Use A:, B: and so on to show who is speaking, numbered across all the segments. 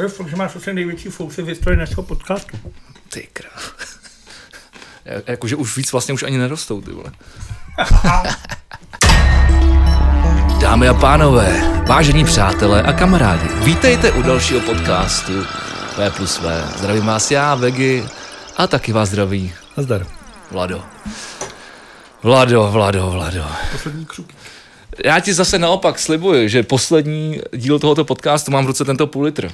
A: To je fakt, že máš asi největší fousy v historii našeho podcastu.
B: Ty krá. Jakože už víc vlastně už ani nerostou, ty vole. Dámy a pánové, vážení přátelé a kamarádi, vítejte u dalšího podcastu V plus V. Zdravím vás já, Vegy, a taky vás zdraví
A: Nazdar.
B: Vlado. Vlado, Vlado, Vlado.
A: Poslední křuky.
B: Já ti zase naopak slibuji, že poslední díl tohoto podcastu mám v ruce tento půl litr.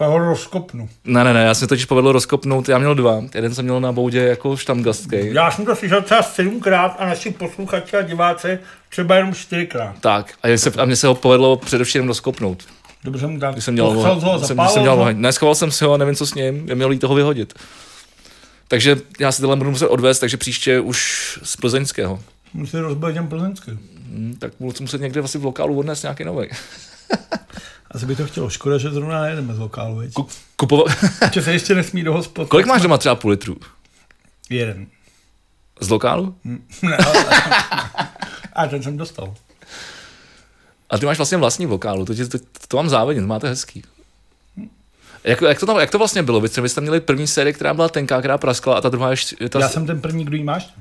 A: Já ho rozkopnu.
B: Ne, ne, ne, já jsem totiž povedlo rozkopnout, já měl dva. Jeden jsem měl na boudě jako štamgastkej.
A: Já jsem to slyšel třeba sedmkrát a naši posluchači a diváci třeba jenom čtyřikrát.
B: Tak, a, mě se, a mně se ho povedlo především rozkopnout.
A: Dobře mu tak.
B: Když jsem dělal
A: Pochcel No, ho,
B: oheň. Jsem, když
A: zapálil no.
B: jsem dělal
A: ho.
B: oheň. Neschoval jsem si ho a nevím, co s ním. Je měl jít toho vyhodit. Takže já si tohle budu muset odvést, takže příště už z plzeňského.
A: Musí rozbít těm plzeňský.
B: Hm, tak budu si muset někde asi v lokálu odnést nějaký nový.
A: Asi by to chtělo. Škoda, že zrovna nejedeme z lokálu, veď.
B: Kupova...
A: Že se ještě nesmí do hospod.
B: Kolik máš doma třeba půl litru?
A: Jeden.
B: Z lokálu?
A: Ne, ale... a ten jsem dostal.
B: A ty máš vlastně vlastní v lokálu, to, tě, to, to mám závidět, máte hezký. Jak, jak, to tam, jak to vlastně bylo? Vy jste, vy jste měli první sérii, která byla tenká, která praskla a ta druhá ještě... Ta,
A: Já jsem ten první, kdo jí máš.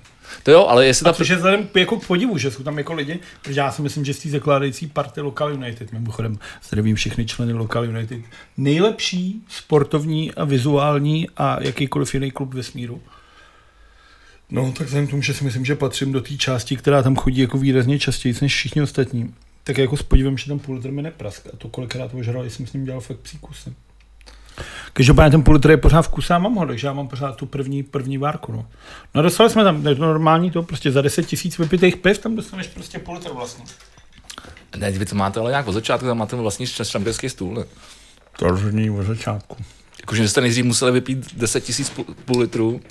B: To jo, ale jestli ta...
A: A což je vzhledem k- jako k podivu, že jsou tam jako lidi, protože já si myslím, že z té zakládající party Local United, mimochodem zdravím všechny členy Local United, nejlepší sportovní a vizuální a jakýkoliv jiný klub vesmíru. No, tak vzhledem k tomu, že si myslím, že patřím do té části, která tam chodí jako výrazně častěji než všichni ostatní, tak jako s podívem, že ten půl litr mi neprask. A to kolikrát ožral, jsem s ním dělal fakt psí kusy. Každopádně ten půl litr je pořád v kuse a mám ho, takže já mám pořád tu první, první várku. No. no a dostali jsme tam normální to, prostě za 10 tisíc vypitých piv tam dostaneš prostě půl litr vlastně.
B: Ne, vy to máte ale nějak od začátku, tam máte vlastní štamkerský stůl. Ne?
A: To rozhodně od začátku.
B: Jakože jste nejdřív museli vypít 10 tisíc půl, půl litru.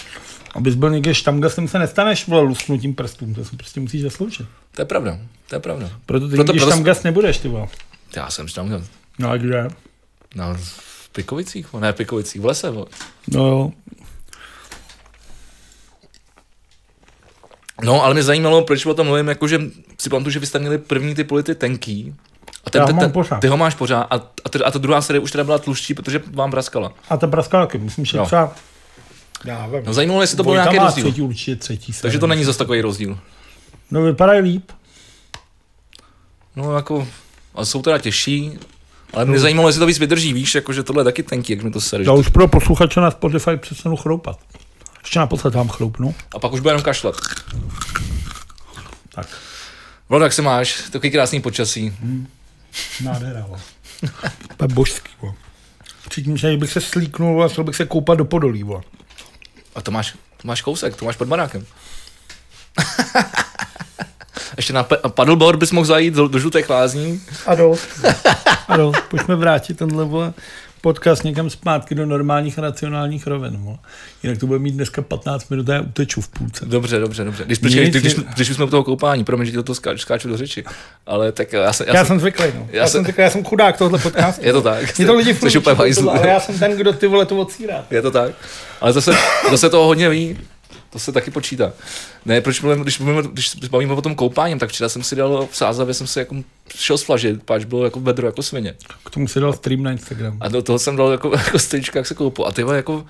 A: Abys byl někde štamgastem, se nestaneš vole lusknutím prstům, to se prostě musíš zasloužit.
B: To je pravda, No to je pravda.
A: Proto ty proto,
B: Proto
A: nikdy
B: proto-
A: proto... štamgast nebudeš, ty vole.
B: Já jsem štamker.
A: No a kde?
B: Na v Pikovicích, ne v Pikovicích, v lese. vole.
A: No jo.
B: No, ale mě zajímalo, proč o tom mluvím, jakože si pamatuju, že vy jste měli první ty polity tenký. A
A: Já ho mám pořád.
B: ty ho máš pořád. A, a, t- a ta druhá série už teda byla tlustší, protože vám praskala.
A: A ta praská taky, myslím, že
B: Jo.
A: no. třeba... Já vím.
B: No zajímalo, jestli to byl
A: Vojta
B: nějaký
A: má
B: rozdíl.
A: Třetí, určitě třetí se.
B: Takže to není zase takový rozdíl.
A: No vypadají líp.
B: No jako, a jsou teda těžší, ale mě zajímalo, jestli to víc vydrží, víš, jakože tohle je taky tenký, jak mi to sere.
A: Já už pro posluchače na Spotify přestanu chroupat. Ještě naposled vám chroupnu.
B: A pak už bude jenom kašlat.
A: Tak.
B: Vlado, jak se máš? Takový krásný počasí.
A: Nádhera, vole. To je božský, vole. Cítím se, že bych se slíknul a šel bych se koupat do podolí, vole.
B: A to máš, to máš kousek, to máš pod barákem. Ještě na pe- paddleboard bys mohl zajít do, do žluté klázní.
A: A dost. A dost. Pojďme vrátit tenhle, vole, podcast někam zpátky do normálních racionálních rovin, vole. Jinak to bude mít dneska 15 minut a já uteču v půlce.
B: Dobře, dobře, dobře. Když, počkej,
A: Nic,
B: když, když,
A: nic.
B: když už jsme u toho koupání, promiň, že ti do toho skáču, skáču do řeči, ale tak eh, já jsem, já
A: Já,
B: jsem,
A: jsem zvyklý, no. Já,
B: já
A: jsem
B: jsem-
A: zvyklý, já jsem chudák tohle podcast.
B: je to tak.
A: Mě to lidi furt
B: Jsi úplně
A: učí,
B: hajzl.
A: ale já jsem ten, kdo ty vole to odcírá.
B: Je to tak. Ale zase, zase toho hodně ví. To se taky počítá. Ne, proč mluvím, když, mluvím, když se bavíme o tom koupáním, tak včera jsem si dal v sázavě, jsem si jako šel splažit, páč bylo jako vedro, jako svině.
A: K tomu si dal stream na Instagram.
B: A do toho jsem dal jako, jako strička, jak se koupu. A ty vole, jako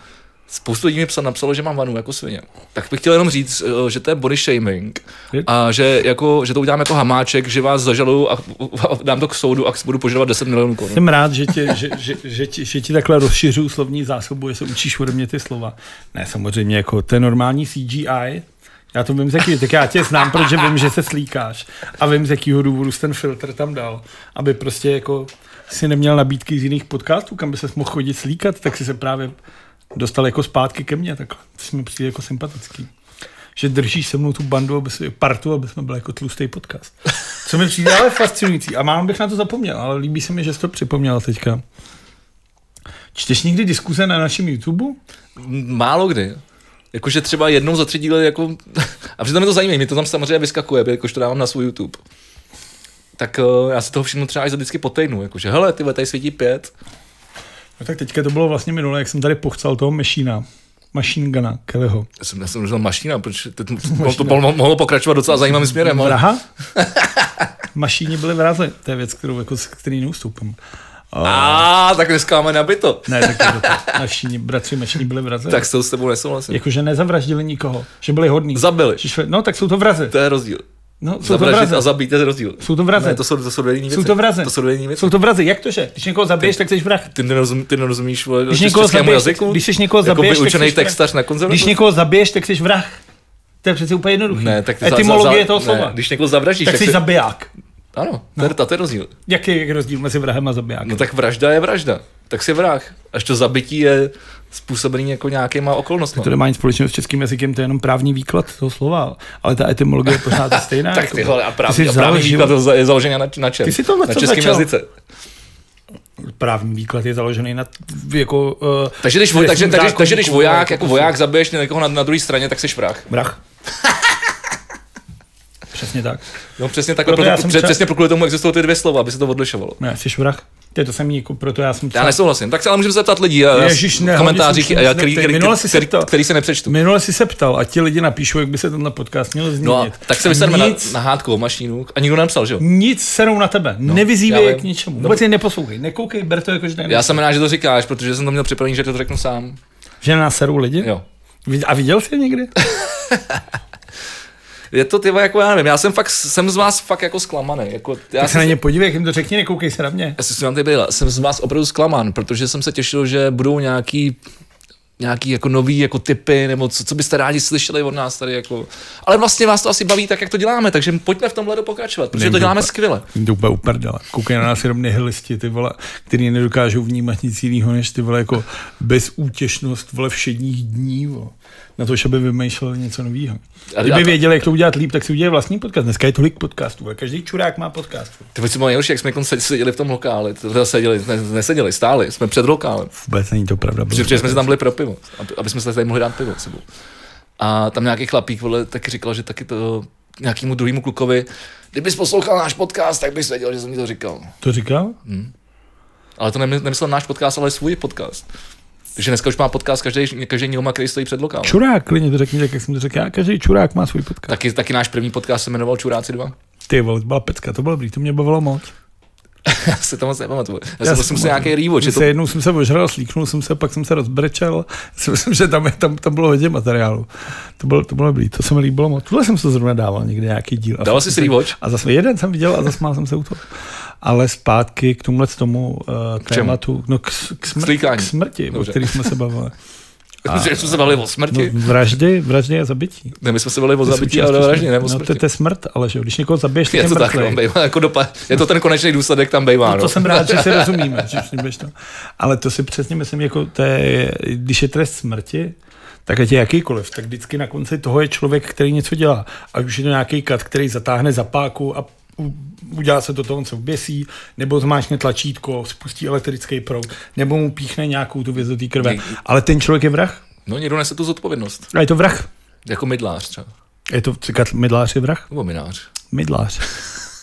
B: spoustu lidí mi psa, napsalo, že mám vanu jako svině. Tak bych chtěl jenom říct, eh, že to je body shaming
A: Je-
B: a že, jako, že to udělám jako hamáček, že vás zažaluju a, a dám to k soudu a budu požadovat 10 milionů korun.
A: Jsem rád, že ti, že, že, že, ti, že ti takhle rozšiřuju slovní zásobu, že se učíš ode mě ty slova. Ne, samozřejmě, jako to je normální CGI. Já to vím z jaký, tak já tě znám, protože vím, že se slíkáš. A vím, z jakého důvodu jsi ten filtr tam dal. Aby prostě jako si neměl nabídky z jiných podcastů, kam by se mohl chodit slíkat, tak si se právě dostal jako zpátky ke mně takhle. To jsme přijde jako sympatický. Že držíš se mnou tu bandu, aby se, partu, aby jsme byli jako tlustý podcast. Co mi přijde ale fascinující, a mám bych na to zapomněl, ale líbí se mi, že jsi to připomněl teďka. Čteš někdy diskuze na našem YouTube?
B: Málo kdy. Jakože třeba jednou za tři díly, jako... A přitom je to zajímavé, mě to tam samozřejmě vyskakuje, jakož to dávám na svůj YouTube. Tak eh, já si toho všimnu třeba i za vždycky po týdnu, jakože hele, ty vole, tady svítí pět.
A: No tak teďka to bylo vlastně minule, jak jsem tady pochcal toho mešína. Machine Gana, Kellyho.
B: Já jsem, já jsem říkal mašina, proč to, to, to, to mohlo pokračovat docela zajímavým směrem, ale
A: Vraha? Mašíni byli vrazy, to je věc, kterou, jako, s který neustoupím.
B: A tak dneska máme nabito.
A: Ne, tak to bylo to. Naši bratři meční byli vraze.
B: Tak s tou s tebou nesouhlasím.
A: Jakože nezavraždili nikoho, že byli hodní.
B: Zabili.
A: Že šli- No, tak jsou to vraze.
B: To je rozdíl.
A: No, jsou to
B: Zavraždit
A: vraze.
B: a zabít je rozdíl.
A: Jsou to vraze.
B: Ne, to jsou, to jsou dvě jiný věci.
A: Jsou to vraze.
B: To jsou dvě jiný věci.
A: Jsou to vrazy. Jak to, že? Když někoho zabiješ, tak jsi vrah.
B: Ty, nerozum, ty nerozumíš vole,
A: Když
B: čes-
A: někoho
B: českému
A: zabiješ,
B: jazyku?
A: když jsi někoho zabiješ,
B: jako
A: tak
B: vyučený
A: jsi vrah.
B: textař na konzervatoři?
A: Když někoho zabiješ, tak jsi vrah. To je přece úplně jednoduché.
B: Ne, tak ty za- za-
A: Etymologie
B: za-
A: toho
B: ne,
A: slova.
B: Když někoho zavraždíš,
A: tak No.
B: tak
A: jsi zabiják.
B: Ano, to je, to je rozdíl.
A: Jaký je rozdíl mezi vrahem a zabijákem?
B: No tak vražda je vražda. Tak si vrah. Až to zabití je způsobený jako nějakýma okolnostmi.
A: To nemá nic společného s českým jazykem, to je jenom právní výklad toho slova, ale ta etymologie je pořád stejná.
B: Tak
A: jako-
B: ty vole, a
A: Ty
B: právě,
A: jsi
B: a právě
A: vzal život-
B: výklad je založený na, na čem?
A: Ty jsi tohle
B: na
A: co
B: českém
A: začal?
B: jazyce.
A: Právní výklad je založený na jako... Uh,
B: Takže když, voj, takže,
A: trestním
B: takže, takže když
A: zákoníku,
B: voják, jako voják zabiješ někoho na, na druhé straně, tak seš vrah.
A: Brach. Přesně tak.
B: No přesně takhle,
A: Proto
B: proto
A: já
B: proto,
A: jsem
B: pře-
A: třeba-
B: přesně pro kvůli tomu existují ty dvě slova, aby se to odlišovalo.
A: Ne, No, jsi vrah. To je to samý, jako proto já jsem
B: Já nesouhlasím. Tak se ale můžeme zeptat lidí a
A: Ježiš, ne,
B: v komentářích,
A: hodně jsem se
B: a- a- který,
A: zeptej.
B: který,
A: Minule jsi se
B: který,
A: ptal.
B: který, se nepřečtu.
A: Minule si se ptal a ti lidi napíšou, jak by se tenhle podcast měl změnit.
B: No a tak se vyserme na,
A: nic,
B: na hádku o mašínu a nikdo nepsal, že jo?
A: nic serou na tebe. No,
B: já
A: Nevyzývej je
B: vím.
A: k ničemu.
B: Dobře.
A: Vůbec je neposlouchej. Nekoukej, ber to jako, že, ne,
B: Já jsem rád, že to říkáš, protože jsem to měl připravený, že to řeknu sám.
A: že na nás serou lidi.
B: Jo.
A: Vid- A viděl jsi je někdy?
B: Je to ty vole, jako já nevím, já jsem fakt, jsem z vás fakt jako zklamaný. Jako, já
A: Tak se
B: jsem
A: na ně podívej, jak jim to řekni, nekoukej se na mě.
B: Já si jsem tady byla. Jsem z vás opravdu zklamán, protože jsem se těšil, že budou nějaký nějaký jako nový jako typy, nebo co, co byste rádi slyšeli od nás tady jako. Ale vlastně vás to asi baví tak, jak to děláme, takže pojďme v tomhle dopokračovat, protože to
A: Nemůžu
B: děláme
A: pa-
B: skvěle.
A: Jdu úplně uprdele. Koukej na nás jenom nihilisti, ty vole, který nedokážou vnímat nic jiného, než ty vole jako bezútěšnost vole všedních dní, vole. Na to, aby vymýšleli něco nového.
B: A- a-
A: Kdyby věděli, jak to udělat líp, tak si udělají vlastní podcast. Dneska je tolik podcastů, vole. každý čurák má podcast. vole.
B: To bylo nejhorší, jak jsme jako se- seděli v tom lokále, teda seděli, ne, neseděli, stáli, jsme před lokálem.
A: Vůbec není to pravda. bylo.
B: Protože včera jsme se tam byli pro pivo, aby- aby jsme se tady mohli dát pivo s sebou. A tam nějaký chlapík vole, taky říkal, že taky to nějakému druhému klukovi, kdybys poslouchal náš podcast, tak bys věděl, že jsem ti to říkal.
A: To říkal?
B: No. Ale to nemysl- nemyslel náš podcast, ale svůj podcast. Takže dneska už má podcast každý, každý Nilma, který stojí před lokálem.
A: Čurák, klidně to řekni, tak jak jsem to řekl. Já, každý čurák má svůj podcast.
B: Taky, taky náš první podcast se jmenoval Čuráci 2.
A: Ty vole, to byla pecka, to bylo dobrý, to mě bavilo moc.
B: Já se to moc nepamatuju. Já, jsem musel
A: jsem-
B: si nějaký rývoč.
A: Že
B: Je Jako, to...
A: se jednou jsem se ožral, slíknul jsem se, pak jsem se rozbrečel. Já si myslím, že tam, je- tam, tam bylo hodně materiálu. To bylo, to bylo dobrý, to se mi líbilo moc. Tuhle jsem se zrovna dával někdy nějaký díl. A
B: Dal
A: jsem
B: jsi
A: se-
B: si rývoč?
A: A zase jeden jsem viděl a zase jsem se u toho. Ale zpátky k tomhle tomu uh,
B: čemu?
A: tématu, no k, s- k, smr-
B: Slíkání.
A: k smrti, o
B: Dobře.
A: který jsme se bavili.
B: Že jsme se bavili o smrti.
A: No, vraždy, vraždy a zabití.
B: Ne, my jsme se bavili o
A: To je
B: zabití,
A: součástí
B: ale o
A: smrti.
B: vraždě, ne o
A: no, to,
B: smrti.
A: to je smrt, ale že jo, když někoho zabiješ, tak
B: Je to tak,
A: mrtvej.
B: no, bývá jako dopa- je to ten konečný důsledek, tam bývá.
A: To
B: no.
A: jsem rád, že si rozumíme. že už nebudeš to. Ale to si přesně myslím, jako to je, když je trest smrti, tak ať je jakýkoliv, tak vždycky na konci toho je člověk, který něco dělá. Ať už je to nějaký kat, který zatáhne za páku a u- udělá se to toho, on se oběsí, nebo zmáčkne tlačítko, spustí elektrický proud, nebo mu píchne nějakou tu věc do té krve.
B: Ně-
A: Ale ten člověk je vrah.
B: No, někdo nese tu zodpovědnost.
A: A je to vrah.
B: Jako mydlář třeba.
A: Je to kat, mydlář je vrah?
B: Nebo minář.
A: Mydlář.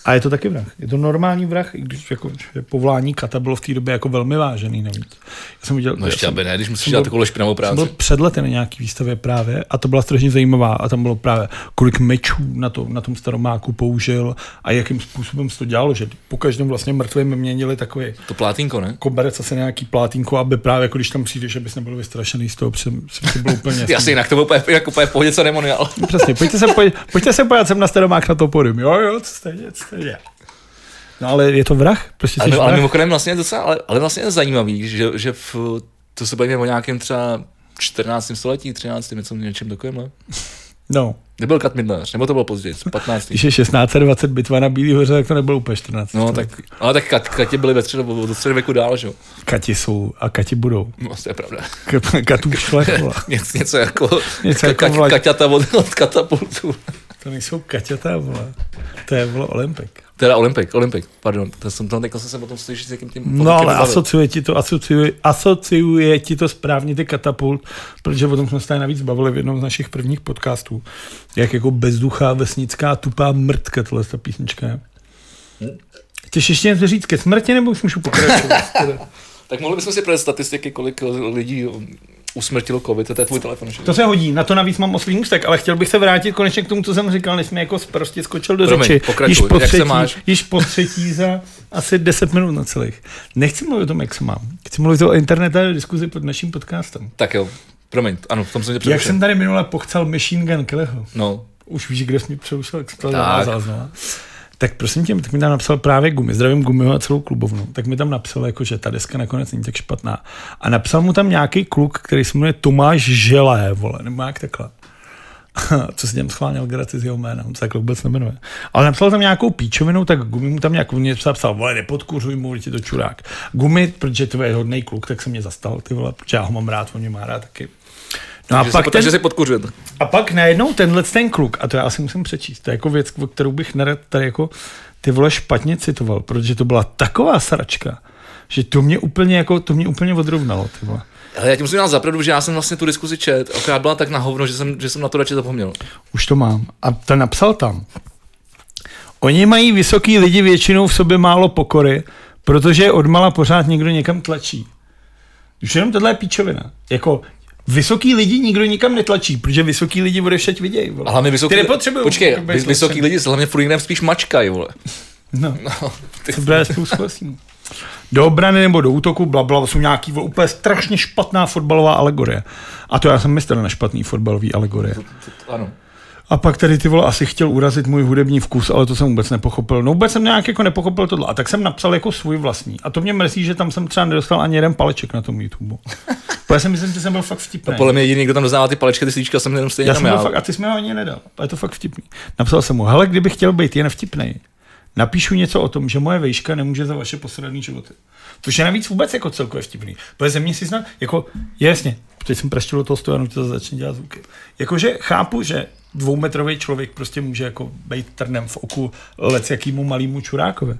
A: A je to taky vrah. Je to normální vrah, i když jako, že povolání kata bylo v té době jako velmi vážený navíc. Já jsem udělal,
B: No
A: já
B: ještě
A: jsem-
B: aby ne, když musíš
A: jsem
B: dělat
A: byl-
B: takovou špinavou
A: jsem byl
B: práci.
A: před lety na nějaký výstavě právě a to byla strašně zajímavá a tam bylo právě kolik mečů na, to, na tom staromáku použil a jakým způsobem se to dělalo, že po každém vlastně mrtvém měnili takový
B: To plátínko, ne?
A: koberec asi nějaký plátínko, aby právě jako když tam přijdeš, abys nebyl vystrašený z toho, protože jsem si byl úplně
B: Ty
A: jasný.
B: asi jinak to bylo úplně, jako úplně v pohodě ceremoniál.
A: No, Přesně, pojďte se, pojď, pojďte se pojat sem na Staromák na to podium. Jo, jo, co jste, dět, co jste dět. No ale je to vrah, prostě jsi
B: Ale, ale
A: vrah.
B: mimochodem vlastně je docela, ale, ale vlastně je zajímavý, že, že v, to se bavíme o nějakém třeba 14. století, 13. něco něčem takovém.
A: No,
B: Nebyl Kat Midnář, nebo to bylo později, 15.
A: když je 1620 bitva na Bílý hoře, tak to nebylo úplně 14.
B: No, tak, ale tak kat, Katě byly ve středu, od středověku dál, že jo?
A: Kati jsou a Kati budou.
B: No, to je pravda.
A: K- Katů šlech, vole.
B: Něco, něco jako,
A: Něco
B: něco
A: jako
B: jako ka,
A: vlak.
B: Kaťata od, od katapultu.
A: To nejsou Kaťata, vole. To je, vole, Olympik.
B: Teda Olympik, Olympik, pardon. To jsem tam teďka jsem se potom slyšel s jakým tím... potom
A: No
B: tím
A: ale
B: bavil.
A: asociuje ti to, asociuje, asociuje ti to správně ty katapult, protože o tom jsme se tady navíc bavili v jednom z našich prvních podcastů, jak jako bezduchá vesnická tupá mrtka tohle ta písnička je.
B: Hm.
A: Chceš ještě něco říct ke smrti, nebo už můžu pokračovat?
B: Tak mohli bychom si projet statistiky, kolik eh, lidí usmrtilo covid, to je tvůj telefon. Že?
A: To se hodí, na to navíc mám oslý můstek, ale chtěl bych se vrátit konečně k tomu, co jsem říkal, než jsme jako prostě skočil do
B: Promiň,
A: řeči.
B: pokračuj,
A: Již po,
B: jak se
A: třetí,
B: máš?
A: již po třetí za asi 10 minut na celých. Nechci mluvit o tom, jak se mám. Chci mluvit o internetové diskuzi pod naším podcastem.
B: Tak jo, promiň, ano, v tom jsem tě
A: Jak
B: přerušil.
A: jsem tady minule pochcel Machine Gun Kellyho.
B: No,
A: Už víš, kde jsi mě přerušil, jak jsi to
B: Tak.
A: navázal znova. Tak prosím tě, tak mi tam napsal právě Gumy, zdravím Gumiho a celou klubovnu. Tak mi tam napsal, jako, že ta deska nakonec není tak špatná. A napsal mu tam nějaký kluk, který se jmenuje Tomáš Želé, vole, nebo jak takhle. Co si dělám schválně legraci z jeho jména, on se takhle vůbec nemenuje. Ale napsal tam nějakou píčovinu, tak Gumi mu tam nějak něco napsal, vole, nepodkuřuj mu, vole, ti to čurák. Gumi, protože to je hodnej kluk, tak se mě zastal, ty vole, protože já ho mám rád, on mě má rád taky. No a
B: že se,
A: pak
B: ten...
A: ten,
B: že se podkuřil.
A: a pak najednou tenhle ten kluk, a to já si musím přečíst, to je jako věc, o kterou bych nerad tady jako ty vole špatně citoval, protože to byla taková sračka, že to mě úplně jako, to mě úplně odrovnalo, ty vole.
B: Ale já ti musím dát zapravdu, že já jsem vlastně tu diskuzi čet, akorát byla tak na hovno, že jsem, že jsem na to radši zapomněl.
A: Už to mám. A ta napsal tam. Oni mají vysoký lidi většinou v sobě málo pokory, protože je odmala pořád někdo někam tlačí. Už jenom tohle je píčovina. Jako vysoký lidi nikdo nikam netlačí, protože vysoký lidi bude všeč viděj.
B: A hlavně vysoký,
A: Ty nepotřebují.
B: počkej,
A: být
B: vy, vysoký
A: tlačený.
B: lidi se hlavně furt jiném spíš mačkají, vole.
A: No.
B: No, ty,
A: To bude spolu souhlasím. Do obrany nebo do útoku, bla, bla, jsou nějaký vole, úplně strašně špatná fotbalová alegorie. A to já jsem mistr na špatný fotbalový alegorie.
B: ano.
A: A pak tady ty vole asi chtěl urazit můj hudební vkus, ale to jsem vůbec nepochopil. No vůbec jsem nějak jako nepochopil tohle. A tak jsem napsal jako svůj vlastní. A to mě mrzí, že tam jsem třeba nedostal ani jeden paleček na tom YouTube. Protože já si myslím, že jsem byl fakt vtipný.
B: Podle mě jediný, kdo tam doznává ty palečky, ty slíčka, jsem jenom stejně
A: Já
B: tam
A: jsem
B: já.
A: byl fakt, a ty jsi mi ho ani nedal. A je to fakt vtipný. Napsal jsem mu, hele, kdybych chtěl být jen vtipný, napíšu něco o tom, že moje vejška nemůže za vaše poslední životy. Což je navíc vůbec jako celkově vtipný. Protože ze mě si zná, jako, jasně, teď jsem praštil do toho stojanu, to zase začne dělat zvuky. Jakože chápu, že dvoumetrový člověk prostě může jako být trnem v oku lec jakýmu malýmu čurákovi.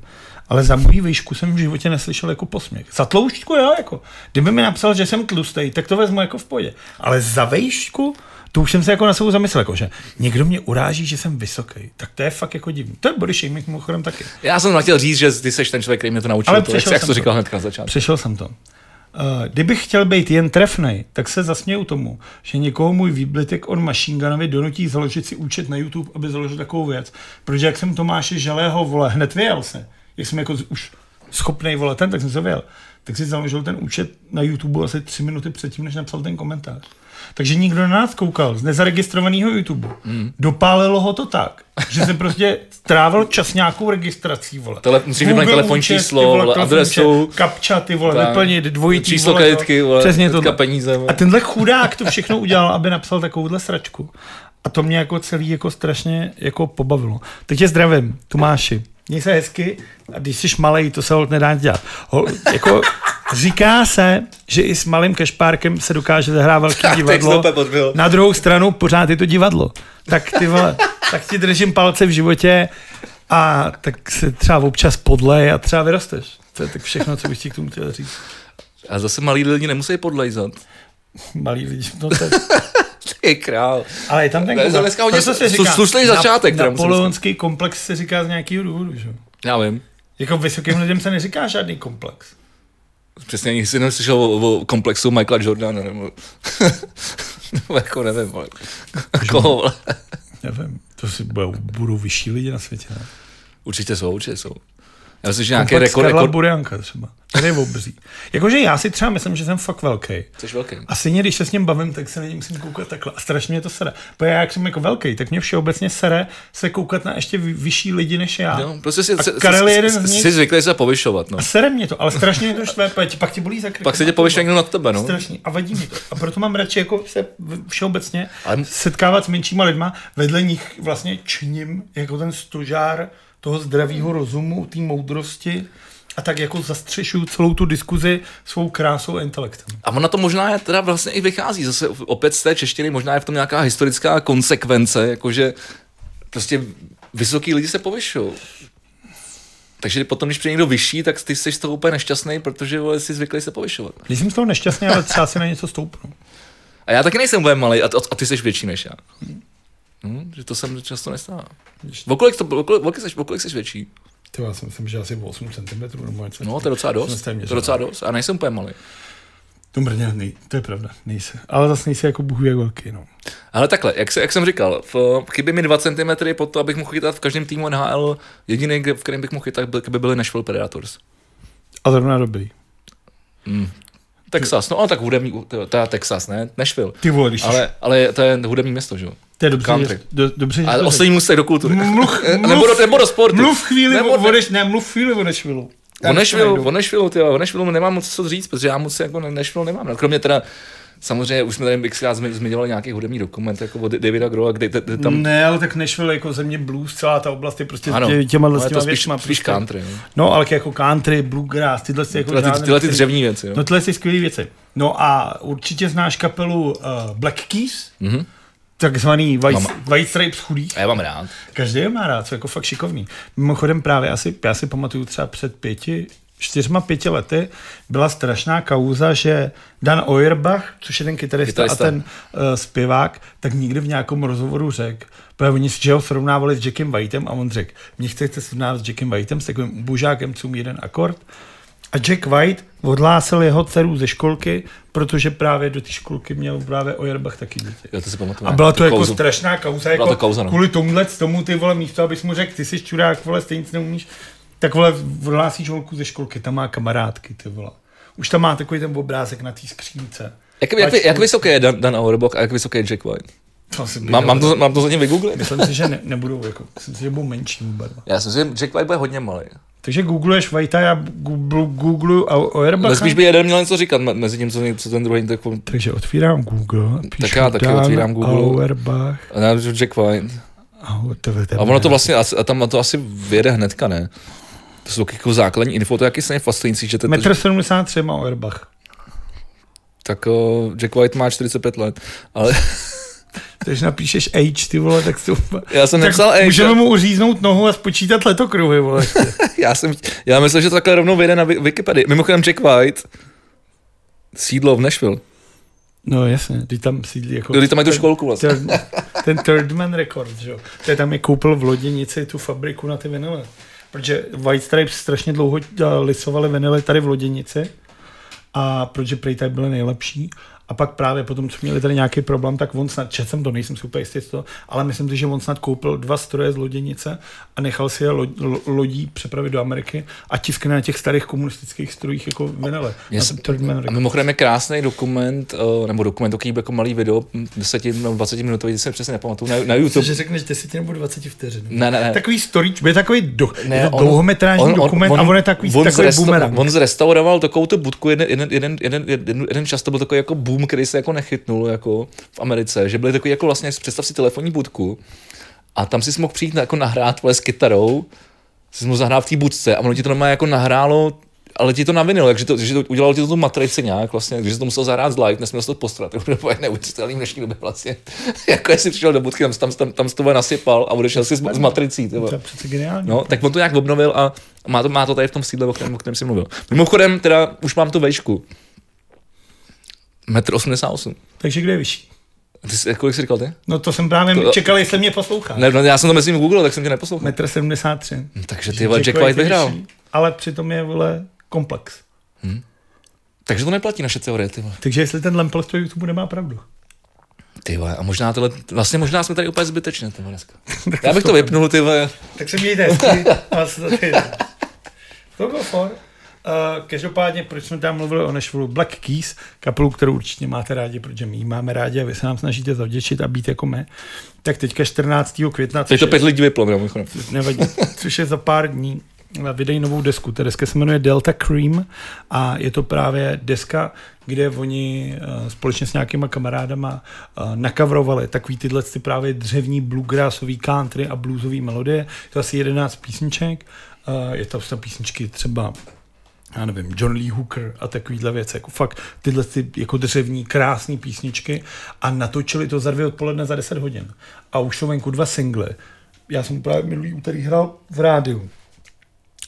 A: Ale za mojí výšku jsem v životě neslyšel jako posměch. Za tloušťku jo, jako. Kdyby mi napsal, že jsem tlustej, tak to vezmu jako v pohodě. Ale za výšku, to už jsem se jako na sebou zamyslel, jako, že někdo mě uráží, že jsem vysoký. Tak to je fakt jako divný. To je body shaming mimochodem taky.
B: Já jsem chtěl říct, že ty seš ten člověk, který mě to naučil.
A: Ale
B: to, jak,
A: přešel
B: jak
A: jsem
B: jsi
A: to.
B: to říkal hnedka na začátku.
A: Přešel jsem to. Eh, Kdybych chtěl být jen trefnej, tak se zasměju tomu, že někoho můj výblitek on Machine Gunovi donutí založit si účet na YouTube, aby založil takovou věc. Protože jak jsem Tomáše Želého, vole, hned vyjel se. Jak jsem jako z- už schopnej, vole, ten, tak jsem se vyjel. Tak si založil ten účet na YouTube asi tři minuty předtím, než napsal ten komentář. Takže nikdo na nás koukal z nezaregistrovaného YouTube.
B: Hmm.
A: Mm. Dopálilo ho to tak, že se prostě strávil čas nějakou registrací, vole.
B: Tele- musíš vybrat
A: Google
B: telefonní
A: účet, ty
B: číslo,
A: vole,
B: vole,
A: telefonní účet,
B: adresu.
A: kapča, ty vole,
B: Tak.
A: vyplnit dvojitý
B: Číslo
A: vole, to-
B: kreditky, vole,
A: přesně
B: teďka
A: tohle.
B: peníze, vole.
A: A tenhle chudák to všechno udělal, aby napsal takovouhle sračku. A to mě jako celý jako strašně jako pobavilo. Takže zdravím, Tomáši. Měj se hezky a když jsi malej, to se holt nedá nic dělat. Hol, jako, říká se, že i s malým kašpárkem se dokáže zahrát velký
B: Tak
A: divadlo.
B: to podbil.
A: Na druhou stranu pořád je to divadlo. Tak ty vole, tak ti držím palce v životě a tak se třeba občas podlej a třeba vyrosteš. To je tak všechno, co bych ti k tomu chtěl říct.
B: A zase malí lidi nemusí podlejzat.
A: Malí lidi, no to je,
B: Ty král.
A: ale je tam ten
B: To je dneska hodně
A: proto
B: slu- slušný začátek,
A: Na,
B: teda musím
A: napoleonský komplex se říká z nějakého důvodu, že? jo?
B: Já vím.
A: Jako vysokým lidem se neříká žádný komplex.
B: Přesně ani jsi neslyšel o, o, komplexu Michaela Jordana, nebo... nebo jako nevím, vole. Koho, vole.
A: Nevím, to si budou, budou vyšší lidi na světě. Ne?
B: Určitě jsou, určitě jsou. Já myslím, že nějaký jako-
A: Komplex
B: rekord,
A: Karla
B: rekord...
A: Burianka třeba. Ten je obří. Jakože já si třeba myslím, že jsem fakt velký.
B: Jsi velký.
A: A stejně, když se s ním bavím, tak se na něj musím koukat takhle. A strašně mě to sere. Protože já, jak jsem jako velký, tak mě všeobecně sere se koukat na ještě vy- vyšší lidi než já.
B: No, prostě si,
A: A
B: se-
A: Karel je
B: se-
A: jeden
B: se-
A: z nich.
B: Jsi zvyklý se povyšovat, no.
A: A sere mě to, ale strašně mě to štve, protože ti- pak ti bolí za krk.
B: Pak se tě povyšuje někdo nad tebe, no.
A: Strašně. A vadí mi to. A proto mám radši jako se v- všeobecně
B: Ale-
A: ale... setkávat s menšíma lidma. Vedle nich vlastně čním jako ten stožár toho zdravého rozumu, té moudrosti a tak jako zastřešuju celou tu diskuzi svou krásou a intelektem.
B: A ona to možná je teda vlastně i vychází zase opět z té češtiny, možná je v tom nějaká historická konsekvence, jakože prostě vysoký lidi se povyšují. Takže potom, když přijde někdo vyšší, tak ty jsi z toho úplně nešťastný, protože vole, jsi zvyklý se povyšovat.
A: Nejsem z toho nešťastný, ale třeba si na něco stoupnu.
B: A já taky nejsem úplně malý a, a, a ty jsi větší než já. Hm, že to jsem často nestává. Vokolik, to, vokolik, vokolik, jsi, vokolik jsi větší?
A: Ty já si myslím, že asi 8 cm nebo něco.
B: No, to je docela dost. To je docela dost. A nejsem úplně malý.
A: To mrně, nej, to je pravda, nejse. Ale zase nejsi jako bůh ví jak velký, no.
B: Ale takhle, jak, se, jak jsem říkal, v, chybí mi 2 cm po to, abych mohl chytat v každém týmu NHL. Jediný, kde- v kterém bych mohl chytat, byl- by byly Nashville Predators.
A: A zrovna dobrý.
B: Texas, no ale tak hudební, to, to je Texas, ne? Nashville.
A: Ty vole, když ale,
B: Ale, ale to je hudební město, že jo?
A: to je dobře,
B: country.
A: že, do, dobře, že
B: Ale
A: to
B: oslý můstek do kultury.
A: Mluv-
B: nebo, do,
A: mluv-
B: nebo do sportu.
A: Mluv chvíli
B: Nebo-
A: o o Neš- ne, mluv chvíli o Nešvilu.
B: O Nashville, o Nashville, tyjo, o Nashville nemám moc co říct, protože já moc jako na Nashville nemám. No, kromě teda, samozřejmě už jsme tady xkrát zmi- zmiňovali nějaký hudební dokument jako od Davida Grola, kde kde- kde tam...
A: Ne, ale tak Nešvil jako země blues, celá ta oblast je prostě
B: Ano,
A: ano, tě, těma
B: ale
A: těma
B: to spíš,
A: věcma.
B: spíš
A: prostě.
B: country. no.
A: No, ale jako country, bluegrass, tyhle, ty jako
B: Tyhle, ty,
A: žánry,
B: tyhle ty
A: který-
B: dřevní věci. Jo.
A: No tohle jsou skvělé věci. No a určitě znáš kapelu uh, Black Keys,
B: Mhm.
A: mm-hmm. takzvaný White,
B: Mám.
A: White Stripes chudých.
B: A já mám rád.
A: Každý je má rád, jsou jako fakt šikovný. Mimochodem právě asi, já si pamatuju třeba před pěti, čtyřma pěti lety byla strašná kauza, že Dan Oyerbach, což je ten kytarista,
B: Kytarista.
A: kytarista. a ten uh, zpěvák, tak nikdy v nějakém rozhovoru řekl, protože oni s- že ho srovnávali s Jackem Whiteem a on řekl, mě chcete srovnávat s Jackem Whiteem, s takovým bužákem, co mu jeden akord. A Jack White odhlásil jeho dceru ze školky, protože právě do té školky měl právě Ojerbach taky dítě.
B: Já to si pamatuju.
A: A byla to
B: Tu
A: jako
B: kauzu.
A: strašná kauza, jako
B: to kauza, no.
A: kvůli tomuhle tomu ty vole místo, abys mu řekl, ty jsi čurák, vole, stejně nic neumíš, tak vole, vrlásíš holku ze školky, tam má kamarádky, ty vole. Už tam má takový ten obrázek na té skřínce.
B: Jak, jak, jak, jak vysoký je Dan, Dan Auerbach a jak vysoký je Jack White?
A: To si
B: Mám, mám, to, mám to za ním vygooglit?
A: Myslím si, že ne, nebudou, jako, myslím si, že budou menší oba dva.
B: Já si myslím, že Jack White bude hodně malý.
A: Takže googluješ Vajta, já googlu, googluju a
B: Ale
A: Oerbacha.
B: spíš by jeden měl něco říkat me- mezi tím, co, nej- co ten druhý. Tak, on-
A: Takže otvírám Google, píšu
B: Tak já taky
A: Dan
B: otvírám Google.
A: Auerbach.
B: a ne, že Jack White.
A: A, o- to je-
B: A ono to vlastně, asi- a tam to asi vyjede hnedka, ne? To jsou jako základní info, to je jaký se fascinující, že to,
A: Metr 73 má Oerbach.
B: tak o, Jack White má 45 let, ale
A: Takže napíšeš H, ty vole, tak si to
B: já jsem
A: Tak
B: nepsal Age,
A: můžeme mu uříznout nohu a spočítat letokruhy, vole.
B: já jsem, já myslel, že to takhle rovnou vyjde na Wi- Wikipedii. Mimochodem Jack White, sídlo v Nashville,
A: No jasně, teď tam sídlí jako...
B: když tam mají tu školku vlastně.
A: Ten, ten Thirdman Records, že jo. To je tam je koupil v Loděnici tu fabriku na ty vinily. Protože White Stripes strašně dlouho dělali- lisovali vinily tady v Loděnici a protože prej tady byly nejlepší. A pak právě potom, co měli tady nějaký problém, tak on snad, četl jsem to, nejsem si úplně jistý z toho, ale myslím si, že on snad koupil dva stroje z loděnice a nechal si je lo, lo, lodí přepravit do Ameriky a tiskne na těch starých komunistických strojích jako vinyle.
B: Já
A: Na
B: jsem-
A: Third Man
B: A
A: Records.
B: mimochodem je krásný dokument, eh, nebo dokument, takový jako malý video, 10 nebo 20 minutový, teď se přesně nepamatuju, na, na YouTube.
A: Že řekneš 10 nebo 20 vteřin.
B: Ne, ne, ne.
A: Takový storyč, je takový do,
B: Eh, Ne,
A: ne, je to
B: on-
A: dlouhometrážní on, dokument on, a on je takový, on takový
B: zresta-
A: boomerang. On,
B: On zrestauroval takovou tu budku, jeden, jeden, jeden, jeden, jeden, jeden čas to byl takový jako boom, který se jako nechytnul jako v Americe, že byly takový jako vlastně, představ si telefonní budku a tam si mohl přijít na- jako nahrát vole s kytarou, si mohl zahrát v té budce a ono ti to normálně jako nahrálo ale ti to navinil, takže to, že to udělal ti to tu matrici nějak vlastně, takže jsi to musel zahrát z live, nesměl jsi to postrat, to bylo úplně neuvěřitelný v dnešní době vlastně. jako jestli přišel do budky, tam, tam, tam, tam jsi to vole nasypal a odešel si s, s matricí. ty vole.
A: to je přece geniální.
B: No, tak on to nějak obnovil a a má to, má to tady v tom sídle, o kterém, o kterém jsem mluvil. Mimochodem, teda už mám tu vejšku. 1,88 m.
A: Takže kde je vyšší?
B: Ty jsi, kolik jsi říkal ty?
A: No to jsem právě
B: To-
A: čekal, jestli mě poslouchá.
B: Ne, no, já jsem to mezi Google, tak jsem tě neposlouchal.
A: Metr 73.
B: Takže ty vole, Jack
A: je
B: White vyhrál.
A: vyšší, Ale přitom je, vole, komplex.
B: Takže to neplatí naše teorie, ty vole.
A: Takže jestli ten Lempel z toho YouTube nemá pravdu.
B: Ty vole, a možná tohle, vlastně možná jsme tady úplně zbytečně, ty vole, dneska. Já bych to vypnul, ty vole.
A: Tak se mějte hezky. a se za týden. to bylo for. Uh, každopádně, proč jsme tam mluvili o Nashville Black Keys, kapelu, kterou určitě máte rádi, protože my ji máme rádi a vy se nám snažíte zavděčit a být jako my, tak teďka 14. května,
B: Teď
A: což
B: to
A: je,
B: pět lidí vyplo, mimochodem.
A: nevadí, což je za pár dní, vydají novou desku. Ta deska se jmenuje Delta Cream a je to právě deska, kde oni eh, společně s nějakýma kamarádama eh, nakavrovali takový tyhle ty právě dřevní bluegrassový country a bluesový melodie. Je to asi 11 písniček. Eh, Je tam snad písničky třeba já nevím, John Lee Hooker a takovýhle věci, jako fakt tyhle ty jako dřevní krásné písničky a natočili to za dvě odpoledne za 10 hodin. A už jsou venku dva singly. Já jsem právě minulý úterý hrál v rádiu.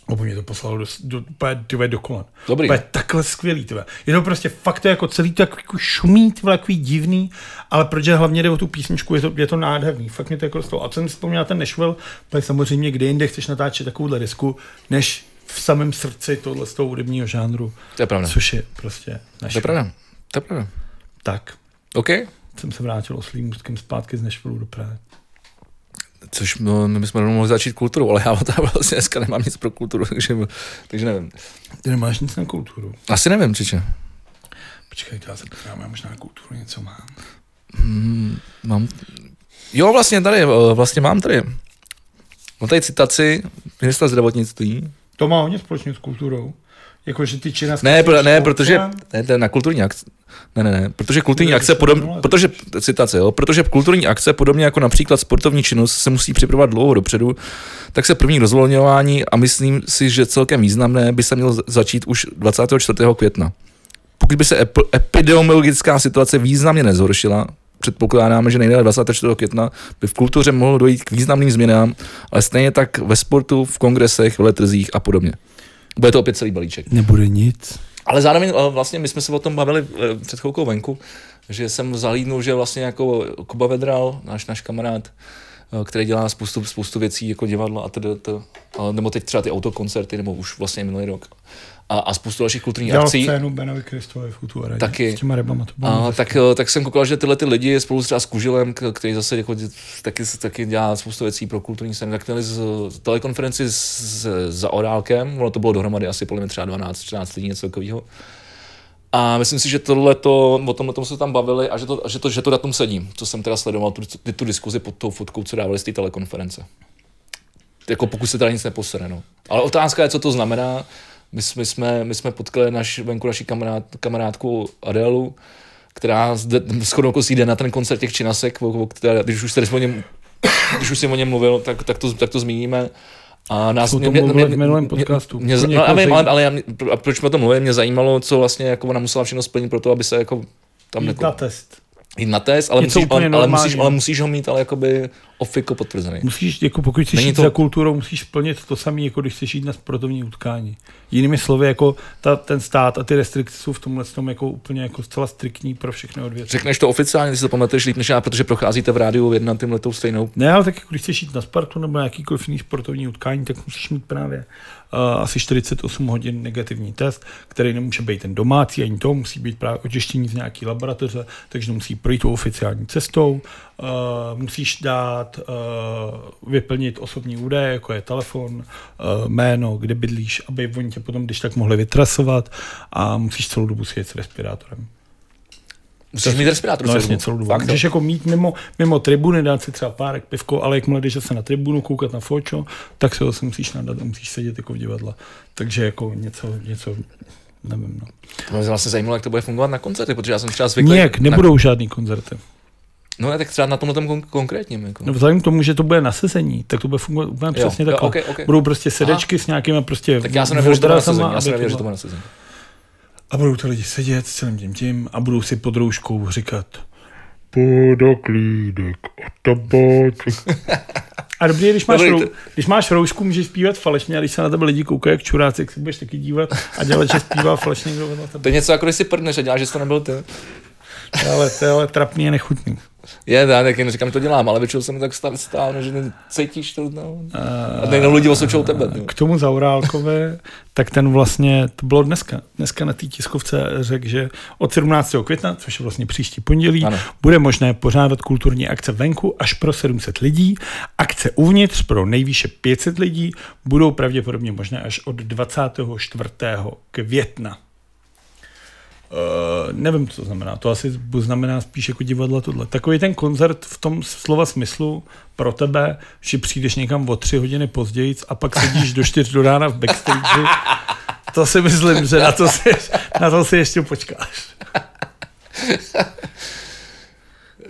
A: Obo mě No, to poslalo do, do, úplně, tyhle, do kolen.
B: Dobrý.
A: Úplně takhle skvělý, tyhle. Je to prostě fakt to jako celý to jako, jako šumí, tyhle, takový divný, ale protože hlavně jde o tu písničku, je to, je to nádherný, fakt mě to jako stalo. A co jsem si vzpomněl na ten Nashville, tak samozřejmě kde jinde chceš natáčet takovouhle disku, než v samém srdci tohle z toho hudebního žánru,
B: To je pravda.
A: což je prostě
B: To je
A: naše.
B: pravda. To je pravda.
A: Tak
B: OK.
A: jsem se vrátil oslým můstkem zpátky z Nešvilu do Prahy.
B: Což no, my bychom rovnou mohli začít kulturou, ale já tam vlastně dneska nemám nic pro kulturu, takže, takže nevím.
A: Ty nemáš nic na kulturu.
B: Asi nevím, čiče.
A: Počkej, já se podívám, já možná na kulturu něco mám.
B: Mám... Jo, vlastně tady, eh, vlastně mám tady. Mám tady citaci ministra zdravotnictví.
A: To má hodně společného s kulturou. Jakože ty čina...
B: Ne, pro, ne, protože ne, to je na kulturní akce. Ne, ne, ne, protože kulturní
A: Ne,
B: akce
A: to jsem
B: podobně,
A: minule
B: protože citace, jo, protože kulturní akce podobně jako například sportovní činnost se musí připravovat dlouho dopředu, tak se první rozvolňování a myslím si, že celkem významné by se mělo za- začít už 24. května. Pokud by se epi- epidemiologická situace významně nezhoršila, předpokládáme, že nejdéle 24. května by v kultuře mohlo dojít k významným změnám, ale stejně tak ve sportu, v kongresech, v letrzích a podobně. Bude to opět celý balíček.
A: Nebude nic.
B: Ale zároveň eh, vlastně my jsme se o tom bavili eh, před chvilkou venku, že jsem zahlídnul, že vlastně jako Kuba Vedral, náš, náš kamarád, eh, který dělá spoustu, spoustu věcí jako divadlo a tedy, to, eh, nebo teď třeba ty autokoncerty, nebo už vlastně minulý rok a, a spoustu dalších kulturních
A: Dělal
B: akcí.
A: scénu Benovi Kristovi v Utuaradě.
B: Taky.
A: S těma rebama to bylo.
B: A, tak, eh, tak jsem koukal, že tyhle ty lidi spolu třeba s Kužilem, k- který zase jako, dě- taky, taky dělá spoustu věcí pro kulturní scénu, tak měli z, z telekonferenci s, za Orálkem, ono to bylo dohromady asi podle mě třeba 12-14 lidí, něco takového. A myslím si, že tohle to, o tomhle tom se tam bavili a že to, že to, že to datum sedí, co jsem teda sledoval, tu, tu, tu diskuzi pod tou fotkou, co dávali z té telekonference. Jako pokud se teda nic neposere, no. Ale otázka je, co to znamená. My, s- my, jsme, my jsme potkali naš, venku naši kamarád, kamarádku Adélu, která zde, shodou okolností jde na ten koncert těch činasek, o, o které, když už jsi o něm, když už jsi o něm mluvil, tak, tak, to, tak to zmíníme. A nás,
A: Jsme o tom mluvili v minulém podcastu.
B: Mě,
A: To
B: mě, no,
A: někoho
B: ale, ale,
A: zajímá.
B: ale já, a proč mi to mluvím, mě zajímalo, co vlastně jako ona musela všechno splnit pro to, aby se jako tam
A: Jít na
B: jako,
A: test.
B: jít na test, ale
A: Je to
B: musíš,
A: úplně
B: ale, ale, musíš,
A: normální.
B: ale musíš ho mít ale jakoby ofiko potvrzený.
A: Musíš, jako pokud chceš
B: Není
A: jít
B: to-
A: to... za kulturou, musíš splnit to samé, jako když chceš jít na sportovní utkání. Jinými slovy, jako ta, ten stát a ty restrikce jsou v tomhle tom jako úplně jako zcela striktní pro všechny odvětví.
B: Řekneš to oficiálně, ty si to pamatuješ líp než já, protože procházíte v rádiu jedna tím letou stejnou.
A: Ne, ale tak jako když chceš jít na Spartu nebo na jakýkoliv jiný sportovní utkání, tak musíš mít právě uh, asi 48 hodin negativní test, který nemůže být ten domácí, ani to musí být právě očištění z nějaký laboratoře, takže musí projít tou oficiální cestou. Uh, musíš dát, uh, vyplnit osobní údaje, jako je telefon, uh, jméno, kde bydlíš, aby oni tě potom, když tak, mohli vytrasovat a musíš celou dobu sjet s respirátorem.
B: Musíš mít respirátor
A: No
B: celou
A: jasně,
B: dobu.
A: celou dobu.
B: Fakt,
A: Můžeš
B: jo.
A: jako mít mimo, mimo tribuny, dát si třeba párek pivko, ale jakmile jdeš se na tribunu koukat na fočo, tak se ho se musíš nadat a musíš sedět jako v divadle. Takže jako něco, něco nevím. No.
B: To mě vlastně zajímalo, jak to bude fungovat na koncerty, protože já jsem třeba zvyklý.
A: Nějak,
B: Na,
A: nebudou žádný koncerty.
B: no ne, tak třeba na tomhle tom kon- konkrétním. Jako.
A: No vzhledem k tomu, že to bude na sezení, tak to bude fungovat úplně přesně
B: jo,
A: tak.
B: ok, ok.
A: Budou prostě sedečky Aha. s nějakýma prostě
B: tak já jsem nevěděl, že to bude na
A: odrazama,
B: sezení. Já jsem
A: aby
B: nevěděl, že to
A: bylo-
B: bude na sezení.
A: A budou ty lidi sedět s celým tím tím a budou si pod rouškou říkat podoklídek a tabáček. A dobrý, je, když máš,
B: Dobrý,
A: rou,
B: to-
A: když máš roušku, můžeš zpívat falešně a když se na tebe lidi koukají jak čuráci, tak se budeš taky dívat a dělat, že zpívá falešně kdo vedle
B: To
A: tebe.
B: je něco, jako když si prdneš a děláš, že jsi to nebyl ty.
A: To je Ale to je ale trapný a nechutný.
B: Je, já taky neříkám, že to dělám, ale většinou jsem tak stál, stál že cítíš to. No. A nejenom lidi osočou tebe. No.
A: K tomu Zaurálkové, tak ten vlastně, to bylo dneska, dneska na té tiskovce řekl, že od 17. května, což je vlastně příští pondělí,
B: Ano.
A: ano. bude možné pořádat kulturní akce venku až pro 700 lidí. Akce uvnitř pro nejvýše 500 lidí budou pravděpodobně možné až od 24. května. Uh, nevím, co to znamená. To asi znamená spíš jako divadla tohle. Takový ten koncert v tom slova smyslu pro tebe, že přijdeš někam o tři hodiny později a pak sedíš do čtyř do rána v backstage. To si myslím, že na to si, na to si ještě počkáš.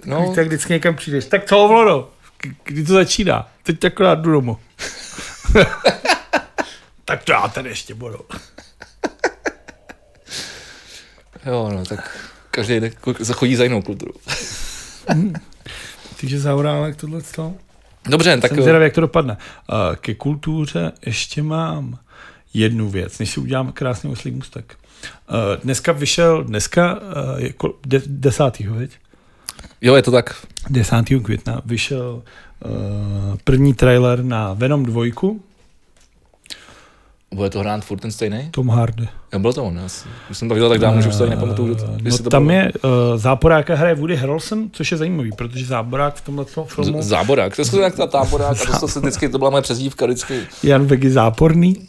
B: no.
A: Víš, Tak vždycky někam přijdeš. Tak co, Vlodo? K- Kdy to začíná? Teď akorát jdu domů. tak to já tady ještě budu.
B: Jo, no, tak každý jde, chodí za jinou kulturu.
A: Takže zaurálek tohle stalo?
B: Dobře, tak
A: Jsem zvědavý, jak to dopadne. Eh, Ke kultuře ještě mám jednu věc, než si udělám krásný oslý můstek. Eh, Dneska vyšel, dneska eh, je kol- de- 10. Viď?
B: jo, je to tak.
A: 10. května vyšel eh, první trailer na Venom 2.
B: Bude to hrát furt ten stejný?
A: Tom Hardy.
B: Já byl to on, já si- už jsem to viděl tak dávno, že už to ani nepamatuju, kdo to,
A: No,
B: jestli to
A: tam
B: bylo.
A: je, uh, záporáka hraje Woody Harrelson, což je zajímavý, protože záporák v tomhle filmu
B: Z- Záborák, to je jak ta táborák, a to, se vždycky, to byla moje přezdívka vždycky.
A: Jan Vegy záporný.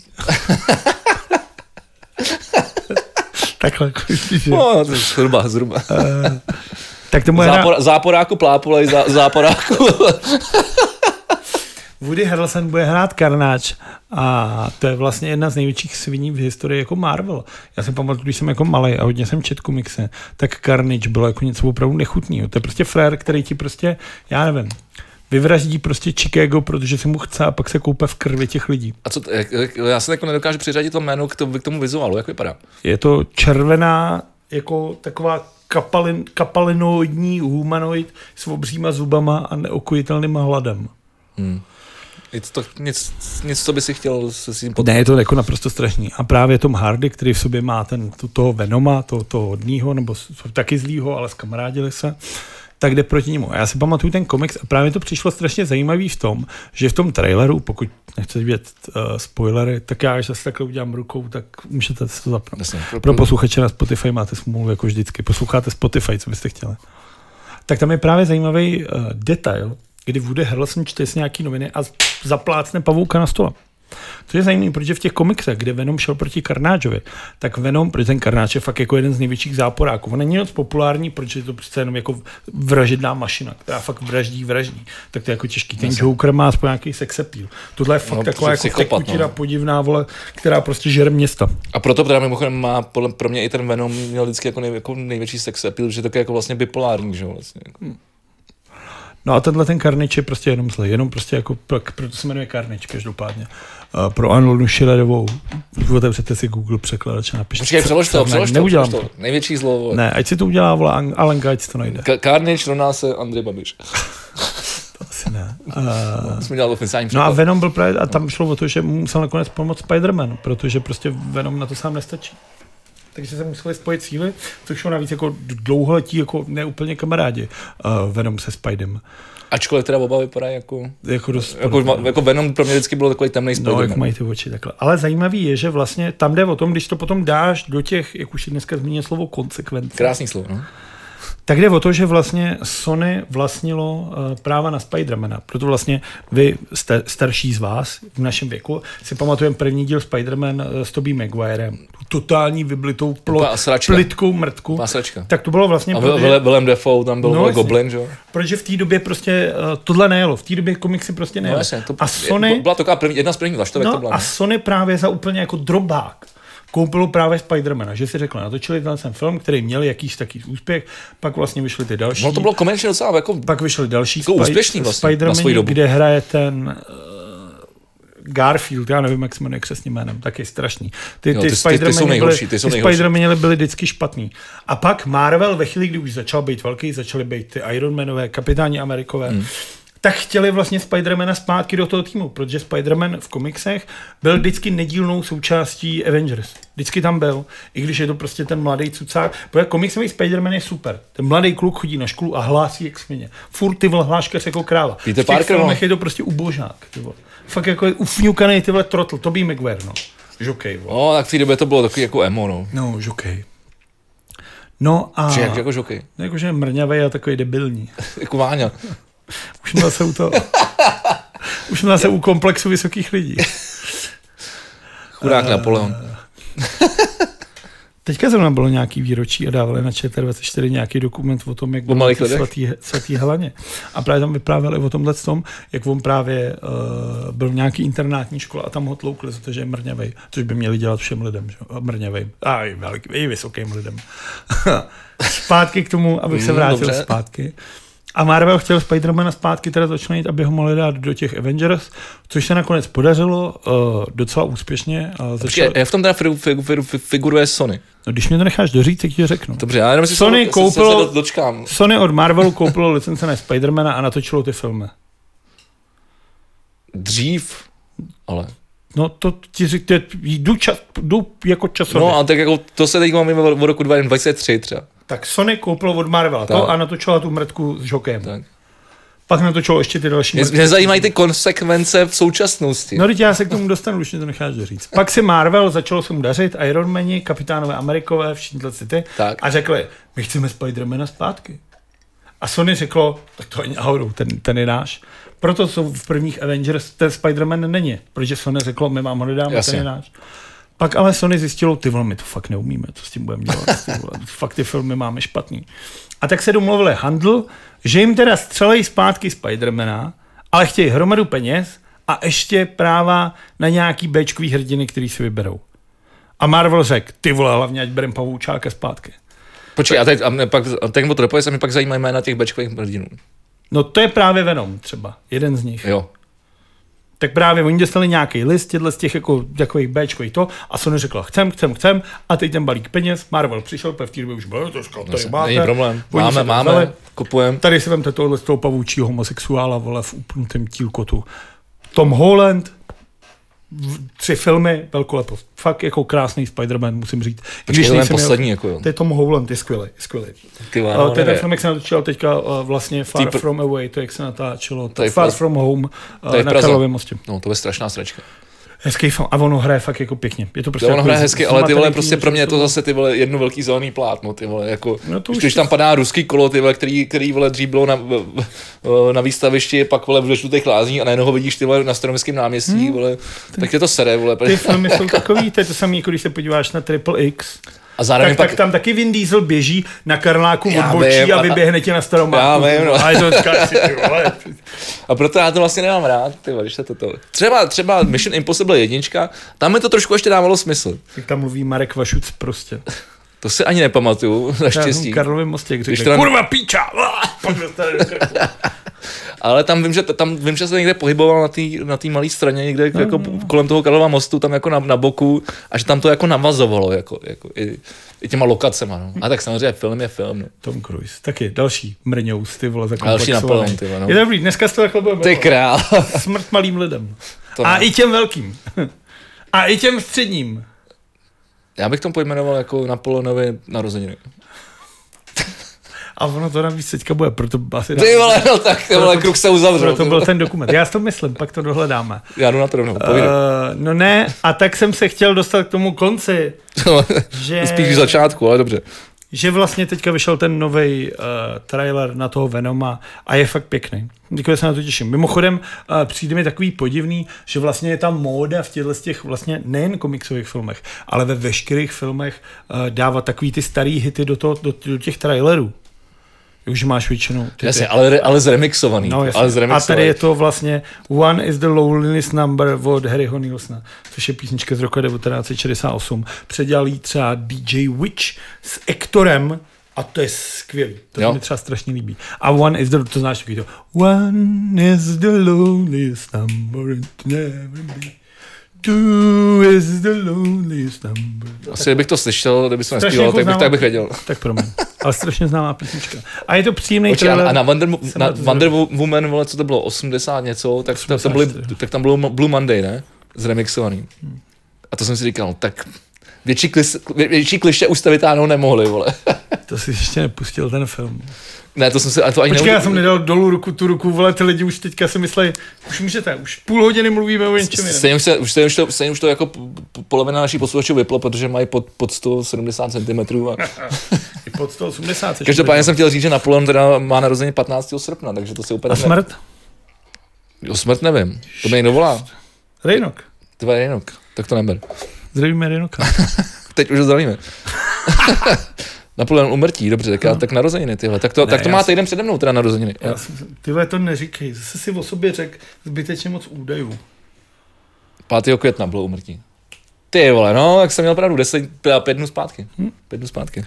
A: Takhle, jako, že, eh,
B: No, to je zhruba, zhruba.
A: tak tomu je
B: Zápor, záporáku plápula i zá, záporáku.
A: Woody Harrelson bude hrát Karnáč a to je vlastně jedna z největších sviní v historii jako Marvel. Já si pamatuju, když jsem jako malý a hodně jsem četl komixe, tak Carnage bylo jako něco opravdu nechutného. To je prostě frér, který ti prostě, já nevím, vyvraždí prostě Chicago, protože se mu chce a pak se koupe v krvi těch lidí.
B: A co, t- jak, jak, já se jako nedokážu přiřadit to jméno k tomu, k tomu vizuálu, jak vypadá?
A: Je to červená, jako taková kapalin, kapalinoidní humanoid s obříma zubama a neokojitelným hladem.
B: Nic, to, nic, nic co by si chtěl se s tím pod...
A: Ne, je to jako naprosto strašný. A právě Tom Hardy, který v sobě má ten, to, toho Venoma, to, toho hodného, nebo s- taky zlýho, ale skamarádili se, tak jde proti němu. A já si pamatuju ten komiks a právě to přišlo strašně zajímavý v tom, že v tom traileru, pokud nechcete vidět uh, spoilery, tak já, když zase takhle udělám rukou, tak můžete si to zapnout.
B: Jasně,
A: Pro posluchače na Spotify máte smůlu, jako vždycky. Posloucháte Spotify, co byste chtěli. Tak tam je právě zajímavý uh, detail, kdy Woody Harrelson čte si nějaký noviny a z- zaplácne pavouka na stole. To je zajímavé, protože v těch komiksech, kde Venom šel proti Karnáčovi, tak Venom, protože ten Karnáč je fakt jako jeden z největších záporáků. On není moc populární, protože je to přece jenom jako vražedná mašina, která fakt vraždí, vraždí. Tak to je jako těžký. Ten Joker má aspoň nějaký sex appeal. Tohle je fakt no,
B: No,
A: taková jako
B: psychopat, no.
A: tekutina podivná, vole, která prostě žere města.
B: A proto teda mimochodem má, podle, pro mě i ten Venom měl vždycky jako, nej, jako největší sex appeal, že je taky jako vlastně bipolární, že jo, vlastně.
A: No a tenhle ten Carnage je prostě jenom zlej, jenom prostě jako, pak- proto se jmenuje Carnage každopádně. A pro Anonu Schillerovou, otevřete si Google překladač a napište.
B: Počkej,
A: co-
B: přelož
A: co
B: to,
A: ne-
B: přelož to,
A: Neudělám
B: přelož
A: to.
B: to. Největší zlo, vole.
A: Ne, ať si to udělá, vole, Ang- Alenka, ať si to najde.
B: Ka- Carnage rovná se Andrej Babiš.
A: Asi ne.
B: To jsme dělali oficiální
A: No a
B: překlad.
A: Venom byl právě, a tam šlo o to, že mu musel nakonec pomoct Spider-Man, protože prostě Venom na to sám nestačí. Takže se museli spojit síly, což jsou navíc jako dlouholetí, jako neúplně kamarádi uh, Venom se Spidem.
B: Ačkoliv teda oba vypadají jako...
A: Jako dost
B: Jako, ma- jako Venom pro mě vždycky byl takový temný
A: No, jak
B: Spider-Man.
A: mají ty oči takhle. Ale zajímavý je, že vlastně tam jde o tom, když to potom dáš do těch, jak už je dneska zmíněno slovo konsekvence,
B: Krásný slovo, no.
A: tak jde o to, že vlastně Sony vlastnilo eh, práva na Spidermana. Proto vlastně vy, jste starší z vás v našem věku, si pamatujeme první díl Spiderman eh, s Tobey Maguirem. Tu Totální vyblitou
B: Úplná
A: plo-
B: sračka.
A: plitkou mrtku.
B: Má sračka.
A: Tak to bylo vlastně...
B: A
A: proto,
B: Wil-
A: že-
B: Wil- Willem Dafoe, tam byl
A: No,
B: no,
A: jasně.
B: Goblin, že jo?
A: Protože v té době prostě eh, tohle nejelo. V té době komiksy prostě
B: No,
A: nejelo.
B: jasně, to,
A: a Sony...
B: Byla to taková první, jedna z prvních vlaštovek, to
A: No
B: byla.
A: a Sony právě za úplně jako drobák koupilo právě Spidermana, že si řekla, natočili ten sem film, který měl jakýž taký úspěch, pak vlastně vyšly ty další.
B: No to bylo komerčně docela jako
A: Pak vyšly další
B: Jako úspěšný vlastně, na svoji
A: Spider-Man,
B: dobu.
A: kde hraje ten eh, Garfield, já nevím, jak se jmenuje křesným jménem, tak je strašný. Ty,
B: Jo,
A: ty,
B: ty- ty- ty jsou
A: Spider-Many
B: nejhorší,
A: byly,
B: ty jsou nejhorší.
A: Spider-Many byly vždycky špatný. A pak Marvel ve chvíli, kdy už začal být velký, začaly být ty Ironmanové, kapitáni Amerikové, hmm. tak chtěli vlastně Spider-Mana zpátky do toho týmu, protože Spider-Man v komiksech byl vždycky nedílnou součástí Avengers. Vždycky tam byl, i když je to prostě ten mladý cucák. Protože komiksový Spider-Man je super. Ten mladý kluk chodí na školu a hlásí jak směně. Furt ty vole hláškař jako kráva.
B: Peter
A: v těch
B: Parker, no.
A: filmech je to prostě ubožák. Ty vole. Fakt jako je ufňukaný tyhle trotl, to by McGuire, no. Žokej, vole.
B: No, tak v té době to bylo takový jako emo, no.
A: No, žokej. No a...
B: Že jak, jako žokej.
A: No jakože je mrňavej a takový debilní.
B: Jako Váňa.
A: Už jsme zase u toho. Už jsme zase u komplexu vysokých lidí.
B: Chudák Napoleon.
A: Teďka zrovna bylo nějaký výročí a dávali na ČT24 nějaký dokument o tom, jak byl
B: malých lidech?
A: svatý, svatý Heleně. A právě tam vyprávěli o tomhle tom, jak on právě uh, byl v nějaký internátní škole a tam ho tloukli, za to, že je mrňavej, což by měli dělat všem lidem, že? jo, mrňavej. A i, velký, i vysokým lidem. zpátky k tomu, abych se
B: Mm,
A: vrátil
B: dobře.
A: zpátky. A Marvel chtěl Spidermana zpátky teda začlenit, aby ho mohli dát do těch Avengers, což se nakonec podařilo uh, docela úspěšně. Uh, začal...
B: Počkej, eh- jak v tom teda figu, figu, figu, figuruje Sony.
A: No, když mě to necháš doříct, tak ti to řeknu.
B: Dobře, já jenom si
A: Sony
B: se,
A: koupilo-
B: se, se do- dočkám.
A: Sony od Marvelu koupilo licence na Spidermana a natočilo ty filmy.
B: Dřív, ale.
A: No to ti říkte, jdu, čas, jdu jako časově.
B: No a tak jako to se teď máme od roku 2023 třeba.
A: Tak Sony koupilo od Marvela to
B: Tak.
A: a natočila tu mrtku s žokem.
B: Tak.
A: Pak natočilo ještě ty další.
B: Mě,
A: mrtky.
B: mě zajímají ty konsekvence v současnosti.
A: No, teď já se k tomu dostanu, už mě to necháš doříct. Pak si Marvel začalo se mu dařit, Ironmani, Kapitánové Amerikové, všichni tyhle ty,
B: Tak.
A: a řekli, my chceme Spidermana zpátky. A Sony řeklo, tak to ani náhodou, ten, ten je náš. Proto jsou v prvních Avengers, ten Spider-Man není, protože Sony řeklo, my vám ho nedáme,
B: Jasně.
A: ten je náš. Pak ale Sony zjistilo, ty vole, my to fakt neumíme, co s tím budeme dělat, ty vole, fakt ty filmy máme špatný. A tak se domluvili handl, že jim teda střelej zpátky Spidermana, ale chtějí hromadu peněz a ještě práva na nějaký Bčkový hrdiny, který si vyberou. A Marvel řekl, ty vole, hlavně ať berem pavoučáka zpátky.
B: Počkej, a, teď, a, mě pak, a ten motor se mi pak zajímají jména těch bečkových hrdinů.
A: No to je právě Venom třeba, jeden z nich.
B: Jo.
A: Tak právě oni dostali nějaký list, těhle z těch jako takových Bčkových to, a Sony řekla, chcem, chcem, chcem, a teď ten balík peněz, Marvel přišel, pe v té době už bylo, to říkal, tady máte.
B: No Není problém.
A: Oni
B: Máme,
A: se to
B: máme,
A: vzali.
B: kupujeme.
A: Tady si vemte tohle z toho pavoučího homosexuála, vole, v úplnutém tílkotu. Tom Holland, v- tři filmy, velkolepost. Fakt jako krásný Spider-Man, musím říct.
B: Počkej, to je
A: nejsem jeho-
B: poslední, jako jo.
A: To je Tom Holland, je skvělý, je skvělý.
B: Ty vole,
A: No,
B: no,
A: to je ten
B: nevím.
A: film, jak se natočil teďka uh, vlastně Far
B: Ty pr-
A: From Away, to jak se natáčelo, to
B: je v
A: Far
B: Praze.
A: From Home uh,
B: To je v
A: na
B: Praze.
A: Karlově mostě.
B: No, to je strašná sračka.
A: Hezký film. A ono hraje fakt jako pěkně. Je to prostě
B: Jo, ono
A: jako
B: hraje
A: z-
B: hezky, ale ty vole,
A: zmatený
B: prostě
A: tým,
B: pro mě
A: že
B: je to zase ty vole jedno velký zelený plátno, ty vole, jako,
A: No
B: no
A: to
B: to už
A: už
B: když
A: je-
B: tam padá ruský kolo, ty vole, který, který vole dřív bylo na, v- v- na výstavišti, pak vole v žlutých lázní a najednou ho vidíš ty vole na staroměstském náměstí, hmm. vole, tak je to sere, vole.
A: Ty filmy jsou takový, to je to samé, jako když se podíváš na Triple X,
B: A zároveň
A: tak,
B: pak,
A: tak tam taky Vin Diesel běží na Karláku
B: Já
A: odbočí
B: vím,
A: a
B: a-
A: vyběhne ti na starou
B: Já
A: máku.
B: vím, no.
A: A je to říkáš si, ty vole.
B: a proto já to vlastně nemám rád, ty vole, když se toto. Třeba, třeba Mission Impossible jednička, tam mi to trošku ještě dávalo smysl.
A: Jak tam mluví Marek Vašuc prostě.
B: To si ani nepamatuju, naštěstí.
A: Na Karlově mostě, jak
B: Když
A: řekne,
B: to tam-
A: kurva píča! Pak dostane do krku.
B: Ale tam vím, že, tam vím, že se někde pohyboval na té na tý malé straně, někde no, jako no. kolem toho Karlova mostu, tam jako na, na boku, a že tam to jako navazovalo, jako, jako i, i, těma lokacema. No. A tak samozřejmě film je film. No.
A: Tom Cruise, taky další mrňous, ty vole,
B: Další
A: zakomplexovaný.
B: Napoleon, ty vole, no.
A: Je to dobrý, dneska z toho takhle budeme.
B: Ty král.
A: Smrt malým lidem.
B: To
A: A
B: ne.
A: i těm velkým. A i těm středním.
B: Já bych to pojmenoval jako Napoleonovi narozeniny.
A: A ono to navíc teďka bude, proto asi...
B: Ty vole, no tak, ty vole, kruh se uzavřel.
A: Proto
B: ty
A: byl
B: vole.
A: ten dokument. Já si to myslím, pak to dohledáme.
B: Já jdu na to rovnou,
A: Uh,
B: povídej.
A: no ne, a tak jsem se chtěl dostat k tomu konci, že,
B: Spíš k začátku, ale dobře.
A: že vlastně teďka vyšel ten nový uh, trailer na toho Venoma a je fakt pěkný. Děkuji, se na to těším. Mimochodem uh, přijde mi takový podivný, že vlastně je ta móda v těchto z těch vlastně nejen komiksových filmech, ale ve veškerých filmech uh, dávat takový ty starý hity do, toho, do, do těch trailerů. Už máš většinou. Ty,
B: Jasně, ale, re- ale zremixovaný.
A: No, jasně.
B: ale
A: a
B: zremixovaný.
A: tady je to vlastně One is the Loneliness Number od Harryho Nilsona, což je písnička z roku 1968. Předělal jí třeba DJ Witch s Ektorem a to je skvělý. To se
B: Jo.
A: mi třeba strašně líbí. A One is the, to znáš taky to. One is the loneliest number it never be. Two is the loneliest number.
B: Asi bych to slyšel, kdyby se
A: Strašně
B: nespíval, tak bych,
A: chutnalo.
B: tak bych věděl.
A: Tak promiň. Ale strašně známá písnička. A je to příjemný
B: Počkej, a,
A: trailer.
B: a na Wonder, Mo-
A: Jsem
B: na
A: na to
B: Wonder Wo- Woman, vole, co to bylo, 80 něco, tak, tak, tam, byly,
A: 84.
B: tak tam bylo Mo- Blue Monday, ne? Zremixovaný.
A: Hmm.
B: A to jsem si říkal, tak větší, klis, vě- větší kliše už jste vytáhnout nemohli, vole.
A: To si ještě nepustil ten film.
B: ne, to jsem si, a to ani
A: Počkej, já jsem
B: neudělal.
A: nedal dolů ruku, tu ruku, vole, ty lidi už teďka si myslej, už můžete, už půl hodiny mluvíme o něčem jiném.
B: Stejně už, se, už, stejně už, to, stejně už to jako p- p- polovina našich posluchačů vyplo, protože mají pod, pod 170 cm. A...
A: I pod 180. seš
B: Každopádně
A: dobrý.
B: jsem chtěl říct, že Napoleon teda má narozeně 15. srpna, takže to se úplně...
A: A
B: ne-
A: smrt?
B: O smrt nevím, to mě někdo volá.
A: Rejnok.
B: Dva jenok, tak to neber.
A: Zdravíme Rejnoka.
B: Teď už ho zdravíme. Napoleon umrtí, dobře, tak, já, tak narozeniny tyhle. Tak to,
A: Hmm. Ne,
B: tak to
A: já
B: má
A: si-
B: týden přede mnou teda narozeniny.
A: Já jsem- Tyhle to neříkej, zase si o sobě řek zbytečně moc údajů.
B: 5. května bylo umrtí. Ty vole, no, tak jsem měl pravdu, 10, teda pět dnů zpátky.
A: Hmm.
B: Pět dnů zpátky.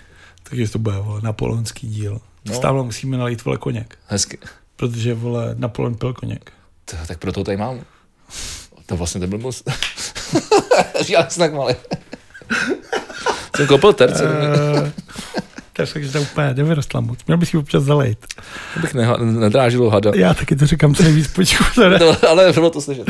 A: Takže to bude, vole, napoleonský díl. No.
B: No.
A: Stávalo musíme nalít, vole, koněk.
B: Hezky.
A: Protože, vole, Napoleon pil koněk.
B: To, tak proto ho tady mám. To vlastně to byl moc. Já jsem tak malý. jsem koupil terce,
A: Eh, To je fakt, že to úplně nevyrostla moc. Měl bych ji občas zalejt.
B: to bych neha, nedrážil hada.
A: Já taky to říkám co nejvíc počku.
B: To, ale bylo to slyšet.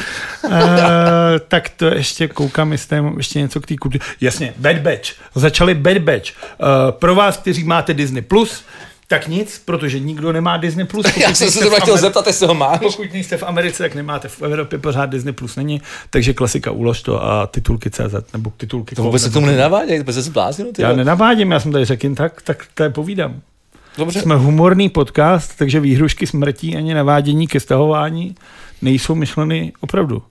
A: Eh, tak to ještě koukám, jestli mám ještě něco k té Eh, kultuře. Jasně, Bad Batch. Začali Bad Batch. Uh, pro vás, kteří máte Disney+, Plus, Tak nic, protože nikdo nemá Disney+. Plus.
B: Já jsem se
A: nejste
B: zrovna
A: v
B: chtěl
A: Ameri-
B: zeptat, jestli ho máš.
A: Pokud nejste v Americe, tak nemáte v Evropě pořád Disney+, Plus není, takže klasika ulož to a titulky CZ, nebo titulky.
B: To vůbec se tomu nenaváděj, vůbec se zbláznil. ty
A: Já
B: vole.
A: nenavádím, já jsem tady řekl jen tak, tak to je povídám.
B: Dobře.
A: Jsme humorný podcast, takže výhrušky smrtí ani navádění ke stahování nejsou myšleny opravdu.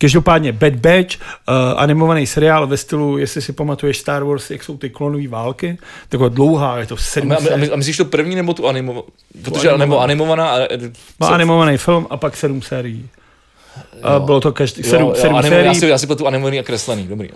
A: Každopádně Bad Batch, uh, animovaný seriál ve stylu, jestli si pamatuješ Star Wars, jak jsou ty klonové války, taková dlouhá, je to
B: A,
A: sedm
B: my- a, my-
A: set,
B: a myslíš to první nebo tu animovanou? Protože
A: animovanou.
B: nebo animovaná... a- a-
A: má
B: co-
A: animovaný film a pak sedm sérií. A bylo to každý
B: jo,
A: sedm,
B: jo,
A: sedm
B: animo-
A: sérií.
B: Já si, já si byl tu animovaný a kreslený, dobrý.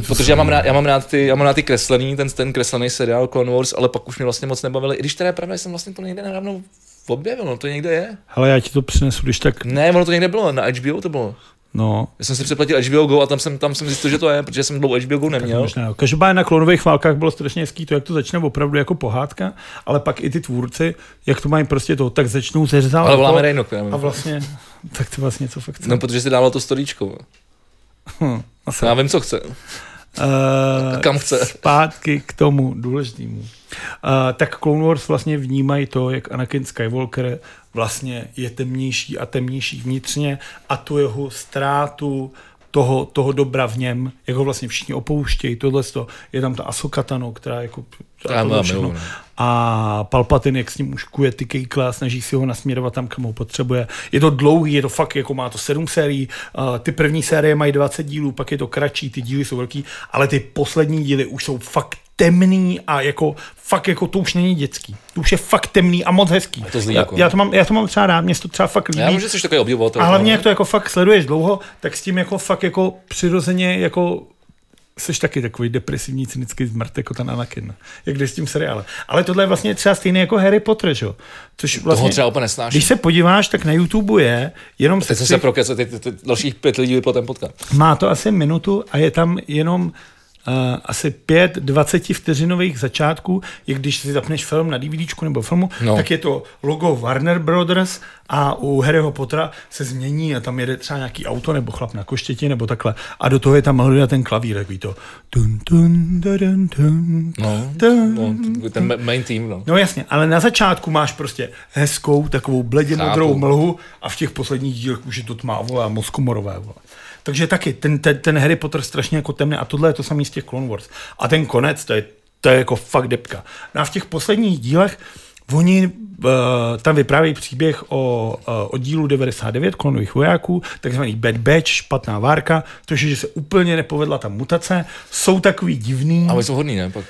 B: Protože já mám, rád, já mám rád ty, já mám rád ty kreslený, ten, ten kreslený seriál Clone Wars, ale pak už mě vlastně moc nebavili. I když teda je pravda, že jsem vlastně to někde nedávno objevil, no to někde je.
A: Hele, já ti to přinesu, když tak,
B: Ne, ono to někde bylo, na HBO to bylo.
A: no,
B: Já jsem si přeplatil HBO Go a tam jsem, tam jsem zjistil, že to je, protože jsem dlouho HBO Go neměl.
A: Možná, jo. Každopádně na klonových válkách bylo strašně hezký to, jak to začne opravdu jako pohádka, ale pak i ty tvůrci, jak to mají prostě to, tak začnou zeřzal.
B: Ale voláme Rejno, která
A: A
B: mi-
A: vlastně, tak ty vlastně co fakt chce.
B: No, protože si dával to storíčko.
A: Hm,
B: Já vím, co chce.
A: Eh,
B: Kam chce.
A: Zpátky k tomu důležitému. Uh, tak Clone Wars vlastně vnímají to, jak Anakin Skywalker vlastně je temnější a temnější vnitřně a tu jeho ztrátu toho, toho dobra v něm, jak ho vlastně všichni opouštějí, tohle to, je tam ta Asokatano, která jako
B: To já
A: tohle
B: mám,
A: všechno.
B: jo, no.
A: a Palpatine, jak s ním uškuje ty kejkla, snaží si ho nasměrovat tam, kam ho potřebuje. Je to dlouhý, je to fakt, jako má to sedm sérií, eh, ty první série mají 20 dílů, pak je to kratší, ty díly jsou velký, ale ty poslední díly už jsou fakt temný a jako fakt jako to už není dětský. To už je fakt temný a moc hezký.
B: to zlý
A: já,
B: jako.
A: já, to mám, já to mám třeba rád, mě se to třeba fakt líbí.
B: Já vím, že jsi takový obdivovatel.
A: A hlavně,
B: no.
A: jak to jako fakt sleduješ dlouho, tak s tím jako fakt jako přirozeně jako seš taky takový depresivní, cynický zmrt, jako ten Anakin. Jak jde s tím seriálem. Ale tohle je vlastně třeba stejný jako Harry Potter, že? jo? Což
B: Toho
A: vlastně,
B: třeba úplně
A: když
B: nesnáším.
A: se podíváš, tak na YouTube je, jenom se,
B: Teď jsem se prokecal, teď, teď, teď dalších pět lidí vyplo ten podcast.
A: má to asi minutu a je tam jenom uh, asi pět 20 vteřinových začátků, i když si zapneš film na DVDčku nebo filmu, no.
B: No.
A: tak je to logo Warner Brothers a u Harryho Pottera se změní a tam jede třeba nějaký auto nebo chlap na koštěti nebo takhle a do toho je tam hledat ten klavír, takový to tun, tun, tun, tun,
B: No,
A: tun,
B: no, ten ma- main team, no.
A: No jasně, ale na začátku máš prostě hezkou takovou bledě
B: Chápu.
A: modrou mlhu a v těch posledních dílech už je to tmá vole a mozkomorové vole. Takže taky ten, ten, ten Harry Potter strašně jako temný a tohle je to samý z těch Clone Wars. A ten konec, to je, to je jako fakt depka. No a v těch posledních dílech Oni uh, tam vyprávějí příběh o uh, oddílu 99 klonových vojáků, takzvaný Bad Batch, špatná várka, což je, že se úplně nepovedla ta mutace, jsou takový divný.
B: A oni jsou hodný, ne? Pak.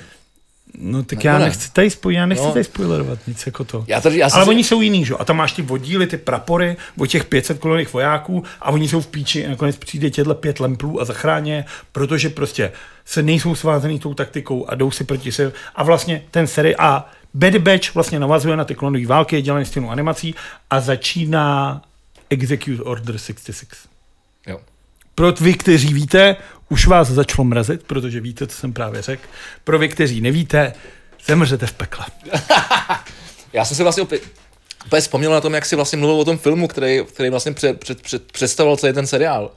A: No tak
B: Nebo
A: já
B: ne?
A: nechci tady, spoj, já nechci
B: No.
A: tady spoilerovat nic jako to.
B: Já tady, já jsem
A: Ale
B: si-
A: oni jsou jiný, že? jo? A tam máš ty vodíly, ty prapory od těch 500 koloných vojáků a oni jsou v píči a nakonec přijde těhle pět lemplů a zachrání je, protože prostě se nejsou svázaný tou taktikou a jdou si proti se. A vlastně ten seri a Bad Batch vlastně navazuje na ty klonové války, je dělaný stejnou animací a začíná Execute Order 66.
B: Jo.
A: Pro vy, kteří víte, už vás začalo mrazit, protože víte, co jsem právě řekl. Pro vy, kteří nevíte, zemřete v pekle.
B: Já jsem si vlastně opět, opět vzpomněl na tom, jak jsi vlastně mluvil o tom filmu, který, který vlastně před, před, před, představoval celý ten seriál.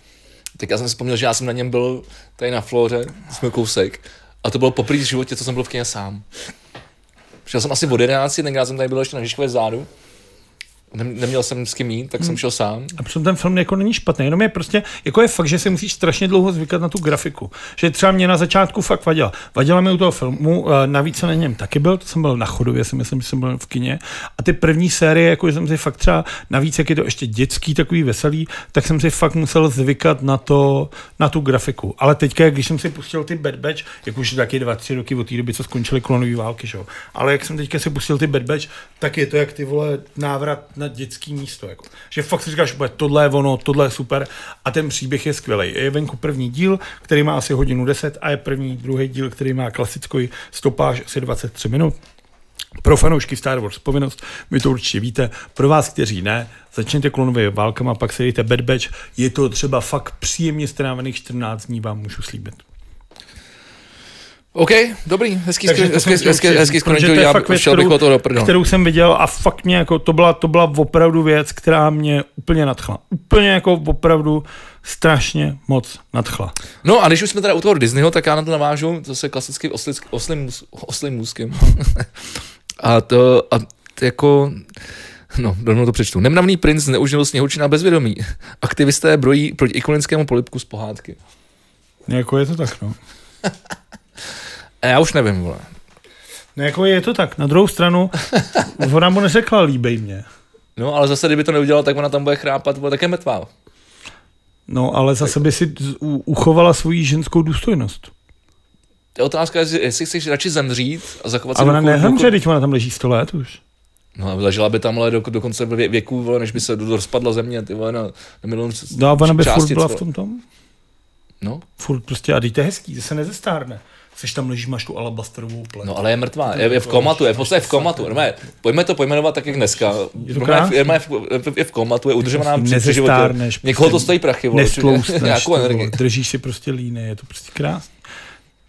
B: Tak já jsem si vzpomněl, že já jsem na něm byl tady na Flóře, jsme kousek. A to bylo poprvé v životě, co jsem byl v kyně sám. Šel jsem asi od 11, tenkrát jsem tady byl ještě na Žižkové zádu. Nem, neměl jsem s kým jít, tak jsem šel sám.
A: A přitom ten film jako není špatný, jenom je prostě, jako je fakt, že si musíš strašně dlouho zvykat na tu grafiku. Že třeba mě na začátku fakt vadila. Vadila mi u toho filmu, eh, navíc jsem na něm taky byl, to jsem byl na chodově, si myslím, že jsem byl v kině. A ty první série, jako jsem si fakt třeba, navíc jak je to ještě dětský, takový veselý, tak jsem si fakt musel zvykat na, to, na tu grafiku. Ale teďka, když jsem si pustil ty Bad Batch, jak už taky dva, tři roky od té doby, co skončily klonové války, že jo. Ale jak jsem teďka si pustil ty Bad Batch, tak je to jak ty vole návrat na dětský místo. Jako. Že fakt si říkáš, bude tohle je ono, tohle je super a ten příběh je skvělý. Je venku první díl, který má asi hodinu 10 a je první, druhý díl, který má klasickou stopáž asi 23 minut. Pro fanoušky Star Wars povinnost, vy to určitě víte. Pro vás, kteří ne, začněte klonové válkama, pak se dejte Bad Batch. Je to třeba fakt příjemně strávených 14 dní, vám můžu slíbit.
B: OK, dobrý, hezký,
A: Takže
B: skr-
A: to jsem
B: hezký,
A: chtěl
B: hezký,
A: říct,
B: hezký
A: protože
B: skončil,
A: to je
B: já
A: fakt věc,
B: šel bych
A: kterou-
B: o toho do prdele.
A: kterou jsem viděl a fakt mě jako, to byla, to byla opravdu věc, která mě úplně nadchla. Úplně jako opravdu strašně moc nadchla.
B: No a když už jsme teda u toho Disneyho, tak já na to navážu zase klasicky oslí, oslým, mus- oslým můzkem. A to, a to jako, no, rovnou to přečtu. Nemravný princ zneužil sněhučina bezvědomí. Aktivisté brojí proti ikonickému polipku z pohádky.
A: Jako je to tak, no.
B: A já už nevím, vole.
A: No jako je to tak. Na druhou stranu, ona mu neřekla líbej mě.
B: No, ale zase, kdyby to neudělala, tak ona tam bude chrápat, bude také metvá.
A: No, ale zase by si z- u- uchovala svoji ženskou důstojnost.
B: To je otázka, jestli jestli chceš radši zemřít a zachovat
A: A ona
B: ruku- ruku-
A: nehemře, teď ona tam leží 100 let už.
B: No a ležela by tamhle do, dokonce vě, věků, vole, než by se do- rozpadla země, ty vole, na, na milion s-
A: No a ona by furt
B: částic,
A: byla v
B: vole.
A: tom tom.
B: No,
A: Furt prostě, a teď to je hezký, to se nezestárne. Seš tam ležíš, máš tu alabastrovou pleť.
B: no ale je mrtvá, je, je v komatu, je v podstatě v komatu, normálně, pojďme to pojmenovat tak, jak dneska,
A: Je to
B: normálně, je, je, v- je, v komatu, je udržovaná při při životě,
A: Nezestárneš,
B: někoho to
A: prostě
B: stojí prachy, vole, určitě.
A: nestloustneš,
B: nějakou
A: ty vole,
B: energii.
A: držíš si prostě líny, je to prostě krásný.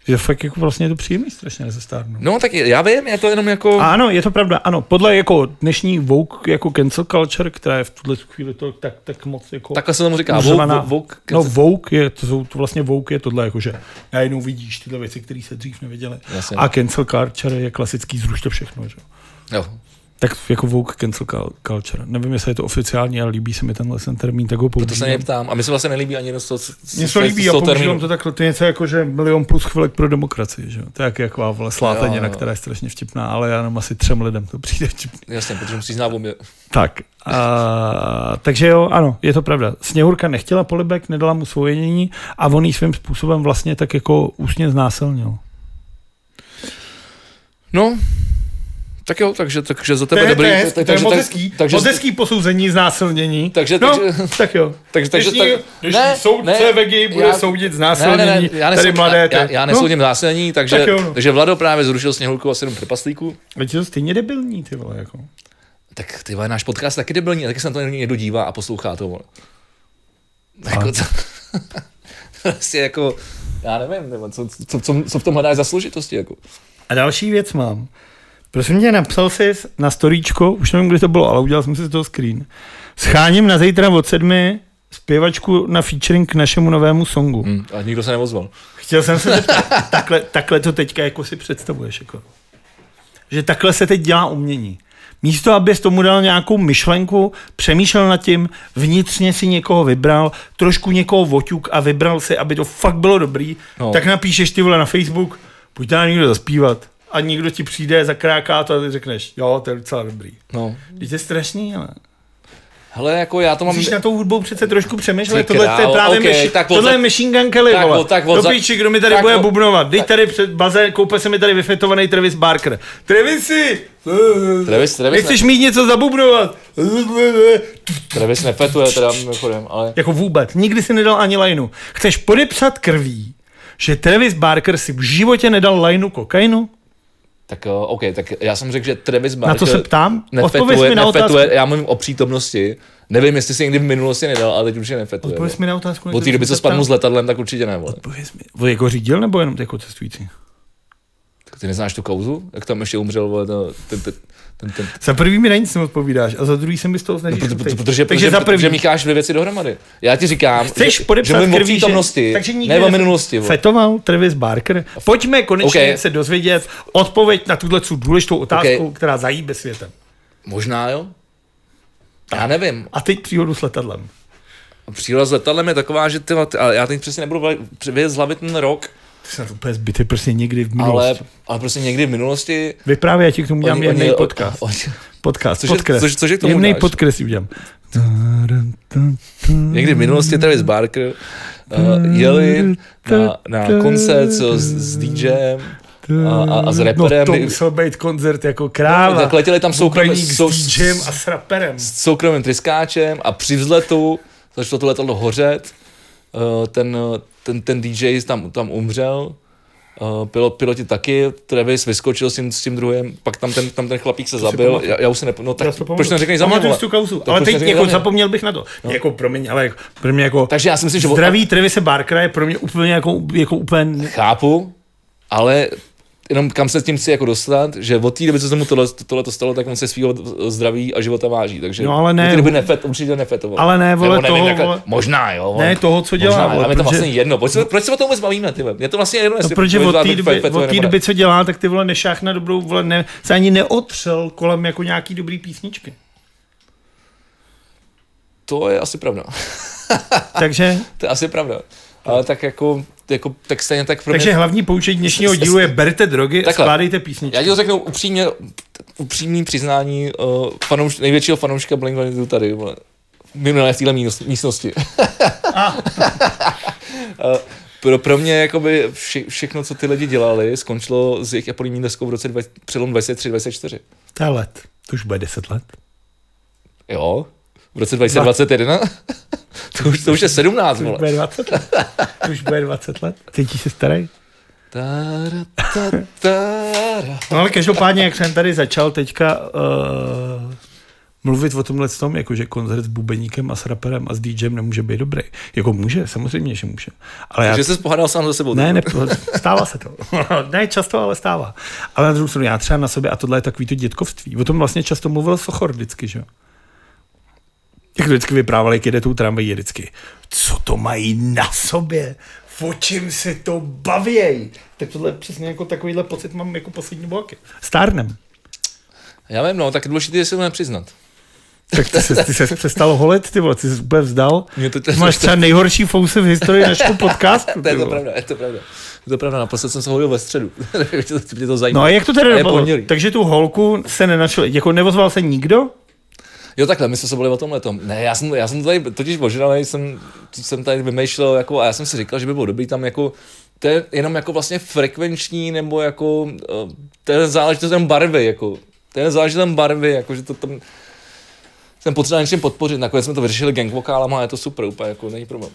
A: Je fakt jako vlastně je to příjemný strašně nezestárnout.
B: No tak je- já vím, je to jenom jako,
A: A ano, je to pravda, ano, podle jako dnešní Vogue, jako cancel culture, která je v tuhle chvíli to tak, tak moc jako...
B: takhle se tomu říká,
A: uzřovaná-
B: vok, vok,
A: No Vogue je, to jsou to vlastně Vogue je tohle, jakože najednou vidíš tyhle věci, které se dřív neviděly.
B: Jasně.
A: A cancel culture je klasický zruš to všechno, že? jo.
B: jo.
A: Tak jako Vogue cancel cul- culture. Nevím, jestli je to oficiální, ale líbí se mi tenhle ten termín, tak ho
B: To se mě
A: používám.
B: ptám. A mi se vlastně nelíbí ani jeden z toho, co-
A: Mně
B: z
A: se
B: toho-
A: líbí,
B: z
A: já
B: toho
A: používám
B: termínu.
A: to takhle, to je něco jako, že milion plus chvilek pro demokracii, že jo? To je jak, jaková vole slátanina,
B: Jo, jo.
A: která je strašně vtipná, ale já jenom asi třem lidem to přijde vtipný.
B: Jasně, protože musíš znát obě.
A: Tak, a, takže jo, ano, je to pravda. Sněhurka nechtěla polibek, nedala mu svojenění a on jí svým způsobem vlastně tak jako úsně znásilnil.
B: No, tak jo, takže, takže za
A: To
B: tebe
A: je,
B: dobrý.
A: to je, to je
B: takže,
A: moc hezký,
B: takže,
A: moc hezký posouzení znásilnění.
B: Takže-
A: no,
B: takže-
A: tak jo.
B: takže, takže,
A: Dnešní-
B: tak-
A: dnešní soudce Vegi bude soudit
B: ne, ne,
A: znásilnění
B: ne, já
A: tady
B: nesoudím,
A: mladé
B: já,
A: té.
B: já
A: No.
B: nesoudím násilnění, takže,
A: Tak
B: tak
A: jo, no.
B: takže Vlado právě zrušil Sněhulku a sedm trpaslíků.
A: Ale No, je to stejně debilní, ty vole, jako.
B: Tak ty vole, náš podcast je taky debilní, a taky se na to někdo dívá a poslouchá to. Vole. Jako to, prostě jako, já nevím, nebo co, co, co, co, v tom hledáš za složitosti, jako.
A: A další věc mám. Prosím tě, napsal jsi na storíčko, už nevím, kde to bylo, ale udělal jsem si z toho screen. Scháním na zítra od sedmi zpěvačku na featuring k našemu novému songu.
B: Hm, a nikdo se neozval.
A: Chtěl jsem se zeptat, takhle, takhle to teďka jako si představuješ. Jako. Že takhle se teď dělá umění. Místo, abys tomu dal nějakou myšlenku, přemýšlel nad tím, vnitřně si někoho vybral, trošku někoho oťuk a vybral si, aby to fakt bylo dobrý, no.
B: No.
A: tak napíšeš ty vole na Facebook, pojďte na někdo zaspívat. A někdo ti přijde, zakráká to a ty řekneš, jo, to je docela dobrý.
B: No.
A: Teď to je strašný, ale
B: Hele, jako já to mám...
A: musíš na tou hudbou přece trošku přemýšlet,
B: Ty
A: tohle to je
B: král,
A: právě
B: okej,
A: okay, meši,
B: tak od
A: tohle
B: za-
A: je Machine Gun Kelly,
B: tak
A: vole.
B: od- tak od
A: Do
B: za-
A: píči, kdo mi tady
B: tak
A: bude
B: od-
A: bubnovat, teď tady před baze, koupe se mi tady vyfetovaný Travis Barker. Travisy!
B: Travis, Travis, ne,
A: Nechceš mít něco zabubnovat?
B: Travis nefetuje teda mimochodem, ale...
A: Jako vůbec, nikdy si nedal ani lajnu. Chceš podepsat krví, že Travis Barker si v životě nedal lajnu kokainu?
B: Tak jo, OK, tak já jsem řekl, že Travis Barker...
A: Na to se ptám? Odpověz
B: Nefetuje,
A: mi na otázku.
B: nefetuje, já mluvím o přítomnosti. Nevím, jestli si někdy v minulosti nedal, ale teď už je nefetuje.
A: Odpověz mi na otázku. na
B: Od té
A: kterou
B: doby, co
A: se ptám.
B: spadnu s letadlem, tak určitě ne, vole.
A: Odpověz mi. Jako řídil nebo jenom jako cestující?
B: Tak ty neznáš tu kauzu? Jak tam ještě umřel, vole, to, ten, ten, ten, ten,
A: Za prvý mi na nic neodpovídáš a za druhý se mi z toho snažíš
B: No, Proto-
A: utéct.
B: proto- Protože,
A: Takže
B: protože,
A: za prvý.
B: protože mícháš dvě věci dohromady. Já ti říkám,
A: Chceš
B: že,
A: podepsat
B: že mluvím o
A: krví, že-
B: přítomnosti,
A: takže nikdy
B: ne o
A: ne-
B: minulosti. vole.
A: Fetoval Travis Barker. Pojďme konečně
B: Okay.
A: se dozvědět odpověď na tuhle tu důležitou otázku, která zajíbe světem.
B: Možná jo? Já nevím.
A: A teď příhodu s letadlem.
B: Příroda s letadlem je taková, že ty, ale já teď přesně nebudu vle- vědět z hlavy ten rok,
A: Ty jsem úplně zbytý prostě někdy v minulosti.
B: ale,
A: Ale...
B: ale prostě někdy v minulosti
A: Vyprávě, já ti k tomu dělám jemný
B: o-
A: podcast.
B: Oni,
A: Podcast,
B: Cože-
A: podkres.
B: cože- cože k tomu
A: jemný
B: dáš?
A: podkres si udělám.
B: někdy v minulosti Travis Barker uh, jeli na, na koncert s, s DJem a, a, a s
A: No
B: reperem.
A: to
B: kdy-
A: musel být koncert jako
B: tak
A: kráva.
B: tak letěli tam soukromým,
A: Bubeník
B: sou,
A: s DJem a s raperem.
B: s soukromým tryskáčem a při vzletu začalo to letadlo hořet. Eh, Ten, eh, ten, ten DJ tam, tam umřel. Eh, Pilot, piloti taky, Travis vyskočil s tím, s tím druhým, pak tam ten, tam ten chlapík se zabil,
A: pamatuju.
B: já, já, už se ne, no
A: Já
B: tak
A: si to pamatuju.
B: proč to neřekneš za mě,
A: Pamatuju
B: vole?
A: si tu kauzu,
B: Tak
A: ale
B: proč to
A: teď
B: neřekneš
A: jako
B: za mě? No.
A: zapomněl bych na to. Jako pro mě, ale jako, pro mě jako
B: Takže já si myslím, že
A: zdraví Trevise Barkera je pro mě úplně jako, jako úplně
B: chápu, ale jenom kam se s tím chci jako dostat, že od té doby, co se mu tohle, tohle to stalo, tak on se svýho zdraví a života váží. Takže
A: No, ale
B: do
A: ne.
B: té doby nefet, určitě nefetoval.
A: Ale ne, vole,
B: Nebo nevím,
A: toho,
B: jaká-
A: vole.
B: Možná, jo.
A: Ne, toho, co dělá,
B: Možná,
A: vole,
B: ale mě to
A: protože-
B: vlastně jedno. Proč se, proč se o tom vůbec bavíme, ty vole? Mě to vlastně jedno,
A: No,
B: jestli
A: protože
B: budeš
A: od
B: dělat
A: té
B: fe-
A: doby,
B: fetové
A: od té
B: nebo ne.
A: doby, co dělá, tak ty vole nešách na dobrou, vole, ne, se ani neotřel kolem jako nějaký dobrý písničky.
B: To je asi pravda.
A: Takže,
B: To je asi pravda. Ale tak jako, jako tak stejně tak pro mě...
A: takže hlavní poučení dnešního dílu je berte drogy a
B: Takhle.
A: skládejte písničky.
B: Já ti to řeknu upřímně, upřímný přiznání uh, fanouš, největšího fanouška Blink-182 tady, vole. Minulé v téhle mínos- místnosti.
A: A.
B: Eh, pro, pro mě jakoby vše, všechno, co ty lidi dělali, skončilo s jejich japonní deskou v roce dvaj, přelom 23-24.
A: To je let. To už bude 10 let.
B: Jo? V roce 2021? to, už, to už je 17,
A: To už
B: vole.
A: bude 20 let. To už bude 20 let. Cítíš se starý?
B: Tára, ta, tára.
A: No ale každopádně, jak jsem tady začal teďka uh, mluvit o tomhle tom, jako že koncert s bubeníkem a s raperem a s DJem nemůže být dobrý. Jako může, samozřejmě, že může. Ale já
B: Takže jsi pohádal sám za sebou.
A: Ne, ne, stává se to. ne často, ale stává. Ale na druhou stranu, já třeba na sobě, a tohle je takový to dětkovství. O tom vlastně často mluvil Sochor vždycky, že jo? Jak to vždycky vyprávěl, jak jede tou tramvají, je vždycky, co to mají na sobě? O čem se to bavěj? Tak tohle je přesně jako takovýhle pocit mám jako poslední bloky. Stárnem.
B: Já vím, no, tak důležité je si to nepřiznat.
A: Tak ty se, ty se přestal holit, ty vole, ty se úplně vzdal.
B: Mě to-
A: Ty máš třeba nejhorší fousy v historii našeho podcastu.
B: To je
A: ty
B: to
A: vole.
B: pravda, je to pravda. Je to pravda, naposled jsem se hodil ve středu. Mě to zajímá.
A: No a jak to
B: A
A: tedy
B: je
A: dopadlo?
B: pondělí.
A: Takže tu holku se nenašel, jako nevozval se nikdo?
B: Jo, takhle, my jsme se byli o tomhle tom. Ne, já jsem, já jsem tady totiž ožralý, jsem, jsem tady vymýšlel jako, a já jsem si říkal, že by bylo dobrý tam jako, to je jenom jako vlastně frekvenční, nebo jako, eh, to je záležitost jenom barvy, jako, to je záležitost jenom barvy, jako, že to tam, jsem potřeboval něčím podpořit, nakonec jsme to vyřešili gang vokálama a je to super, úplně jako není problém.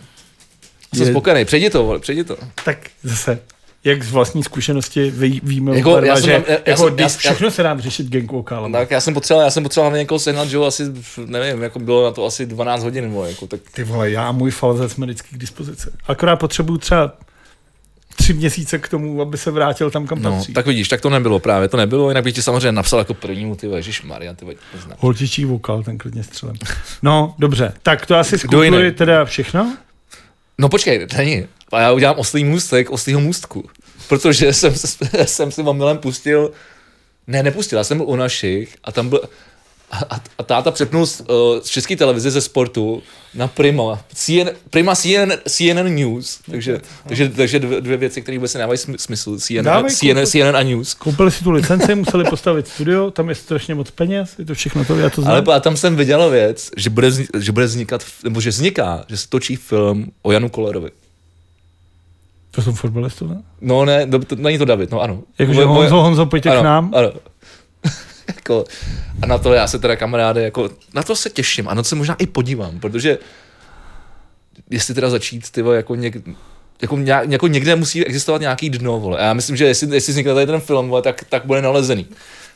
B: Jsem
A: Je-
B: spokojený, přejdi to, vole, přejdi to.
A: Tak zase, jak z vlastní zkušenosti ví, víme,
B: Jako,
A: jako, barva,
B: já jsem
A: že
B: tam- já- já
A: jako,
B: jsem-
A: když
B: já- já-
A: všechno se dám řešit genku okálem.
B: Tak já jsem potřeboval, já jsem potřeboval hlavně někoho sehnat, že jo, asi, nevím, jako bylo na to asi 12 hodin, nebo jako, tak
A: Ty vole, já a můj falzec jsme vždycky k dispozici. Akorát potřebuju třeba tři měsíce k tomu, aby se vrátil tam, kam
B: No,
A: patří.
B: tak vidíš, tak to nebylo právě, to nebylo, jinak bych ti samozřejmě napsal jako prvnímu, ty Ježíš Maria, ty neznám.
A: Holčičí vokál, ten klidně střelem. No, dobře, tak to asi
B: jiný?
A: zkontroluji teda všechno.
B: No počkej, není. A já udělám oslý můstek, oslýho můstku. Protože jsem, se- jsem si omylem pustil, ne, nepustil, já jsem byl u našich a tam byl, a, a- a táta přepnul z, eh, z české televize ze sportu na Prima, CNN, Prima CNN, CNN News, takže, takže, takže dvě, dvě věci, které vůbec nedávají sm- smysl, CNN,
A: Dávaj,
B: CNN,
A: kupu.
B: CNN a News.
A: Koupili si tu licenci, museli postavit studio, tam je strašně moc peněz, je to všechno to, já to znám.
B: Ale a tam jsem viděl věc, že bude, vzni- že bude vznikat, nebo že vzniká, že se točí film o Janu Kolerovi.
A: To jsou fotbalistové?
B: No ne, do, to, není to David, no ano.
A: Jakože
B: Moje- moje-
A: Honzo, Honzo, pojďte
B: ano,
A: k nám.
B: Ano. jako, a na to já se teda kamaráde, jako, na to se těším a na to se možná i podívám, protože jestli teda začít, ty vole, jako někde, jako, nějak, jako někde musí existovat nějaký dno, vole. A já myslím, že jestli, jestli vznikne tady ten film, vole, tak, tak bude nalezený.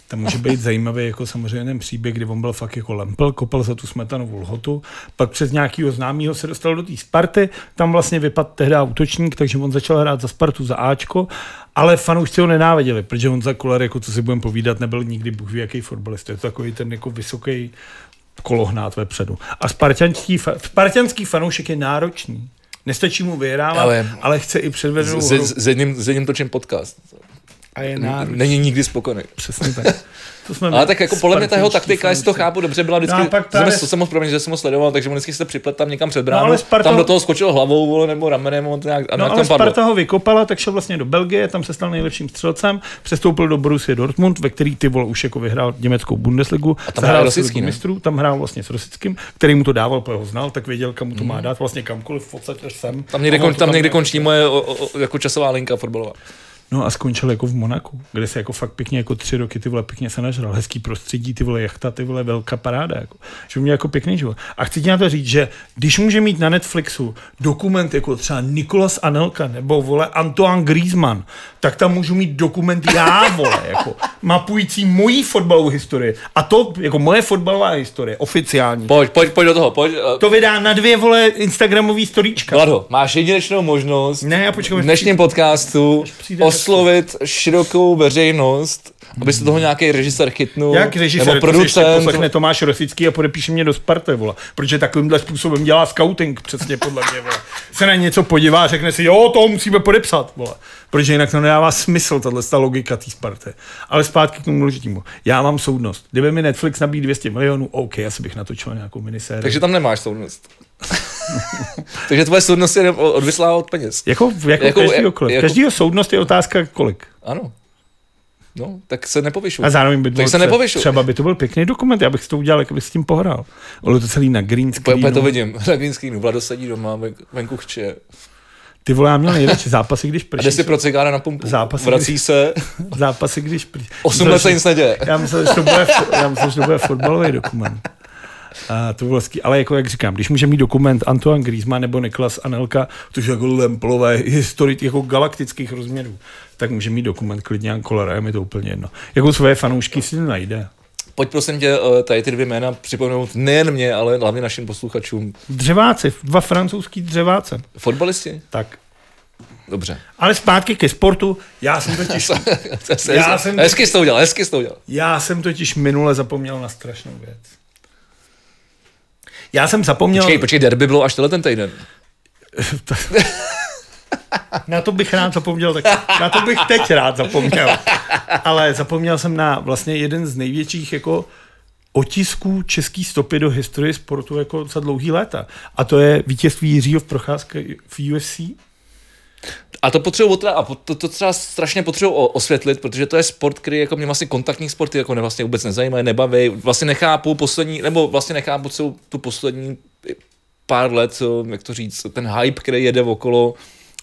A: Tam může být zajímavý jako samozřejmě ten příběh, kdy on byl fakt jako lempl, kopal za tu smetanovou lhotu, pak přes nějakého známého se dostal do té Sparty, tam vlastně vypadl tehdy útočník, takže on začal hrát za Spartu za Ačko, ale fanoušci ho nenáviděli, protože on za Kolar, jako co si budeme povídat, nebyl nikdy bůh ví jaký fotbalista, je to takový ten jako vysoký kolohnát vepředu. A spartanský, fa- spartanský fanoušek je náročný. Nestačí mu vyhrávat, ale,
B: Ale-
A: ale chce i předvedenou
B: S,
A: hru
B: s, s, jedním, s jedním točím podcast.
A: a je
B: N-
A: náročný.
B: Není nikdy spokojený.
A: Přesně tak. To jsme
B: Ale
A: my,
B: tak jako podle mě ta jeho
A: spartanští
B: taktika, jestli to
A: fanoušci.
B: chápu dobře, byla vždycky,
A: No
B: no,
A: a pak
B: pak
A: právě-
B: jsem moc promiň, že jsem ho sledoval, takže on vždycky se to připlet tam někam před bránu,
A: ale Sparta-
B: tam do toho skočil hlavou vole, nebo ramenem on to nějak,
A: No
B: a nějak
A: ale
B: tam padlo.
A: Sparta ho vykopala, tak šel vlastně do Belgie, tam se stal nejlepším střelcem, přestoupil do Borussia Dortmund, ve který ty vole už jako vyhrál německou Bundesligu. A
B: tam hrál Rosický, ne?
A: mistrů, tam hrál vlastně s Rosickým, který mu to dával, protože ho znal, tak věděl, kam mu to má dát, vlastně kamkoliv, v podstatě až sem.
B: Hmm. Tam někde,
A: A on
B: kon,
A: to
B: tam někde
A: dal.
B: končí moje o, o, o, jako časová linka fotbalová.
A: No a skončil jako v Monaku, kde se jako fakt pěkně jako tři roky ty vole pěkně se nažral. Hezký prostředí, ty vole jachta, ty vole velká paráda. Jako. Že mě jako pěkný život. A chci ti na to říct, že když může mít na Netflixu dokument jako třeba Nikolas Anelka nebo vole Antoine Griezmann, tak tam můžu mít dokument já, vole, jako mapující mojí fotbalovou historii. A to jako moje fotbalová historie, oficiální.
B: Pojď, pojď, pojď do toho, pojď. eh, To...
A: To vydá na dvě vole Instagramový storíčka.
B: Vlado, máš jedinečnou možnost
A: Ne, já počkám,
B: v
A: až
B: dnešním podcastu
A: přijde-
B: o oslovit širokou veřejnost, aby se toho nějaký režisér chytnul,
A: Jak
B: nebo
A: režisér, to ještě
B: producent,
A: poslechne Tomáš Rosický a podepíše mě do Sparte, vole. Protože takovýmhle způsobem dělá scouting, přesně podle mě, vole. Se na něco podívá a řekne si, jo, to musíme podepsat, vole. Protože jinak to nedává smysl, tahle ta logika té Sparte. Ale zpátky k tomu důležitému. Já mám soudnost. Kdyby mi Netflix nabídl 200 milionů, OK, já si bych natočil nějakou minisérii.
B: takže tam nemáš soudnost. takže tvoje soudnost je odvislá od peněz.
A: Jako, jako,
B: Jako-
A: jako každýho, kolik.
B: jako-
A: Jako... každýho soudnost je otázka kolik.
B: Ano. No, tak se nepovyšuj.
A: A zároveň by to
B: Tak
A: bylo
B: se
A: tře-
B: nepovyšuj.
A: Třeba by to byl pěkný dokument, já bych si to udělal, jak bych s tím pohrál. Bylo to celý na green
B: Po- Úplně
A: screenu.
B: to vidím. Na green screenu. Vlado sedí doma, ven- venku chče.
A: Ty vole, já měl nejradši zápasy, když
B: A jde
A: prší.
B: si pro cigára na pumpu.
A: Zápas-
B: Vrací se.
A: Zápasy, když prší.
B: 8 let se nic neděje.
A: Já myslel, že to bude, já myslel, že to bude fotbalový dokument. A to bylo hezký. Ale jako jak říkám, když může mít dokument Antoine Griezmann nebo Niklas Anelka, což je jako lemplové historii jako galaktických rozměrů, tak může mít dokument klidně Ankolera, je mi to úplně jedno. Jako své fanoušky si najde.
B: Pojď prosím tě eh, tady ty dvě jména připomenout nejen mě, ale hlavně našim posluchačům.
A: Dřeváci, dva francouzský dřeváce.
B: Fotbalisti?
A: Tak.
B: Dobře.
A: Ale zpátky ke sportu. Já jsem totiž,
B: To se-
A: Já jsem- No.
B: Hezky jsi to udělal, hezky jsi to udělal.
A: já jsem totiž minule zapomněl na strašnou věc. Já jsem zapomněl...
B: Počkej, počkej, derby bylo až tenhle ten týden.
A: Na to bych rád zapomněl, tak na to bych teď rád zapomněl. Ale zapomněl jsem na vlastně jeden z největších jako otisků české stopy do historie sportu jako za dlouhý léta. A to je vítězství Jiřího v Procházka v UFC.
B: A to potřebuji otra- a to, to třeba strašně potřebuji o- osvětlit, protože to je sport, který jako mě vlastně kontaktní sporty jako mě vlastně vůbec nezajímají, nebaví, vlastně nechápu poslední, nebo vlastně nechápu celou tu poslední pár let, co, jak to říct, ten hype, který jede okolo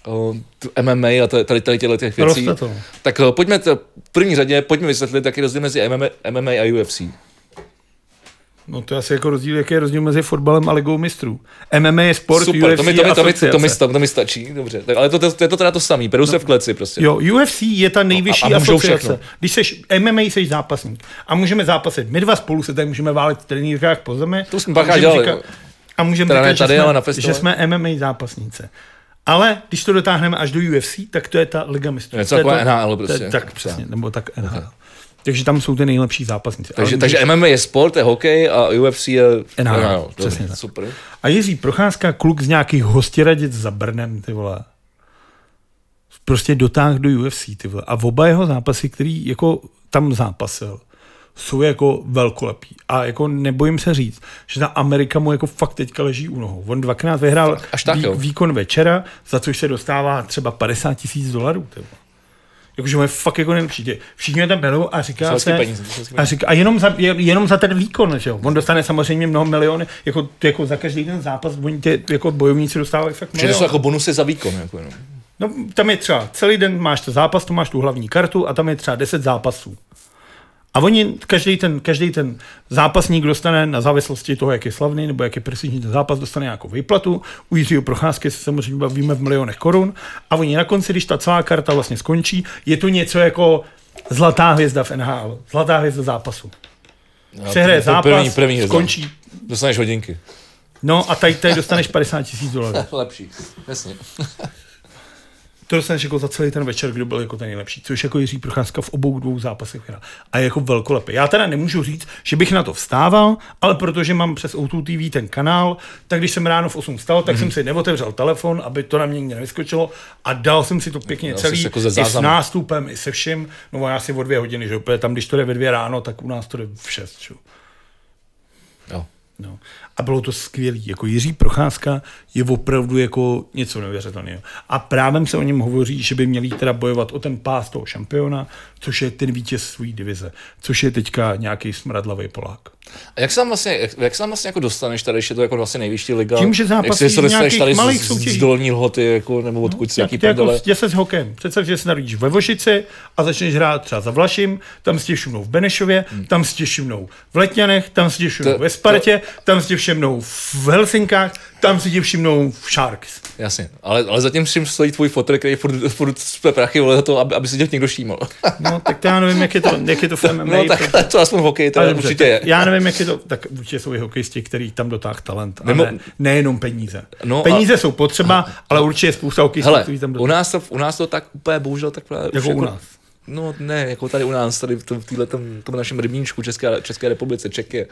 B: o, tu MMA a t- tady, tady těchto těch věcí.
A: Roste to.
B: Tak o, pojďme, t- v první řadě, pojďme vysvětlit, jaký je rozdíl mezi MMA, MMA a UFC.
A: No to je asi jako rozdíl, jaký je rozdíl mezi fotbalem a ligou mistrů. MMA je sport,
B: Super,
A: UFC
B: to mi, to, mi, to, mi,
A: asociace. No.
B: to, mi, sta- to mi stačí, dobře. Tak, ale to, to, to, je to teda to samý, beru se v kleci prostě.
A: Jo, UFC je ta nejvyšší
B: a- a
A: no,
B: můžou
A: asociace.
B: všechno.
A: Když seš MMA, seš zápasník. A můžeme zápasit. My dva spolu se tady můžeme válet v trenýrkách po zemi.
B: To jsme
A: A
B: bacha
A: můžeme
B: dělali.
A: říkat- A můžeme
B: Teda
A: říkat,
B: ne tady,
A: že,
B: ale na
A: jsme,
B: festivalu.
A: že jsme MMA zápasnice. Ale když to dotáhneme až do UFC, tak to je ta Liga mistrů.
B: Něco
A: To je
B: jako
A: to-
B: NHL
A: to je-
B: prostě.
A: Tak přesně, nebo tak NHL. Takže tam jsou ty nejlepší zápasníci.
B: Takže,
A: Ale
B: takže MMA je sport, je hokej a UFC je
A: NHL,
B: Dobře,
A: přesně tak.
B: no, Super.
A: A Jiří Procházka, kluk z nějakých hostiradic za Brnem, ty vole. Prostě dotáhl do UFC, ty vole. A oba jeho zápasy, který jako tam zápasil, jsou jako velkolepý. A jako nebojím se říct, že ta Amerika mu jako fakt teďka leží u nohou. On dvakrát vyhrál
B: Až tak, jo.
A: výkon večera, za což se dostává třeba 50 tisíc dolarů, ty vole. Jakože mu je fakt jako nejlepší. Ty- Všichni je tam berou a říká
B: Jsou
A: se...
B: hezký peníze, jsou hezký
A: a, říká, a jenom, za, je- jenom za ten výkon, že jo? On dostane samozřejmě mnoho miliony, jako, jako za každý ten zápas, oni ty jako bojovníci dostávají fakt
B: Že to jsou
A: miliony.
B: jako bonusy za výkon. Jako jenom.
A: No, tam je třeba celý den máš to zápas, to máš tu hlavní kartu a tam je třeba 10 zápasů. A oni, každý ten, každý ten zápasník dostane na závislosti toho, jak je slavný nebo jak je prestižní ten zápas, dostane nějakou výplatu. U Jiřího Procházky se samozřejmě bavíme v milionech korun. A oni na konci, když ta celá karta vlastně skončí, je to něco jako zlatá hvězda v NHL, zlatá hvězda zápasu.
B: No,
A: Přehraje
B: to- to
A: zápas,
B: první, první hvězda.
A: skončí.
B: Dostaneš hodinky.
A: No a tady, tady dostaneš 50 tisíc dolarů.
B: Lepší, jasně.
A: To dostaneš jako za celý ten večer, kdo byl jako ten nejlepší, což jako Jiří Procházka v obou dvou zápasech hrál. A je jako velkolepý. Já teda nemůžu říct, že bych na to vstával, ale protože mám přes O2 TV ten kanál, tak když jsem ráno v 8 vstal,
B: Mhm.
A: tak mm. jsem si neotevřel telefon, aby to na mě nikdy nevyskočilo a dal jsem si to pěkně
B: Dal jsi
A: celý,
B: si jako ze
A: i s
B: záznamu.
A: nástupem, i se vším. No a já si o dvě hodiny, že jo, protože tam, když to jde ve dvě ráno, tak u nás to jde v 6, že? jo.
B: Jo.
A: No. A bylo to skvělý. Jako Jiří Procházka je opravdu jako něco neuvěřitelného. A právě se o něm hovoří, že by měl jít teda bojovat o ten pás toho šampiona, což je ten vítěz své divize, což je teďka nějaký smradlavý Polák.
B: A jak se tam vlastně, jak, jak se tam vlastně jako dostaneš tady, když je to jako vlastně nejvyšší liga?
A: Tím, že zápasí
B: jak se- se
A: v
B: dostaneš
A: nějakých
B: tady z-
A: malých
B: z, z,
A: soutěžích.
B: dolní lhoty, jako, nebo odkud si, jaký
A: Jak to jako
B: prdele.
A: s- je se s hokejem. Představ, že se narodíš ve Vošici a začneš hrát třeba za Vlašim, tam s tě šumnou v Benešově, tam s tě šumnou v Letňanech, tam s tě šumnou
B: Hmm. To-
A: ve Spartě, tam s tě všemnou v Helsinkách, tam si tě všimnou Sharks.
B: Jasně, ale, ale zatím vším stojí tvůj fotr, který furt, furt spe prachy vole, za to, aby, aby se tě někdo všímal.
A: No, tak to já nevím, jak je to, jak je to v MMA.
B: No tak to, to aspoň v hokeji, to
A: Ale
B: je
A: dobře,
B: určitě
A: tak
B: je.
A: Já nevím, jak je to, tak určitě jsou i hokejisti, který tam dotáhl talent, a
B: Mimo-
A: ne, nejenom peníze.
B: No a-
A: peníze jsou potřeba, ale určitě je spousta hokejistů,
B: Hele,
A: kteří tam
B: u
A: dotáhli.
B: nás, to, u nás to tak úplně bohužel tak právě... už
A: Jako u nás.
B: No ne, jako tady u nás, tady v tom, v tom, tom našem rybníčku České, České republice, Čeky.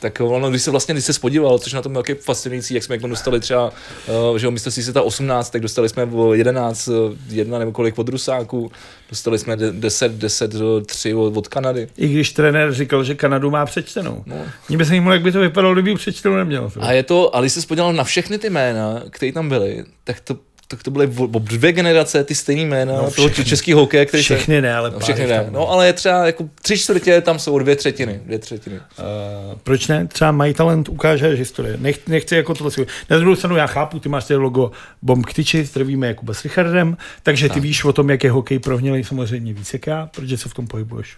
B: Tak ono, když se vlastně, když se spodíval, což na tom je taky fascinující, jak jsme jak dostali třeba, eh, že jo, místo si se ta 18, tak dostali jsme o 11, eh, jedna nebo kolik od Rusáků, dostali jsme de- 10, 10, eh, 3 od od Kanady.
A: I když trenér říkal, že Kanadu má přečtenou. No. Mě by se jim jak by to vypadalo, kdyby ji přečtenou neměl.
B: A je to, ale když se podíval na všechny ty jména, které tam byly, tak to, tak to byly o- o dvě generace, ty stejné jména no, toho
A: všechny.
B: českého hokeje, který se-
A: Všechny ne, ale
B: No,
A: pár
B: všechny
A: jich
B: ne.
A: tam-
B: No, ale je třeba jako tři čtvrtě, tam jsou dvě třetiny. Dvě třetiny.
A: Uh, proč ne? Třeba mají talent, ukáže až historie. Nech, nechci jako tohle si... Na druhou stranu já chápu, ty máš tady logo Bomb Ktyči, zdravíme Jakuba s Richardem, takže ty víš o tom, jak je hokej prohnilý samozřejmě víc jak já, protože se v tom pohybuješ.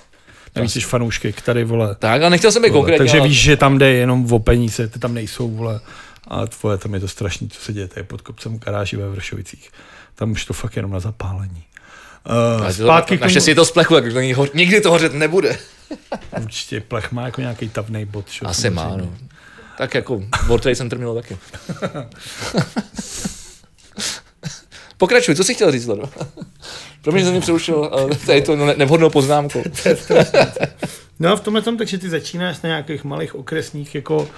A: Navíc jsi fanoušky, tady vole.
B: Tak, a nechtěl jsem je
A: vole.
B: konkrétně.
A: Takže
B: ale-
A: víš, že tam jde jenom o peníze, ty tam nejsou vole. A tvoje, tam je to strašný, co se děje tady pod kopcem v garáži ve Vršovicích. Tam už to fakt jenom na zapálení. Uh,
B: Ale to-
A: zpátky k
B: Naše
A: tomu,
B: si je to splechu, tak to není hoř- nikdy to hořet nebude.
A: určitě plech má jako nějaký tavný bod. že jo,
B: Asi
A: samozřejmě.
B: má, no. Tak jako World Trade Center mělo taky. Pokračuj, co jsi chtěl říct, Lado? Promiň, že jsem mě přerušil ale tady to ne- nevhodnou poznámku.
A: No a v tomhle tom, takže ty začínáš na nějakých malých okresních jako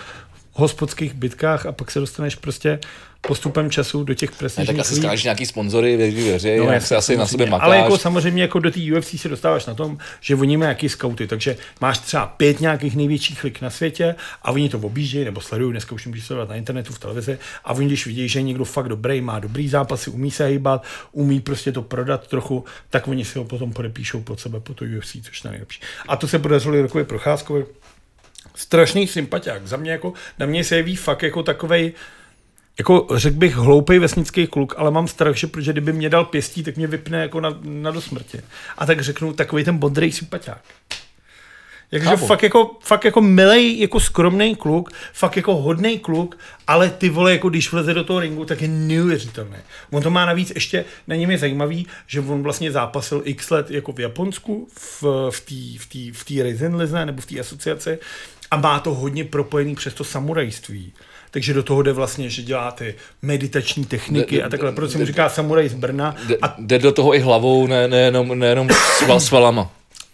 A: hospodských bytkách a pak se dostaneš prostě postupem času do těch
B: Ne, tak
A: prestižních
B: asi
A: lig.
B: skážeš nějaký sponzory, věří, věří,
A: No,
B: no, jak
A: jasně,
B: se asi na
A: samozřejmě.
B: sobě makáš.
A: Ale jako samozřejmě jako do té UFC se dostáváš na tom, že oni mají nějaký skauty, takže máš třeba pět nějakých největších lik na světě a oni to objíždějí nebo sledují, dneska už můžeš sledovat na internetu, v televizi a oni když vidí, že je někdo fakt dobrý, má dobrý zápasy, umí se hýbat, umí prostě to prodat trochu, tak oni si ho potom podepíšou pod sebe, pod to UFC, což je nejlepší. A to se podařilo Jirkovi Procházkovi, strašný sympatiák. Za mě jako, na mě se jeví fakt jako takovej, jako řekl bych hloupej vesnický kluk, ale mám strach, že protože kdyby mě dal pěstí, tak mě vypne jako na, na dosmrtě. A tak řeknu takový ten bodrej sympatiák. Jakže
B: Chápu.
A: fakt jako, fakt jako milej, jako skromný kluk, fakt jako hodný kluk, ale ty vole, jako když vleze do toho ringu, tak je neuvěřitelný. On to má navíc ještě, na něm je zajímavý, že on vlastně zápasil x let jako v Japonsku, v, v té v tý, v tý Risen Lize, nebo v té asociaci a má to hodně propojený přes to samurajství. Takže do toho jde vlastně, že dělá ty meditační techniky
B: De-
A: a
B: de-
A: takhle. Proč se mu
B: de-
A: říká samuraj z Brna?
B: Jde-
A: A
B: Jde do toho i hlavou, ne, nejenom, nejenom sval, svalama.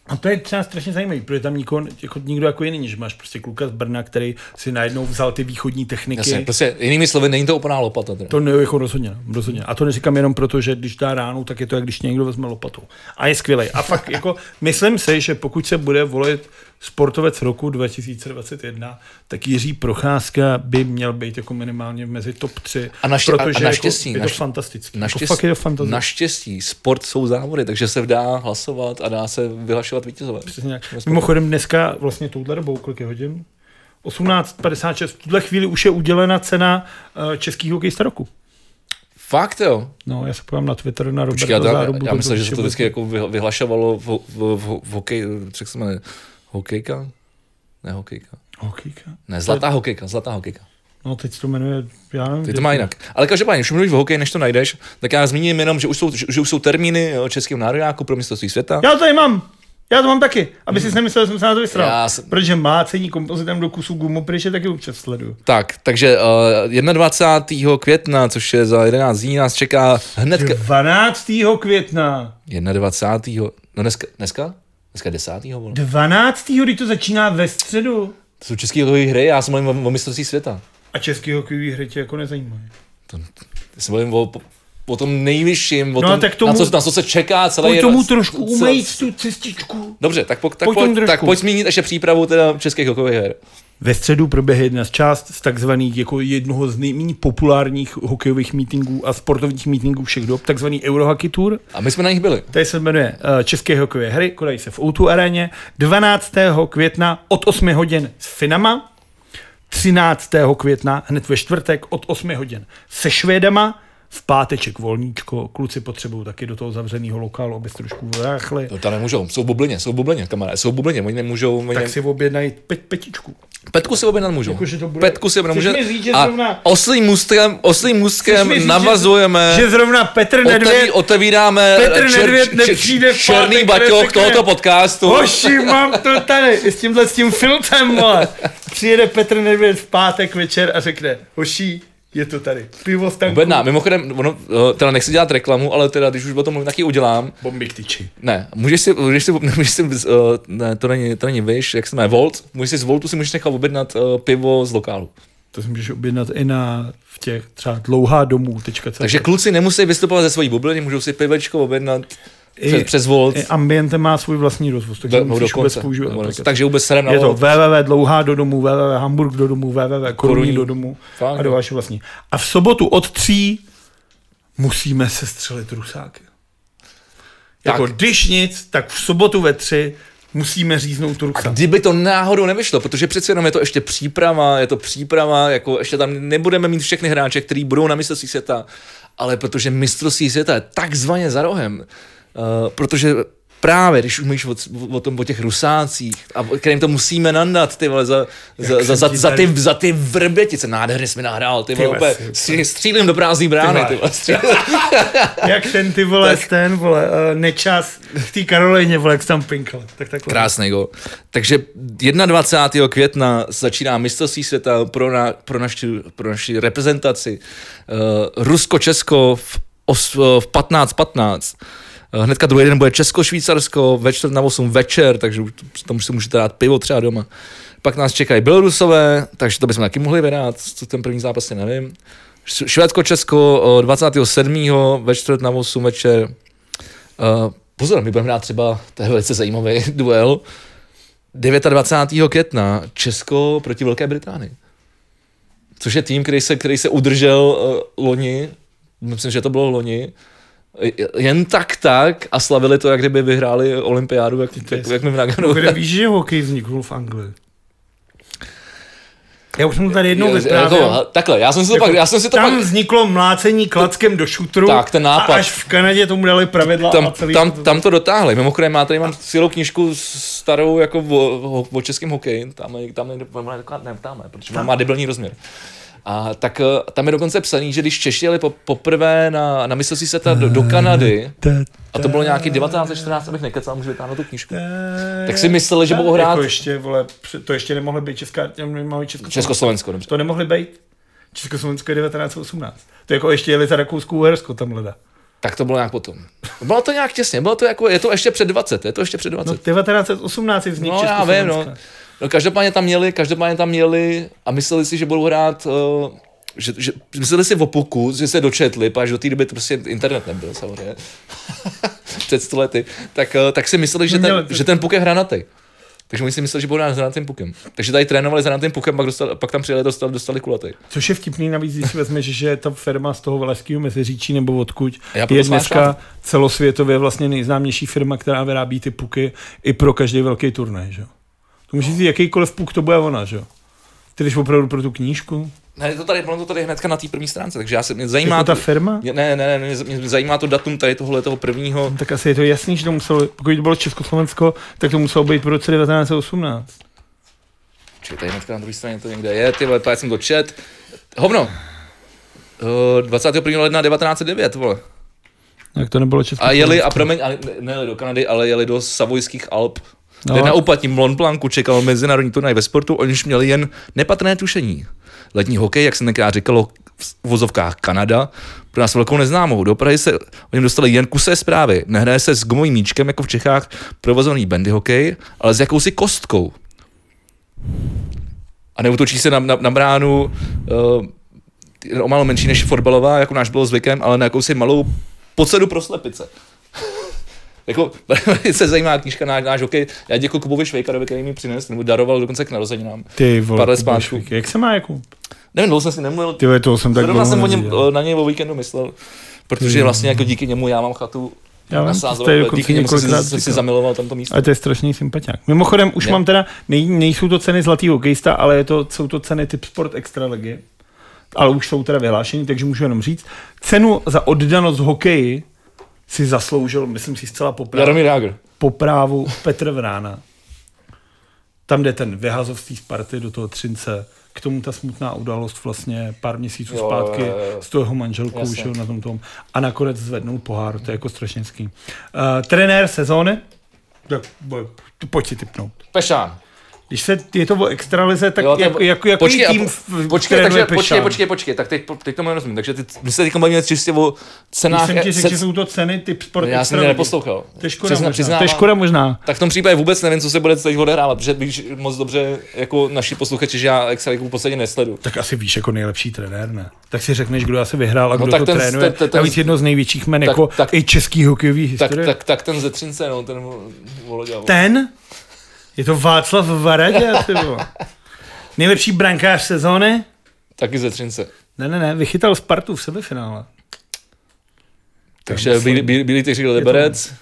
A: A to je třeba strašně zajímavý, protože tam nikdo, jako, nikdo jako jiný, že máš prostě kluka z Brna, který si najednou vzal ty východní techniky.
B: Jasně, prostě jinými slovy, není to úplná lopata. Teda.
A: To ne, jako rozhodně, ne, rozhodně. A to neříkám jenom proto, že když dá ránu, tak je to, jak když někdo vezme lopatu. A je skvělý. A fakt, jako, myslím si, že pokud se bude volit sportovec roku 2021, tak Jiří Procházka by měl být jako minimálně mezi top 3,
B: A naště- a- a
A: protože
B: naštěstí,
A: jako, je to
B: naštěstí-
A: fantastický.
B: Naštěstí,
A: Jako, fakt je to fantastický.
B: naštěstí, sport jsou závody, takže se dá hlasovat a dá se vyhlašovat vítězové.
A: Přesně tak.
B: Ve sportu.
A: Mimochodem dneska vlastně touhle dobou, kolik je hodin? 18.56. V tuhle chvíli už je udělena cena eh, českých hokejista roku.
B: Fakt jo.
A: No, já se podívám na Twitter na
B: Počkej, já,
A: Roberta
B: já,
A: Zárubu.
B: já myslím, že se to
A: určitě
B: vždycky jako vyhla- vyhlašovalo v, v, v, v hokej, jak se jmenuje, hokejka? Ne hokejka.
A: bude. Hokejka?
B: Ne, zlatá hokejka, zlatá hokejka.
A: No, teď se to jmenuje, já nevím.
B: Ty to má jinak. Ale každopádně, když mluvíš o hokeji, než to najdeš, tak já zmíním jenom, že už jsou, že, že už jsou termíny jo, českého nároďáku pro mistrovství světa.
A: Já to tady mám. Já to mám taky, aby si nemyslel, že jsem se na to vysral.
B: Hmm. Já jsem-
A: Protože má cení kompozitem do kusu gumu, protože je taky občas sleduju.
B: Tak, takže uh, 21. května, což je za 11 dní, nás čeká hned...
A: 12. května.
B: 21. No dneska, dneska? Dneska je 10. Vole.
A: 12. když to začíná ve středu.
B: To jsou český hokejový hry, já jsem mluvím o, o mistrovství světa.
A: A český hokejový hry tě jako nezajímají.
B: Já jsem mluvím o, o tom nejvyšším, o
A: No,
B: tom,
A: tak tomu-
B: na, co, na co se čeká celý...
A: Pojď
B: jeden-
A: tomu trošku
B: celý-
A: umýt tu cestičku.
B: Dobře, tak, po, tak,
A: Pojď
B: pojď,
A: tomu
B: pojď, tak
A: trošku.
B: pojď zmínit ještě přípravu teda českých hokejových her.
A: Ve středu proběhne jedna z část z takzvaných jako jednoho z nejméně populárních hokejových mítinků a sportovních mítinků všech dob, takzvaný Eurohockey Tour.
B: A my jsme na nich byli.
A: Tady se jmenuje eh, České hokejové hry, konají se v Outu aréně 12. května od 8 hodin s Finama, 13. května hned ve čtvrtek od 8 hodin se Švédama, v páteček volníčko, kluci potřebují taky do toho zavřeného lokálu, aby se trošku vyráchli.
B: No, tam nemůžou, jsou v bublině, jsou v bublině, kamaráde, jsou v bublině, oni nemůžou, oni
A: Tak
B: ne...
A: si objednají pe- petičku.
B: Petku si objednat můžu.
A: Jakože to bude-
B: Petku si objednat
A: Chceš
B: můžu.
A: mi říct, že
B: A
A: zrovna-
B: oslým můstkem, oslým
A: mi říct,
B: můstkem
A: že-
B: navazujeme...
A: Že zrovna Petr
B: Oteví,
A: Nedvěd...
B: otevíráme eh,
A: Petr
B: čer-
A: Nedvěd
B: čer-
A: nepřijde v pátek,
B: černý
A: který
B: baťoch
A: řekne,
B: tohoto podcastu.
A: Hoši, mám to tady, i s tímhle s tím filtrem, vole. Přijede Petr Nedvěd v pátek večer a řekne, hoši, je to tady, pivo v tanku.
B: Bedná, mimochodem, ono, eh, teda nechci dělat reklamu, ale teda, když už o tom mluvím, tak ji udělám.
A: Bomby k tyči.
B: Ne, můžeš si, můžeš si, můžeš si uh, ne, to není, to není Wish, jak se jmenuje, Volt, můžeš si z Voltu si můžeš nechat objednat uh, pivo z lokálu.
A: To si můžeš objednat i na v těch třeba dlouhá domů. Tečka,
B: Takže kluci nemusí vystupovat ze svojí bubliny, můžou si pivečko objednat
A: I-
B: přes, přes Volt.
A: I Ambient má svůj vlastní rozvoz, takže
B: do-
A: do, musíš vůbec
B: dokonce.
A: používat.
B: Nebo
A: aplikaci.
B: dokonce. Takže vůbec serem na
A: Je to
B: Volt.
A: www dlouhá do domu, www hamburg do domu, www koruní
B: Koruní.
A: do domu
B: Fakt,
A: a do
B: jo.
A: vaše vlastní. A v sobotu od tří musíme se střelit rusáky.
B: Tak.
A: Jako když nic, tak v sobotu ve tři musíme říznout rusák.
B: Kdyby to náhodou nevyšlo, protože přece jenom je to ještě příprava, je to příprava, jako ještě tam nebudeme mít všechny hráče, kteří budou na mistrovství světa, ale protože mistrovství světa je takzvaně za rohem, uh, protože právě, když umíš o, o, tom, o těch rusácích, a o- kterým to musíme nandat, ty vole, za, za,
A: jsem
B: za, za,
A: ti
B: za, ty,
A: tady-
B: za ty vrbětice, nádherně jsi mi nahrál, ty vole,
A: Ty
B: úplně,
A: vole,
B: stří- střílím do prázdný brány,
A: vole.
B: ty vole, střílím.
A: Jak ten ty vole, ten vole, eh, nečas v té Karolejně, vole, jak jsi tam pinkal. Tak takhle.
B: Krásný gol. Takže 21. května začíná mistrovství světa pro, na, pro, naši, pro naši reprezentaci. Uh, Rusko-Česko v, os, v 15.15. Eh, Hnedka druhý den bude Česko-Švýcarsko ve čtvrt na 8 večer, takže už t- tam už si můžete dát pivo třeba doma. Pak nás čekají Bělorusové, takže to bychom taky mohli vyrát, co ten první zápas si nevím. Š- Švédsko-Česko eh, 27. ve čtvrt na 8 večer. Uh, pozor, my budeme hrát třeba, to je velice zajímavý duel, 29. května Česko proti Velké Británii. Což je tým, který se, který se udržel uh, loni, myslím, že to bylo loni, eh, jen tak tak a slavili to, jak kdyby vyhráli olympiádu, jak, jak, jak mi v Nagano.
A: Jako Kde víš, že hokej vznikl v Anglii? Já už jsem tady jednou vyprávěl.
B: jako, takhle, já jsem si to
A: Jako
B: pak, já jsem si to
A: tam
B: pak,
A: vzniklo mlácení klackem do šutru
B: Tak, ten nápad.
A: a až v Kanadě tomu dali pravidla a
B: tam,
A: celý
B: tam, tam to dotáhli. Mimochodem, já tady mám celou knižku starou jako o, o, o českém hokeji. Tam, je- tam, je- ne, tam, je, protože tam. má debilní rozměr. A tak eh, tam je dokonce psaný, že když Češi jeli po, poprvé na, na mistrovství světa do, do Kanady, a to bylo nějaký 1914, abych nekecal, můžu vytáhnout tu knižku. Tak si mysleli, že budou hrát
A: Jako ještě, vole, při- to ještě nemohlo být Česká, nemohlo být Československo.
B: Československo, dobře.
A: To nemohli být. Československo je 1918. To jako ještě jeli za Rakouskou Uhersko tam leda.
B: Tak to bylo nějak potom. Bylo to nějak těsně, bylo to jako, je to ještě před 20, je to ještě před 20.
A: No, 1918 je vznik
B: No, já vím, no. no. Každopádně tam měli, každopádně tam měli a mysleli si, že budou hrát, uh, že, že, mysleli si o puku, že se dočetli, protože do té doby prostě internet nebyl samozřejmě. Před sto lety. Tak, uh, tak si mysleli, že
A: No, Měli
B: ten,
A: to-
B: že ten puk je hranatý. Takže oni si mysleli, že budou hrát s hranatým pukem. Takže tady trénovali s hranatým pukem, pak, dostali, pak tam přijeli, dostali, dostali kulatý.
A: Což je vtipný navíc, když si vezmeš, že ta firma z toho Valašského meziříčí nebo odkud
B: A já proto
A: je
B: jsem
A: dneska
B: našel.
A: celosvětově vlastně nejznámější firma, která vyrábí ty puky i pro každý velký turnaj, že? jo? To může říct, jakýkoliv puk to bude ona, že? jo? Ty jdeš opravdu pro tu knížku?
B: Ne, to tady, ono to tady hnedka na té první stránce, takže já se, mě zajímá,
A: Jako ta
B: to-
A: firma?
B: mě, ne, ne, ne, mě, mě zajímá to datum tady tohle toho prvního,
A: Tak asi je to jasný, že to muselo, pokud to bylo Československo, tak to muselo být v roce 1918.
B: Čekaj, tady hnedka na druhé straně to někde je, ty vole, to já jsem dočet. Hovno. Uh, 21. ledna 1909, vole.
A: Tak to nebylo
B: A
A: Československo.
B: jeli, a promiň, a ne, nejeli do Kanady, ale jeli do Savojských Alp.
A: No.
B: No. Kde na uplatním Mont Blancu čekal mezinárodní turnaj ve sportu, oniž měli jen nepatrné tušení. Letní hokej, jak se tenkrát říkalo v vozovkách Kanada, pro nás velkou neznámou. Do Prahy se o něm dostali jen kusé zprávy. Nehraje se s gumovým míčkem, jako v Čechách, provozovaný bandy hokej, ale s jakousi kostkou. A neutočí se na, na, na bránu uh, o málo menší než fotbalová, jako náš bylo zvykem, ale na jakousi malou pocedu pro slepice. jako velice zajímavá knížka náš, náš hokej. Já děkuji Kubovi Švejkarovi, který mi ji přinesl, nebo daroval dokonce k narozeninám.
A: Ty vole,
B: Pár let
A: Kubuš,
B: zpátky.
A: Viki, Jak se má jako?
B: Nevím, dlouho jsem si nemluvil.
A: Ty vole, toho jsem tak
B: Zrovna
A: dlouho
B: jsem o něm,
A: neviděl.
B: eh, na něj o víkendu myslel, protože vlastně jako díky němu já mám chatu
A: Já
B: na
A: vím, to
B: Sázové,
A: je
B: ale
A: dokonce
B: díky němu jsem si,
A: několikrát
B: jsem si
A: říkal.
B: zamiloval tamto místo.
A: A to je strašný sympatiák. Mimochodem, už
B: Ne.
A: mám teda, nej, nejsou to ceny zlatý hokejista, ale je to, jsou to ceny typ sport extra ligy. Ale už jsou teda vyhlášení, takže můžu jenom říct. Cenu za oddanost hokeji si zasloužil, myslím si zcela poprvé
B: Jaromír Jágr.
A: po právu Petr Vrána. Tam jde ten vyhazov z té Sparty do toho Třince. K tomu ta smutná událost vlastně pár měsíců
B: Jo,
A: zpátky
B: jo, jo, jo.
A: s tou jeho manželkou
B: Jasně.
A: už na tom tom. A nakonec zvednou pohár, to je jako strašnický. Uh, trenér sezóny? Tak, bo- Pojď si typnout.
B: Pešán.
A: Když se, je to o extralize, tak
B: Jo,
A: jo,
B: to je-
A: jak, jak, jaký
B: počkej, a
A: tým
B: po-
A: v-
B: Počkej,
A: trénuje
B: takže,
A: Pešán?
B: počkej, počkej, počkej, tak teď, teď tomu nerozumím. Takže ty, my se teď bavíme čistě o
A: Když
B: cenách.
A: jsem ti
B: eh,
A: řekl,
B: cen-
A: že jsou to ceny typ sport
B: já jsem tě
A: extraligy.
B: neposlouchal.
A: To je škoda
B: Přizna-
A: možná. To
B: přiznávám.
A: je škoda možná.
B: Tak v tom případě vůbec nevím, co se bude teď odehrávat, protože víš moc dobře, jako naši posluchači, že já Extraligu v podstatě nesledu.
A: Tak asi víš jako nejlepší trenér, ne? Tak si řekneš, kdo asi vyhrál a kdo
B: No tak
A: to
B: ten-
A: trénuje.
B: ten- ten-
A: Navíc jedno z největších men
B: Tak-
A: jako
B: tak-
A: i český hokejový
B: Tak,
A: historie.
B: tak, tak ten ze Třince, no, ten Voloděl.
A: Ten? Je to Václav Varadě, ty vole. Nejlepší brankář sezóny?
B: Taky ze Třince.
A: Ne, ne, ne, vychytal Spartu v semifinále.
B: Takže byli, byli, byli teď říkal Liberec.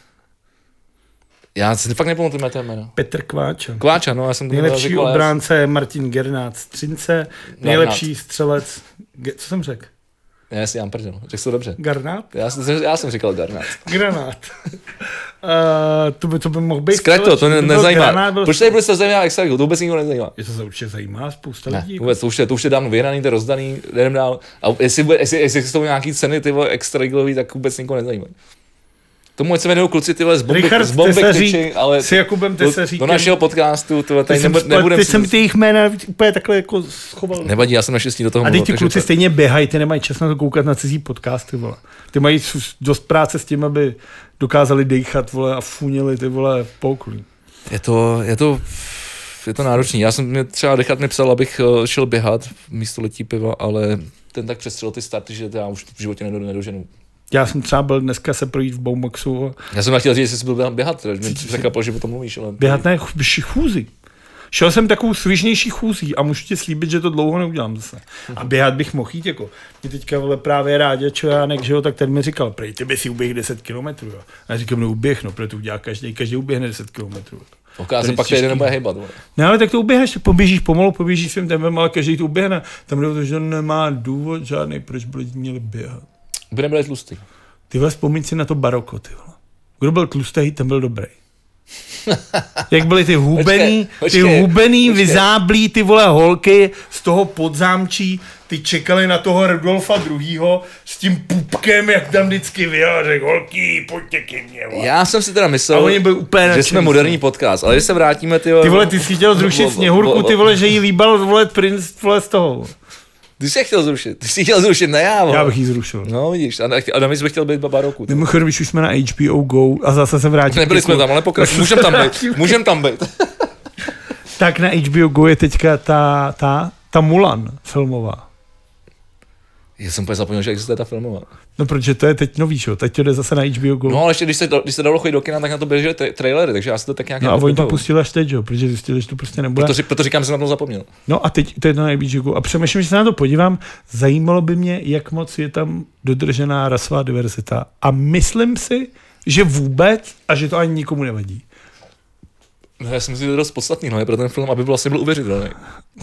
B: Já si fakt nepamatuju na té jméno.
A: Petr Kváča.
B: Kváča, no, já jsem to
A: Nejlepší
B: nevěděl, ale já-
A: obránce je Martin Gernát z Třince. Nejlepší střelec... Ge- Co jsem řekl?
B: Ne, já si jám prdel, řekl jsi to dobře.
A: Garnát?
B: Já jsem, já jsem říkal Garnát.
A: Granát. Uh, to, by, to by mohl být...
B: Zkraťte to, to ne,
A: Kdyby byl
B: nezajímá.
A: Granát, byl-
B: Proč tady bude se zajímá Extraligu? To vůbec nikdo nezajímá.
A: Je to se určitě zajímá, spousta
B: Ne,
A: lidí. jako
B: vůbec, to už je, to už je dávno vyhraný, to je rozdaný, jdem dál. A jestli, bude, jestli, jestli jsou nějaký ceny ty vole, extraligový, tak vůbec nikoho nezajímá. Tomu ať se jmenují kluci ty vole z bomby,
A: Richard
B: z bomby
A: Tesařík
B: křičí, ale
A: S Jakubem
B: do,
A: Tesaříkem.
B: do, našeho podcastu to
A: Ty
B: tady
A: jsem,
B: nebu,
A: splet-
B: nebudem
A: ty
B: si-
A: jsem ty jejich jména úplně takhle jako schoval.
B: Nevadí, já jsem naštěstí do toho
A: A
B: mluvil,
A: teď ti
B: takže
A: kluci
B: to-
A: stejně běhají, ty nemají čas na to koukat na cizí podcasty, vole. Ty mají s- dost práce s tím, aby dokázali dejchat, vole, a funili ty vole v pouklí.
B: Je to, je to, je to náročný. Já jsem mě třeba dechat nepsal, abych eh, šel běhat místo letí piva, ale ten tak přestřelil ty starty, že já už v životě nedo- nedoženu.
A: Já jsem třeba byl dneska se projít v Baumaxu a
B: Já jsem chtěl říct, jestli jsi byl běhat- běhat, teda, že mě překvapilo, že o tom mluvíš, ale...
A: Běhat ne, ch- š- chůzi. Šel jsem takovou svižnější chůzí a můžu ti slíbit, že to dlouho neudělám zase. A běhat bych mohl jít jako. Mě teďka vole právě rádě Čojánek, že jo, tak ten mi říkal, prej, ty by si uběhl 10 km. A já říkám, no uběh, no, protože to udělá každý, každý uběhne 10 km.
B: Oká
A: To je
B: se pak tady
A: těžký.
B: nebude hejbat. vole.
A: Ne, ale tak to uběhneš, tak poběžíš pomalu, poběžíš svým tempem, ale každý to uběhne. Tam jde o to, že nemá důvod žádný, proč by lidi měli běhat.
B: By nebyl tlustý.
A: Ty vole, vzpomeň si na to baroko, ty vole. Kdo byl tlustý, ten byl dobrý. Jak byly ty hubený,
B: Počkej,
A: ty
B: počkej,
A: hubený,
B: počkej.
A: vyzáblí ty vole holky z toho podzámčí, ty čekali na toho Rudolfa druhýho s tím pupkem, jak tam vždycky vyjel a řekl, holky, pojďte ke mně, vole.
B: Já jsem si teda
A: A
B: myslel,
A: oni byli úplně
B: že
A: nadšený.
B: jsme moderní podcast, ale když se vrátíme, ty vole...
A: Ty vole, ty jsi chtěl
B: Bo-
A: zrušit
B: bo-
A: sněhurku,
B: bo-
A: ty vole, že jí líbal vole princ vole z toho.
B: Ty jsi je chtěl zrušit, ty jsi ji chtěl zrušit, ne já, vole.
A: Já bych jí zrušil.
B: No vidíš, a, na- a navíc bych chtěl být baba roku. ty vole.
A: Mimochodem, když už jsme na HBO GO a zase se vrátíme.
B: Nebyli jsme tam, ale pokračujeme, můžeme tam být, můžeme tam být.
A: Tak na HBO GO je teďka ta, ta, ta Mulan filmová.
B: Já jsem úplně zapomněl, že existuje ta filmová.
A: No protože to je teď nový, že jo? Teď to jde zase na HBO GO.
B: No ale ještě, když se, když se dalo chodit do kina, tak na to běžely tra- trailery, takže já si to tak nějak
A: No a
B: jako
A: oni to
B: vybavu.
A: pustili až teď, jo, protože zjistili, že to prostě nebude.
B: Proto, ři- proto říkám, že jsem na to zapomněl.
A: No a teď to je to na HBO GO. A přemýšlím, že se na to podívám. Zajímalo by mě, jak moc je tam dodržená rasová diverzita. A myslím si, že vůbec a že to ani nikomu nevadí.
B: No, já si myslím, že to je dost podstatný, no, je pro ten film, aby vlastně byl uvěřitelný.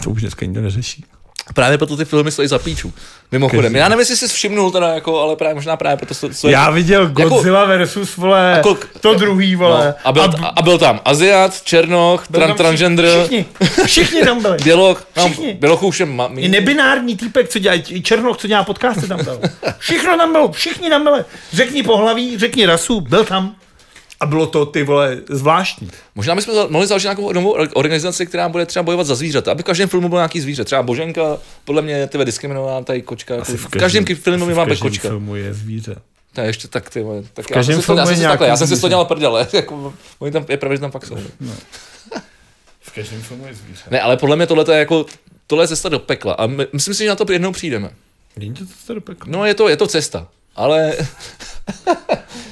A: To už dneska nikdo neřeší.
B: Jako- Právě proto ty filmy stojí za píču. Mimochodem,
A: Každý.
B: já nevím, jestli jsi všimnul teda, jako, ale právě, možná právě proto stojí. stojí
A: Já viděl Godzilla versus, vole,
B: A kolik-
A: to druhý, vole.
B: jako- no, a, byl, a, a, byl, tam Aziat, Černoch,
A: Byl
B: tran,
A: tam
B: transgender,
A: Všichni, všichni tam byli.
B: Běloch, tam,
A: Všichni.
B: Běloch už je ma,
A: I nebinární týpek, co dělá, i Černoch, co dělá podcasty, tam byl. Všechno tam bylo, všichni tam byli. Řekni pohlaví, řekni rasu, byl tam. A bylo to, ty vole, zvláštní.
B: Možná bychom za- mohli založit nějakou novou or- organizaci, která bude třeba bojovat za zvířata, aby v každém filmu bylo nějaký zvíře. Třeba Boženka, podle mě je tebe diskriminovaná, tady kočka. Jako v každém, ki- filmu má být kočka.
A: filmu je zvíře.
B: To je ještě tak ty vole. Tak já
A: každém
B: jsem, si to,
A: filmu
B: já,
A: je
B: jsem si
A: nějaký
B: takhle, já jsem si to
A: zvíře.
B: dělal prdele. Jako, oni tam, je pravda, že tam fakt jsou.
A: V každém filmu je zvíře.
B: Ne, ale podle mě tohle je jako tohle je cesta do pekla a my, myslím si, že na to jednou přijdeme.
A: Není to to do pekla.
B: No je to, je to cesta, ale,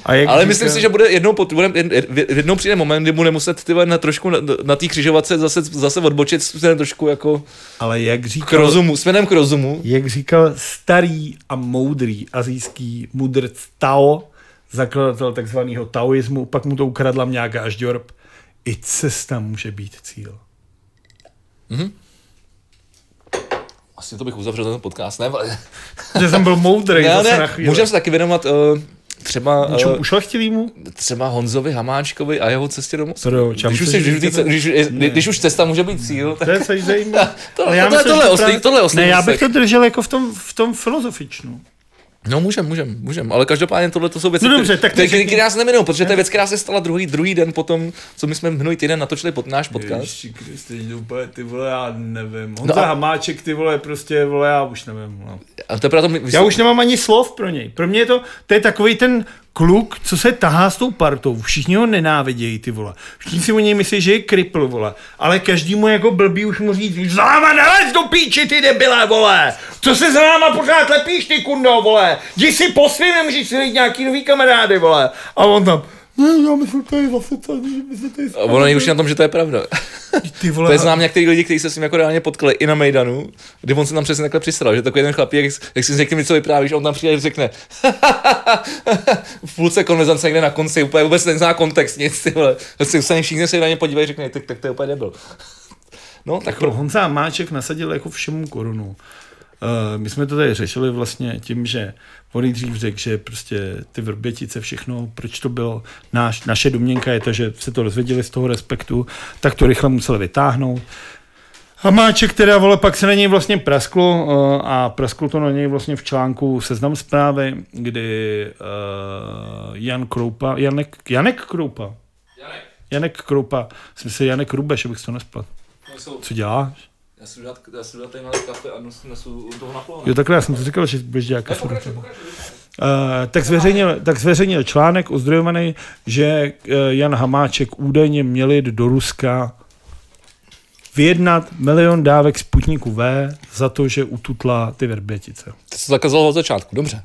A: A jak
B: ale
A: říká-
B: myslím si, že bude jednou, pot- bude, jed- jed- jednou přijde moment, kdy bude muset ty vole na trošku na, na té křižovatce zase, zase odbočit směrem trošku jako
A: Ale jak
B: k
A: říkal,
B: rozumu, směrem k rozumu.
A: jak říkal starý a moudrý azijský mudrc Tao, zakladatel takzvaného taoismu, pak mu to ukradla nějaká až džorb. I cesta může být cíl.
B: Asi to bych uzavřel ten podcast, ne? ale-
A: Že jsem byl moudrý
B: Ne,
A: zase na
B: ne,
A: chvíli.
B: můžeme se taky věnovat uh, třeba,
A: Něčemu
B: eh,
A: ušlechtilýmu?
B: třeba Honzovi Hamáčkovi a jeho cestě domů.
A: Pro
B: Když už, se, když, když, když, když, když už cesta může být cíl, tak
A: To je celý zajímavé.
B: to,
A: Ale
B: já tohle,
A: myslím,
B: tohle,
A: že
B: oslý,
A: právě-
B: tohle oslý
A: Ne, já bych
B: úsek.
A: to držel jako v tom, v tom filozofičnu.
B: No můžem, můžem, můžem, ale každopádně tohle to jsou věci,
A: No
B: které-
A: dobře, tak
B: které,
A: neřekni.
B: které nás neminou, protože to je věc, která se stala druhý, druhý den potom, co my jsme minulý týden natočili pod náš podcast.
A: Ježiši Kriste, jdu úplně, ty vole, já nevím.
B: No
A: Honza
B: a-
A: Hamáček, ty vole, prostě, vole, já už nevím. No.
B: A teprve to my,
A: Já už nemám ani slov pro něj. Pro mě je to, to je takový ten kluk, co se tahá s tou partou. Všichni ho nenávidějí, ty vole. Všichni si o něj myslí, že je kripl, vole. Ale každý mu jako blbý už mu říct, za náma nelez do píči, ty debile, vole. Co se za náma pořád lepíš, ty kundo, vole. Jdi si po svým, můžeš si najít nějaký nový kamarády, vole. A on tam, ne, já myslím, to je zase to, že my se tady
B: A Ono je už na tom, že to je pravda.
A: Ty vole,
B: To je znám některých lidí, kteří se s ním jako reálně potkali i na Mejdanu, kdy on se tam přesně takhle přisral, že takový ten chlapík, jak, jak si řekne mi, co vyprávíš, on tam přijde a řekne v půlce konverzace někde na konci, úplně vůbec nezná kontext, nic, ty vole. Prostě se všichni se na ně podívají a řekne, tak, tak to je úplně debil. No, tak
A: Jako Honza Máček nasadil jako všemu korunu. Eh, My jsme to tady řešili vlastně tím, že on nejdřív řekl, že prostě ty vrbětice, všechno, proč to bylo, náš, naše domněnka je to, že se to dozvěděli z toho respektu, tak to rychle museli vytáhnout. A Máček teda, vole, pak se na něj vlastně prasklo eh, a prasklo to na něj vlastně v článku Seznam zprávy, kdy eh, Jan Kroupa, Janek, Janek Kroupa, Janek Kroupa, jsem si Janek Rubeš, abych si to nesplat. Co děláš?
B: Já si dát, já si dát tady malý kafe a nosu, nesu toho naplno.
A: Jo, takhle já jsem to říkal, že budeš dělat kafru. Uh, tak, zveřejnil, tak zveřejnil článek ozdrojovaný, že uh, Jan Hamáček údajně měl jít do Ruska vyjednat milion dávek Sputniku V za to, že ututla ty verbětice.
B: Ty jsi to zakazal od začátku, dobře.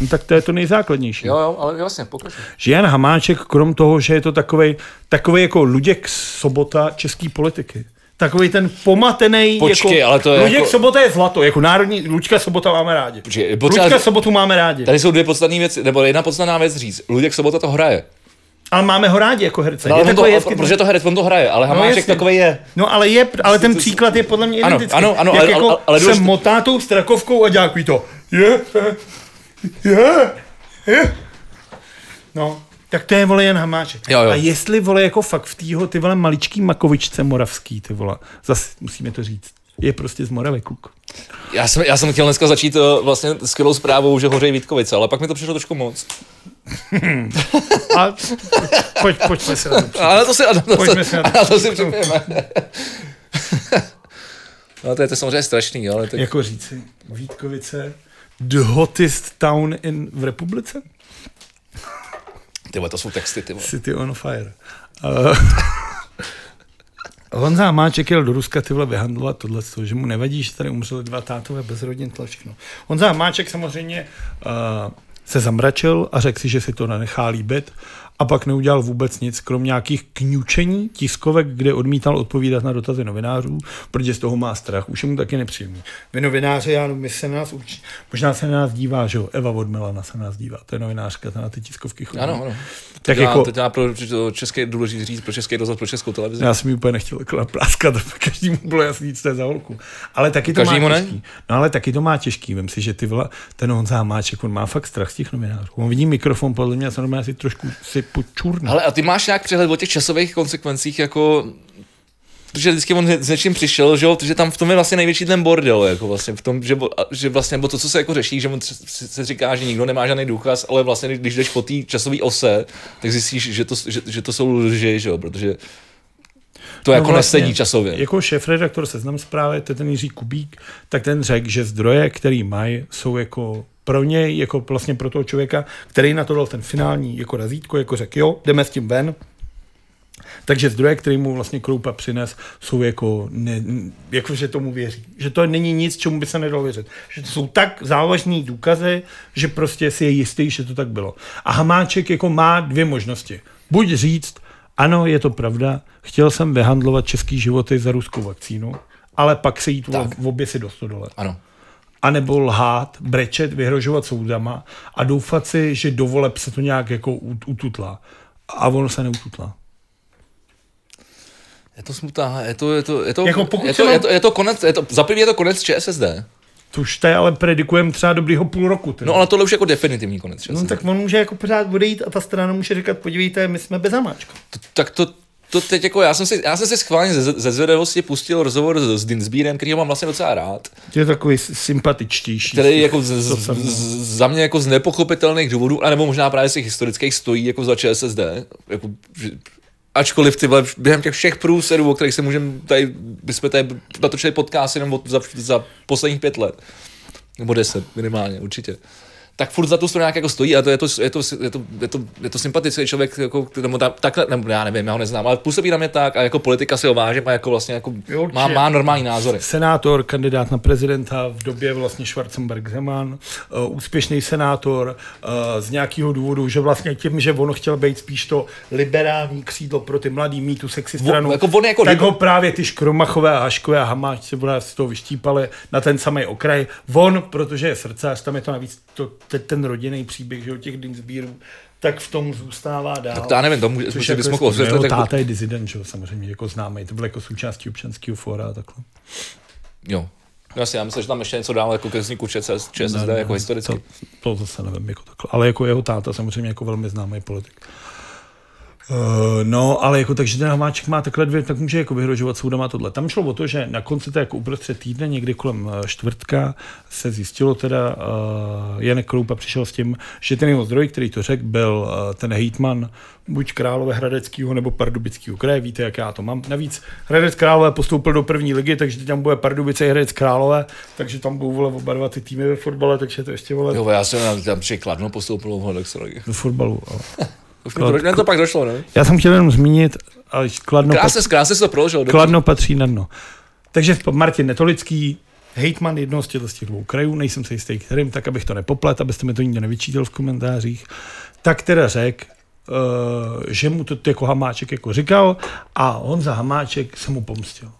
A: No, tak to je to nejzákladnější.
B: Jo, jo, ale jasně, pokračuj.
A: Že Jan Hamáček, krom toho, že je to takovej, takovej jako Luděk Sobota český politiky, takový ten pomatený
B: Počkej,
A: jako,
B: ale to je
A: Luděk
B: jako-
A: Sobota je zlato, jako národní, Lučka Sobota máme rádi.
B: Počkej, potřeba-
A: Lučka Sobotu máme rádi.
B: Tady jsou dvě podstatné věci, nebo jedna podstatná věc říct. Luděk Sobota to hraje.
A: Ale máme ho rádi jako herce.
B: No,
A: je
B: ale on to,
A: takový
B: hezky,
A: hezky,
B: protože to herec, on to hraje, ale Hamáček
A: jasně.
B: takový je.
A: No ale je, ale ten příklad je podle mě
B: Ano,
A: identický.
B: ano, ano,
A: Jak
B: ale-
A: jako
B: ale- ale
A: se
B: důležitý-
A: motá tou strakovkou a dělá takový to. Je, je, je. No, tak to je vole jen Hamáček.
B: Jo, jo.
A: A jestli vole jako fakt v týho ty vole maličký Makovičce moravský ty vole, zase musíme to říct, je prostě z Moravy kluk.
B: Já jsem, já jsem chtěl dneska začít eh, vlastně skvělou zprávou, že hořejí Vítkovice, ale pak mi to přišlo trošku moc.
A: A pojď, pojďme se na to. přijít.
B: Ale to si, a to,
A: Pojďme
B: to,
A: si
B: si,
A: na
B: a to si připijeme. No to je to je samozřejmě strašný, ale tak...
A: Jako říci, Vítkovice, the hottest town in, v republice?
B: Ty vole, to jsou texty, ty vole.
A: City on fire. Uh, Honza Hamáček jel do Ruska tyhle vyhandlovat tohle, že mu nevadí, že tady umřeli dva tátové bez rodin, tohle všechno. Honza Hamáček samozřejmě uh, se zamračil a řekl si, že si to nenechá líbit a pak neudělal vůbec nic, krom nějakých kňučení tiskovek, kde odmítal odpovídat na dotazy novinářů, protože z toho má strach. Už je mu taky nepříjemný. Vy novináři, já, no, my se na nás určitě, možná se na nás dívá, že jo, Eva od Milana se na nás dívá, to je novinářka, ta na ty tiskovky chodí.
B: Ano, ano.
A: Tak
B: To dělá,
A: jako,
B: to dělá pro to české důležitý říct, pro český rozhlas, pro českou televizi.
A: No, já jsem ji úplně nechtěl takhle pláskat, každému bylo jasný, co to je za holku. Ale taky to
B: Každému
A: má
B: ne?
A: těžký. No ale taky to má těžký. Vem si, že ty vla, ten Honza Hamáček, on má fakt strach z těch novinářů. On vidí mikrofon, podle mě, a se normálně si trošku si počurná.
B: Ale a ty máš nějak přehled o těch časových konsekvencích, jako protože vždycky on s něčím přišel, že jo, protože tam v tom je vlastně největší ten bordel, jako vlastně v tom, že, bo- a- že vlastně, nebo to, co se jako řeší, že on tře- se říká, že nikdo nemá žádný důkaz, ale vlastně, když jdeš po té časové ose, tak zjistíš, že to, že, že to jsou lži, že jo, protože to jako
A: vlastně,
B: nesedí časově.
A: Jako šéf-redaktor seznam zprávy, to je ten Jiří Kubík, tak ten řekl, že zdroje, který mají, jsou jako pro něj, jako vlastně pro toho člověka, který na to dal ten finální jako razítko, jako řekl, jo, jdeme s tím ven, Takže zdroje, který mu vlastně Kroupa přines, jsou jako, ne, jako, že tomu věří. Že to není nic, čemu by se nedalo věřit. Že to jsou tak závažní důkazy, že prostě si je jistý, že to tak bylo. A Hamáček jako má dvě možnosti. Buď říct, ano, je to pravda, chtěl jsem vyhandlovat český životy za ruskou vakcínu, ale pak se jít tak. v obě si do stodole
B: Ano.
A: anebo lhát, brečet, vyhrožovat soudama a doufat si, že do voleb se to nějak jako ut- ututlá. A ono se neututla.
B: Je to smutná, je to, je to, je to,
A: Jako pokud
B: je
A: se
B: to,
A: vám-
B: je to, je to konec, je to, za první je to konec ČSSD.
A: To už to je, ale predikujeme třeba dobrýho půl roku. Teda.
B: No ale tohle už je jako definitivní konec.
A: no,
B: Jasně.
A: tak on může jako pořád odejít a ta strana může říkat, podívejte, my jsme bez hamáčka.
B: To, tak to, to teď jako, já jsem si, já jsem si schválně ze, ze zvědavosti pustil rozhovor s, s Dinsbírem, který ho mám vlastně docela rád,
A: Je takový sympatičtější.
B: který jako z,
A: To
B: z,
A: jsem-
B: z, za mě jako z nepochopitelných důvodů, anebo možná právě z těch historických stojí jako za ČSSD, jako, že, ačkoliv ty vole, během těch všech průserů, o kterých se můžeme tady, bychom tady natočili podcast jenom od, za, za posledních pět let, nebo deset minimálně, určitě. Tak furt za tu stranu nějak jako stojí a to je to, je to, je to, je to, je to sympatický člověk, jako, nebo ta, takhle, nebo já nevím, já ho neznám, ale působí na mě tak a jako politika si ho vážím a jako vlastně jako
A: Jo,
B: má,
A: určitě.
B: má normální názory.
A: Senátor, kandidát na prezidenta v době vlastně Schwarzenberg Zeman, eh, úspěšný senátor eh, z nějakého důvodu, že vlastně tím, že on chtěl být spíš to liberální křídlo pro ty mladý mít tu sexy stranu,
B: jako on jako
A: tak
B: liber-
A: ho právě ty Škromachové a Haškové a Hamáč se bude z toho vyštípali na ten samý okraj. On, protože je srdcař, tam je to navíc to, te- ten rodinný příběh, že o těch Dinsbírů, tak v tom zůstává dál.
B: Tak to já nevím, to může,
A: Což
B: musí
A: jako
B: bys
A: je
B: mohl
A: zkušený.
B: osvětlit.
A: Jeho
B: Jako,
A: táta je dizident, že jo, samozřejmě, jako známý. To byl jako součástí občanského fóra a takhle.
B: jo. No jasně, já myslím, že tam ještě něco dál jako ke vzniku ČSSD,
A: No,
B: ČSSD jako historicky.
A: To, to zase nevím, jako takhle. Ale jako jeho táta samozřejmě jako velmi známý politik. Uh, no, ale jako takže ten Hamáček má takhle dvě, tak může jako vyhrožovat soudem a tohle. Tam šlo o to, že na konci té jako uprostřed týdne, někdy kolem eh, čtvrtka, se zjistilo teda, uh, Janek Kroupa přišel s tím, že ten jeho zdroj, který to řekl, byl uh, ten hejtman buď Královéhradeckého nebo Pardubického kraje, víte, jak já to mám. Navíc Hradec Králové postoupil do první ligy, takže teď tam bude Pardubice i Hradec Králové, takže tam budou vole oba dva ty týmy ve fotbale, takže to ještě vole
B: Jo, já jsem tam, tam překladnu postoupil v Hodexologi.
A: do fotbalu. ale-
B: Už mi to, ne, to pak došlo, ne?
A: Já jsem chtěl jenom zmínit, ale Kladno,
B: Krásně, krásně se to proložil. dobře.
A: Kladno patří na dno. Takže Martin Netolický, hejtman jednoho z těchto z těch dvou krajů, nejsem si jistý kterým, tak abych to nepoplet, abyste mi to nikdy nevyčítal v komentářích, tak teda řekl, eh, že mu to jako Hamáček jako říkal a on za Hamáček se mu pomstil.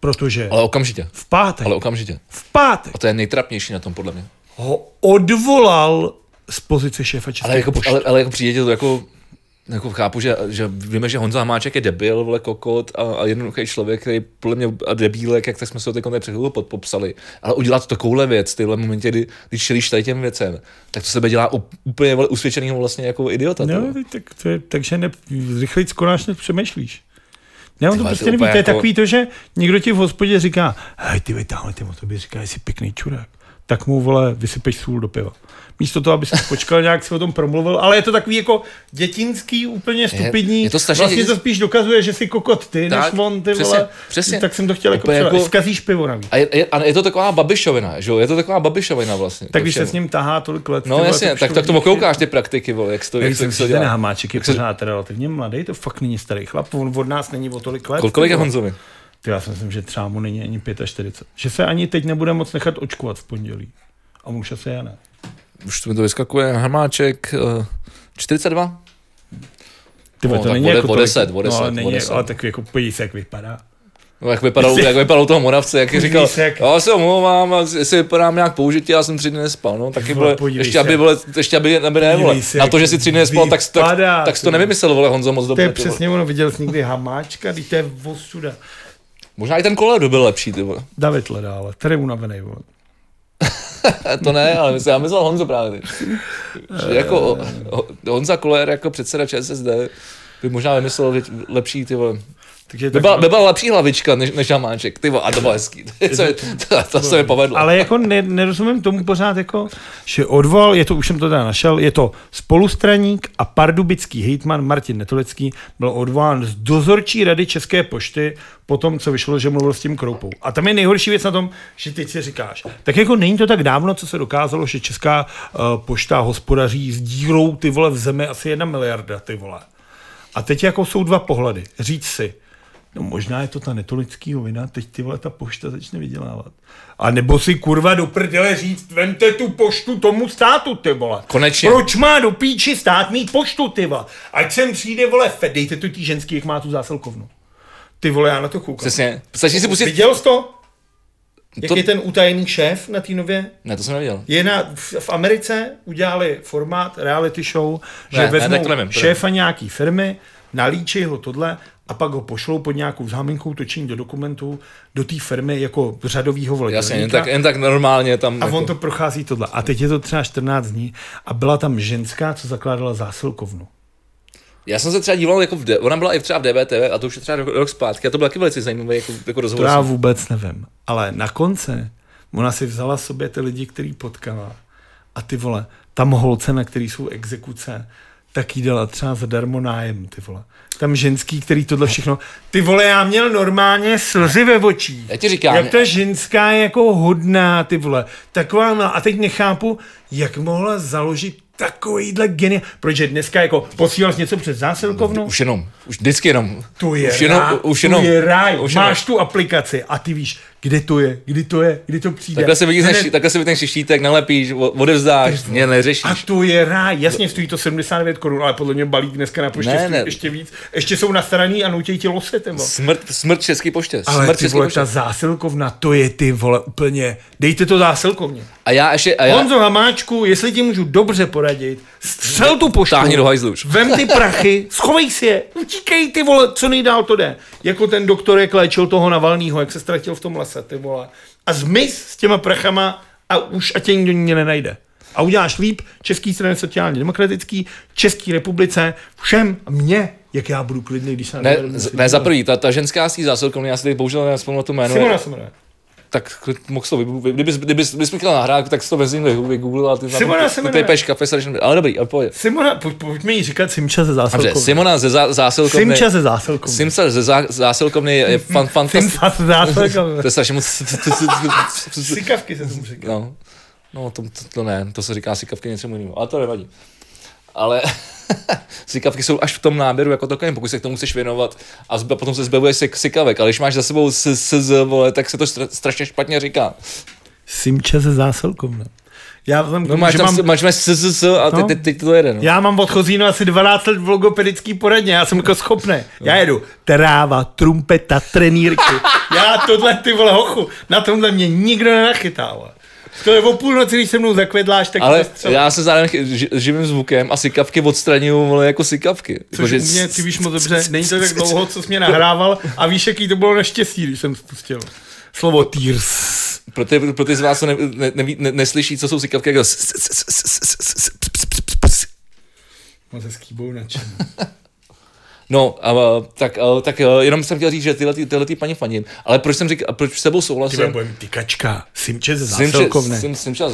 A: Protože
B: Ale okamžitě,
A: v pátek,
B: ale okamžitě.
A: v pátek
B: A to je nejtrapnější na tom, podle mě.
A: ho odvolal z pozice šéfa České
B: Ale jako,
A: pošty.
B: ale, ale jako přijde ti to jako, jako chápu, že, že víme, že Honza Hamáček je debil, vole kokot a, a jednoduchý člověk, který podle mě a debílek, jak tak jsme se ho teď před chvilkou pod- popsali. Ale udělat takovouhle věc, tyhle momentě, kdy, když čelíš tady těm věcem, tak to sebe dělá up- úplně vole, usvědčenýho vlastně jako idiota. ty vole.
A: No, tak to je, takže ne, rychleji konáš, než přemýšlíš. Ne, on
B: Ty
A: to
B: vole, to
A: prostě
B: je
A: neví.
B: úplně
A: To je
B: jako-
A: takový to, že někdo ti v hospodě říká, hej, ty vole, tamhle ty o tobě říká, jsi pěkný čurák. Tak mu, vole, vysypeš sůl do piva. Místo toho, aby si počkal, nějak si o tom promluvil, ale je to takový jako dětinský, úplně stupidní.
B: je to strašně
A: vlastně
B: dětin-
A: to spíš dokazuje, že jsi kokot ty,
B: Tak,
A: než on, ty
B: přesně,
A: vole.
B: přesně.
A: Tak jsem to chtěl jako,
B: Úplně
A: jako...
B: jako-
A: Zkazíš pivo navíc.
B: A je, je, a je to taková babišovina, že jo? Je to taková babišovina vlastně.
A: Tak
B: to
A: když se
B: všem.
A: s ním tahá tolik let. ty
B: No
A: vole,
B: jasně,
A: už
B: tak,
A: to
B: tak tomu
A: vidíš, že-
B: koukáš ty praktiky, vole, jak to,
A: Já
B: jak to,
A: jsem
B: jak
A: si,
B: to
A: že ten
B: dělá.
A: Hamáček je pořád relativně mladý, to fakt není starý chlap, on od nás není o tolik let.
B: Kol- Kolik
A: ty
B: je
A: vole.
B: Honzovi?
A: Ty, já si myslím, že třeba mu není ani 45. Že se ani teď nebude moc nechat očkovat v pondělí. A muž asi já ne.
B: Už mi to vyskakuje, Hamáček, eh, 42?
A: Ty, vole,
B: No,
A: to
B: tak
A: není
B: o de-
A: jako
B: o
A: tolik-
B: deset, o
A: no, ale,
B: deset, o
A: není,
B: deset.
A: ale tak jako podívej se, jak vypadá.
B: No, jak vypadal, jak vypadal u toho Moravce, jak říkal,
A: Výsek.
B: já se omlouvám, a jestli vypadám nějak použitě, já jsem tři dny nespal, no, taky
A: vole,
B: vole,
A: podívej
B: ještě
A: se.
B: aby, vole, ještě aby, aby ne, vole,
A: Podívej se,
B: na to,
A: jak
B: že si tři dny nespal, tak, tak,
A: vypadá,
B: tak jsi
A: ty
B: to nevymyslel, vole, Honzo, moc
A: To
B: dobře,
A: je
B: ty vole.
A: přesně ono, viděl jsi někdy Hamáčka, teď to je osuda.
B: možná i ten Koledo byl lepší, ty vole,
A: David Leda, ale tady je unavený, vole.
B: to ne, ale myslím, já myslel Honzo právě, ty. že jako o- o- Honza Koler jako předseda ČSSD by možná vymyslel vět- lepší, ty vole,
A: Takže
B: by
A: tak,
B: byla, by byla lepší hlavička než, než Hamáček, ty vole, a to bylo hezký, to, je- to, to se mi povedlo.
A: Ale jako ne, nerozumím tomu pořád, jako, že odvolal, je to, už jsem to teda našel, je to spolustraník a pardubický hejtman Martin Netolecký byl odvolán z dozorčí rady České pošty po tom, co vyšlo, že mluvil s tím Kroupou. A tam je nejhorší věc na tom, že teď si říkáš, tak jako není to tak dávno, co se dokázalo, že Česká uh, pošta hospodaří s dírou ty vole v zemi asi jedna miliarda ty vole. A teď jako jsou dva pohledy. Říct si, no možná je to ta netolickýho vina, teď ty vole ta pošta začne vydělávat. A nebo si kurva do prdele říct, vemte tu poštu tomu státu, ty vole.
B: Konečně.
A: Proč má do píči stát mít poštu, ty vole? Ať sem přijde, vole, Fed, dejte tu tý ženský, jak má tu zásilkovnu. Ty vole, já na to koukám.
B: Přesně, stačí si pustit,
A: Viděl jsi to? Jak
B: To-
A: to... je ten utajený šéf na té nově?
B: ne, to jsem neviděl.
A: Je na, v, v Americe udělali formát reality show, že
B: Ne, ne,
A: vezmou
B: tak to nevím, to nevím.
A: šéfa nějaký firmy, nalíčí ho tohle a pak ho pošlou pod nějakou záminkou točení do dokumentu do té firmy jako řadovýho
B: Jasně,
A: vladělníka.
B: jen tak, jen tak normálně tam.
A: A
B: jako,
A: on to prochází tohle. A teď je to třeba 14 dní a byla tam ženská, co zakládala zásilkovnu.
B: Já jsem se třeba díval, jako v D, ona byla i třeba v DBTV, a to už je třeba rok, rok zpátky, a to byl taky velice zajímavý jako, jako
A: To
B: rozhovor.
A: já
B: Právě.
A: vůbec nevím. Ale na konce ona si vzala sobě ty lidi, který potkala a ty vole, tam holce, na který jsou exekuce, tak jí dala třeba zadarmo nájem, ty vole. Tam ženský, který tohle všechno... Ty vole, já měl normálně slzy ve očích.
B: Já ti říkám,
A: Jak ta ženská je jako hodná, ty vole. Taková má. A teď nechápu, jak mohla založit takovýhle geni. Protože dneska jako posílal jsi něco přes zásilkovnu?
B: Už jenom, už vždycky jenom.
A: To je,
B: už jenom,
A: rá,
B: už
A: to
B: jenom,
A: je ráj.
B: Už jenom.
A: Máš tu aplikaci a ty víš, kde to je, kdy to je, kdy to přijde.
B: Takhle se vidí ten,
A: Hned-
B: ši- takhle se vidí ten štítek, nalepíš, o- odevzdáš, mě
A: a
B: neřešíš.
A: to je ráj. Jasně, stojí to 79 korun, ale podle mě balík dneska na poště
B: Ne,
A: stojí
B: ne.
A: ještě víc. Ještě jsou nastaraný a nutějí ti losetem. vole.
B: Smrt, smrt český poště.
A: Ale
B: smrt
A: ty
B: český
A: vole,
B: poště.
A: ta zásilkovna, to je ty vole úplně. Dejte to zásilkovně.
B: A já ještě, a já,
A: Honzo Hamáčku, jestli ti můžu dobře poradit, střel tu poštu.
B: Táhni do hajzlu už.
A: Vem ty prachy, schovej si je, utíkej ty vole, co nejdál to jde. Jako ten doktor, jak léčil toho Navalnýho, jak se ztratil v tom lese, ty vole. A zmiz s těma prachama a už a tě nikdo nikdy nenajde. A uděláš líp Český straně sociálně demokratický, České republice, všem a mně, jak já budu klidný, když se na
B: ne,
A: to budu
B: z-
A: sedět.
B: ne, za prvý, ta, ta ženská z té zásilkovny, já si tady bohužel nevzpomínám to jméno.
A: Simona se jmenuje.
B: tak mohl to vygooglovat. Kdybys, kdybys, kdybys mi chtěl nahrát, tak si to vezmi vygooglil a ty
A: Simona se
B: ty
A: jmenuje.
B: pepeš, kafe, srdečný- ale dobrý, ale pojď.
A: Simona, poj- pojďme jí říkat Simča ze
B: Dobře,
A: zásilkovny.
B: Simona ze zá, zásilkovny.
A: Simča ze zásilkovny.
B: Simca ze zá, zásilkovny je je fan, fantastický.
A: Simča ze zásilkovny.
B: To je strašně moc.
A: Sikavky se tomu říká.
B: No, no to, to, to, ne, to se říká sikavky něčemu jinému, ale to nevadí. Ale sikavky jsou až v tom náběru jako takovém, pokud se k tomu chceš věnovat a zba, potom se zbavuješ sik- sikavek, ale když máš za sebou s, s, s, vole, tak se to stra, strašně špatně říká.
A: Simče se zásilkovna. Já, vzhledem k
B: No
A: tomu,
B: máš
A: že
B: tam,
A: mám,
B: mám... máš, máš s, s, s, a teď
A: No.
B: no. teď teď to jede, no.
A: já mám odchozí no asi 12 let v logopedický poradně, já jsem jako schopný. Já jedu tráva, trumpeta, trenýrky. Já tohle ty vole hochu, na tomhle mě nikdo nenachytává. To je o půlnoci, když se mnou zakvedláš, tak
B: Ale
A: to střel-
B: já se zároveň chy- ži- živým zvukem a sikavky odstraňuju vole, jako sikavky.
A: Což u mě, ty víš moc dobře, není to tak dlouho, co jsi mě nahrával a víš, jaký to bylo naštěstí, když jsem spustil. Slovo tears.
B: Pro ty, pro ty z vás, co ne, ne, neví- ne, neslyší, co jsou sikavky, jako s- s- s- s- s- s- s- s- ps- ps- ps- ps.
A: Moc hezký bou na čem.
B: No, a, a, tak, a, tak a, jenom jsem chtěl říct, že tyhle, ty- tyhle ty paní fanin, ale proč jsem říkal, proč s tebou souhlasím?
A: budeme tykačka, simče ze
B: Jsem
A: zásilkovny.
B: Jsem, jsem čas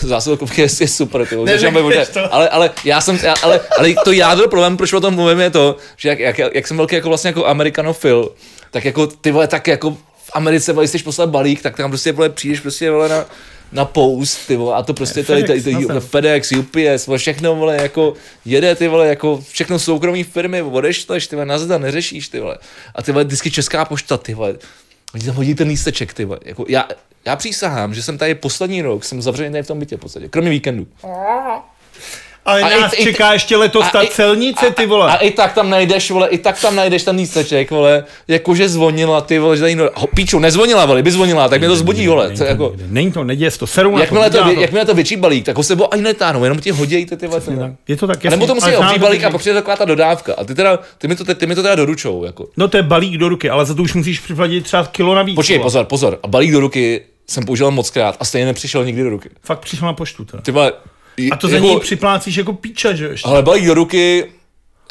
B: zásilkovky je, je super, ty,
A: Ne,
B: ne, ne,
A: nechceš
B: ne,
A: to.
B: ale, ale, já jsem, já- ale, ale to jádro problém, proč o tom mluvím, je to, že jak, jak, jak jsem velký jako vlastně jako amerikanofil, tak jako ty vole, tak jako v Americe, vole, když jsi poslal balík, tak tam prostě vole, přijdeš prostě vole, na, na post, ty vole, a to prostě tady, tady,
A: FedEx, no
B: tady,
A: nazdar.
B: FedEx, UPS, vole, všechno vole, jako jede, ty vole, jako všechno soukromí firmy, odešleš, ty vole, nazda, neřešíš, ty vole. A ty vole, vždycky Česká pošta, ty vole. Oni tam hodí ten lísteček, ty vole. Jako, já, já přísahám, že jsem tady poslední rok, jsem zavřený tady v tom bytě v podstatě, kromě víkendu.
A: Ale
B: A i-
A: nás
B: i-
A: čeká ještě letos
B: a
A: ta
B: i-
A: celnice, ty
B: A
A: vole.
B: i tak tam najdeš, vole, i tak tam najdeš ten lísteček, vole, jakože zvonila, ty vole, že tady, no, ho, píču, nezvonila, vole, by zvonila, tak mě to zbudí, vole, co, jako,
A: Není to, neděje se to, seru na
B: jakmile to,
A: udělá
B: vy- jakmile to větší balík, tak ho sebou ani netáhnou, jenom ti hodějí ty, ty vole,
A: Přesně
B: ten-
A: tak. Je to tak,
B: A
A: jasně,
B: nebo to musí
A: ale
B: obří
A: znám
B: balík
A: to,
B: a pak přijde taková ta dodávka. A ty, teda, ty, mi to, ty, mi to teda doručou. Jako.
A: No to je balík do ruky, ale za to už musíš připlatit třeba kilo navíc.
B: Počkej,
A: vole.
B: pozor, pozor. A balík do ruky jsem použil moc krát a stejně nepřišel nikdy do ruky.
A: Fakt přišel na poštu teda.
B: Ty vole,
A: A to za
B: jako,
A: něj připlácíš jako píča, že jo, ještě.
B: Ale balík do ruky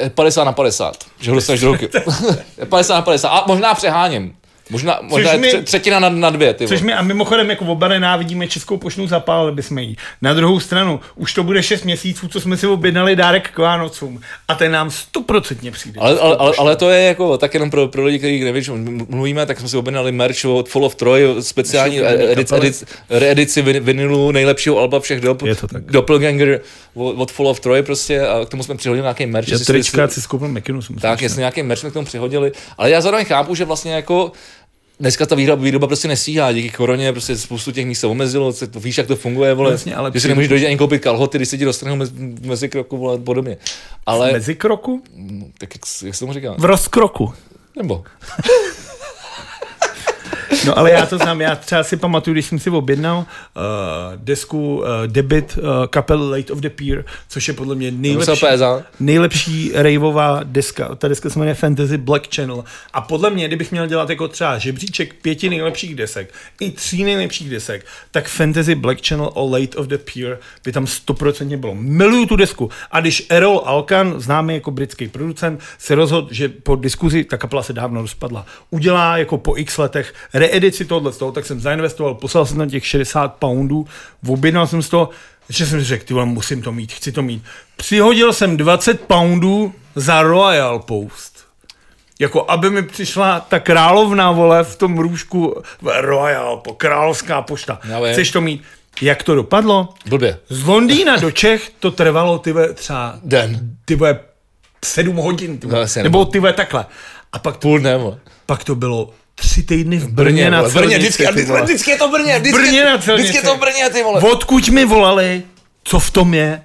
B: je 50 na 50, že ho dostaneš do ruky. 50 na 50. A možná přeháním. Možná, možná je
A: mi-
B: tře- třetina na, na dvě, ty
A: Což
B: vole.
A: my a mimochodem jako oba nenávidíme Českou poštu, zapálili bychom jí. Na druhou stranu, už to bude 6 měsíců, co jsme si objednali dárek k Vánocům a ten nám stoprocentně přijde.
B: Ale, ale, ale, ale, to je jako tak jenom pro, pro lidi, kteří neví, že mluvíme, tak jsme si objednali merch od Fall of Troy, speciální
A: Naši oblíbený
B: edici,
A: kapely.
B: edici, reedici vin- vinilu nejlepšího alba všech dob,
A: Je to tak.
B: Doppelganger od, od Fall of Troy prostě a k tomu jsme přihodili nějaký merch.
A: Já
B: jestli-
A: trička si skoupil McKinnus.
B: tak, jestli nějaký merch jsme k tomu přihodili, ale já zároveň chápu, že vlastně jako Dneska ta výroba, výroba prostě nestíhá, díky koroně prostě spoustu těch míst se omezilo, se- to víš, jak to funguje, vole,
A: Jasně, ale
B: že si
A: při-
B: nemůžeš dojít ani koupit kalhoty, když se ti dostanou mezi, mezi kroku, vole, a podobně. Ale,
A: Mezi kroku?
B: tak jak, jak se tomu říká?
A: V rozkroku.
B: Nebo?
A: No ale já to znám, já třeba si pamatuju, když jsem si objednal uh, desku uh, debit uh, kapel Late of the Pier, což je podle mě
B: Musel
A: nejlepší,
B: PSA.
A: nejlepší raveová deska. Ta deska se jmenuje Fantasy Black Channel. A podle mě, kdybych měl dělat jako třeba žebříček pěti nejlepších desek, i tří nejlepších desek, tak Fantasy Black Channel o Late of the Pier by tam stoprocentně bylo. Miluju tu desku. A když Errol Alkan, známý jako britský producent, se rozhodl, že po diskuzi, ta kapela se dávno rozpadla, udělá jako po x letech reedici tohle z toho, tak jsem zainvestoval, poslal jsem tam těch 60 poundů, objednal jsem z toho, že jsem si řekl, ty vole, musím to mít, chci to mít. Přihodil jsem 20 poundů za Royal Post. Jako aby mi přišla ta královna, vole, v tom růžku v Royal, po královská pošta.
B: Já vím.
A: Chceš to mít? Jak to dopadlo?
B: Blbě.
A: Z Londýna do Čech to trvalo, ty vole, třeba
B: Den.
A: ty vole, sedm hodin, ty
B: No,
A: vole,
B: jasně,
A: nebo ty vole, takhle. A pak to,
B: Půl dne, vole.
A: pak to bylo tři týdny v Brně,
B: Brně,
A: na
B: vole. Brně,
A: celnici,
B: vždycky,
A: ty
B: a vždycky,
A: vole.
B: vždycky je to Brně. Vždycky,
A: Brně na celnici.
B: Vždycky je to Brně, ty vole.
A: Odkud mi volali, co v tom je,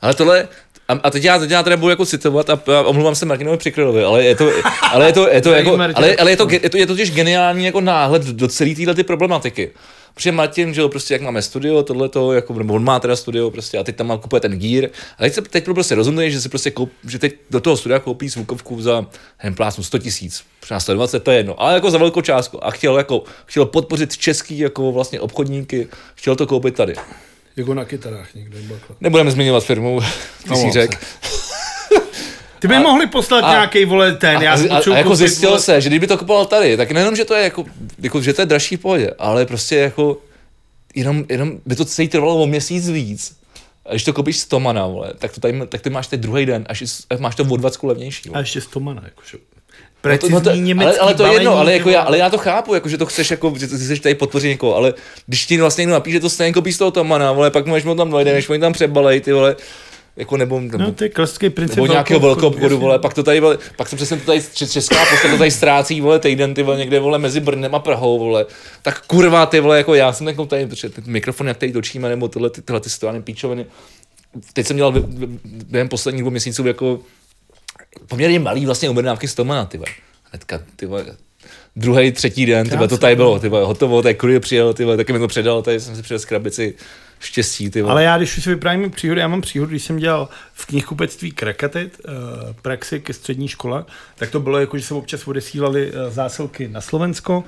B: Ale tohle, a, a teď, já, teď já teda budu jako citovat a, a omluvám se Martinovi Přikrylovi, ale je to, ale je to, je to jako,
A: Martin.
B: ale, ale je to, ge- je to, je to totiž geniální jako náhled do celé téhle ty problematiky. Protože Martin, že jo, prostě jak máme studio, tohle to, jako, nebo on má teda studio prostě a teď tam má kupuje ten gear. A teď se teď prostě rozumí, že si prostě koup, že teď do toho studia koupí zvukovku za, nevím, plásnu 100 tisíc, třeba 120, to je jedno, ale jako za velkou částku. A chtěl jako, chtěl podpořit český jako vlastně obchodníky, chtěl to koupit tady.
C: Jako na kytarách někde. bakla.
B: Nebudeme zmiňovat firmu, ty si
A: Omlouvám
B: řek.
A: Ty by a, mohli poslat
B: a-
A: nějaký vole ten, já
B: a,
A: si
B: a,
A: potřebuji
B: a jako
A: koupit,
B: zjistilo
A: vole-
B: se, že kdyby to kupoval tady, tak nejenom, že to je jako, jako že to je dražší v pohodě, ale prostě jako, jenom, jenom by to celý trvalo o měsíc víc. A když to koupíš 100 mana, vole, tak, to tady, tak ty máš ten druhý den, až s- máš to o 20 levnější.
A: A
B: Vole.
A: ještě jako stomana, jakože.
B: No
A: Precizní no to,
B: to, no to, ale,
A: německý
B: ale to je jedno,
A: balení,
B: ale,
A: ty
B: jako
A: vole.
B: já, ale já to chápu, jako, že to chceš, jako, že ty chceš tady podpořit někoho, ale když ti vlastně někdo napíše, že to stejně kopí z toho Tomana, vole, pak mu až mu tam dojde, než mu ji tam přebalej, ty vole, jako nebo, nebo
A: No to je klasický princip.
B: nebo nějakého
A: velkoobchodu,
B: velkou obchodu,
A: jasně.
B: vole, pak to tady, vole, pak se přesně to tady, č- česká pošta to tady ztrácí, vole, týden, ty vole, někde, vole, mezi Brnem a Prahou, vole, tak kurva, ty vole, jako já jsem jako tady, protože ten mikrofon, jak tady točíme, nebo tyhle, ty, tyhle ty stojany píčoviny, teď jsem dělal vy- vy- během posledních dvou měsíců jako poměrně malý vlastně objednávky z Tomana, ty vole. Hnedka, ty vole, druhý, třetí den, ty vole, to tady bylo, ty vole, hotovo, tady kurýr přijel, ty vole, taky mi to předal, tady jsem si přidal z krabici štěstí, ty vole.
A: Ale já, když už si vyprávím příhody, já mám příhodu, když jsem dělal v knihkupectví Krakatit eh, praxi ke střední škole, tak to bylo jako, že se občas odesílali eh, zásilky na Slovensko.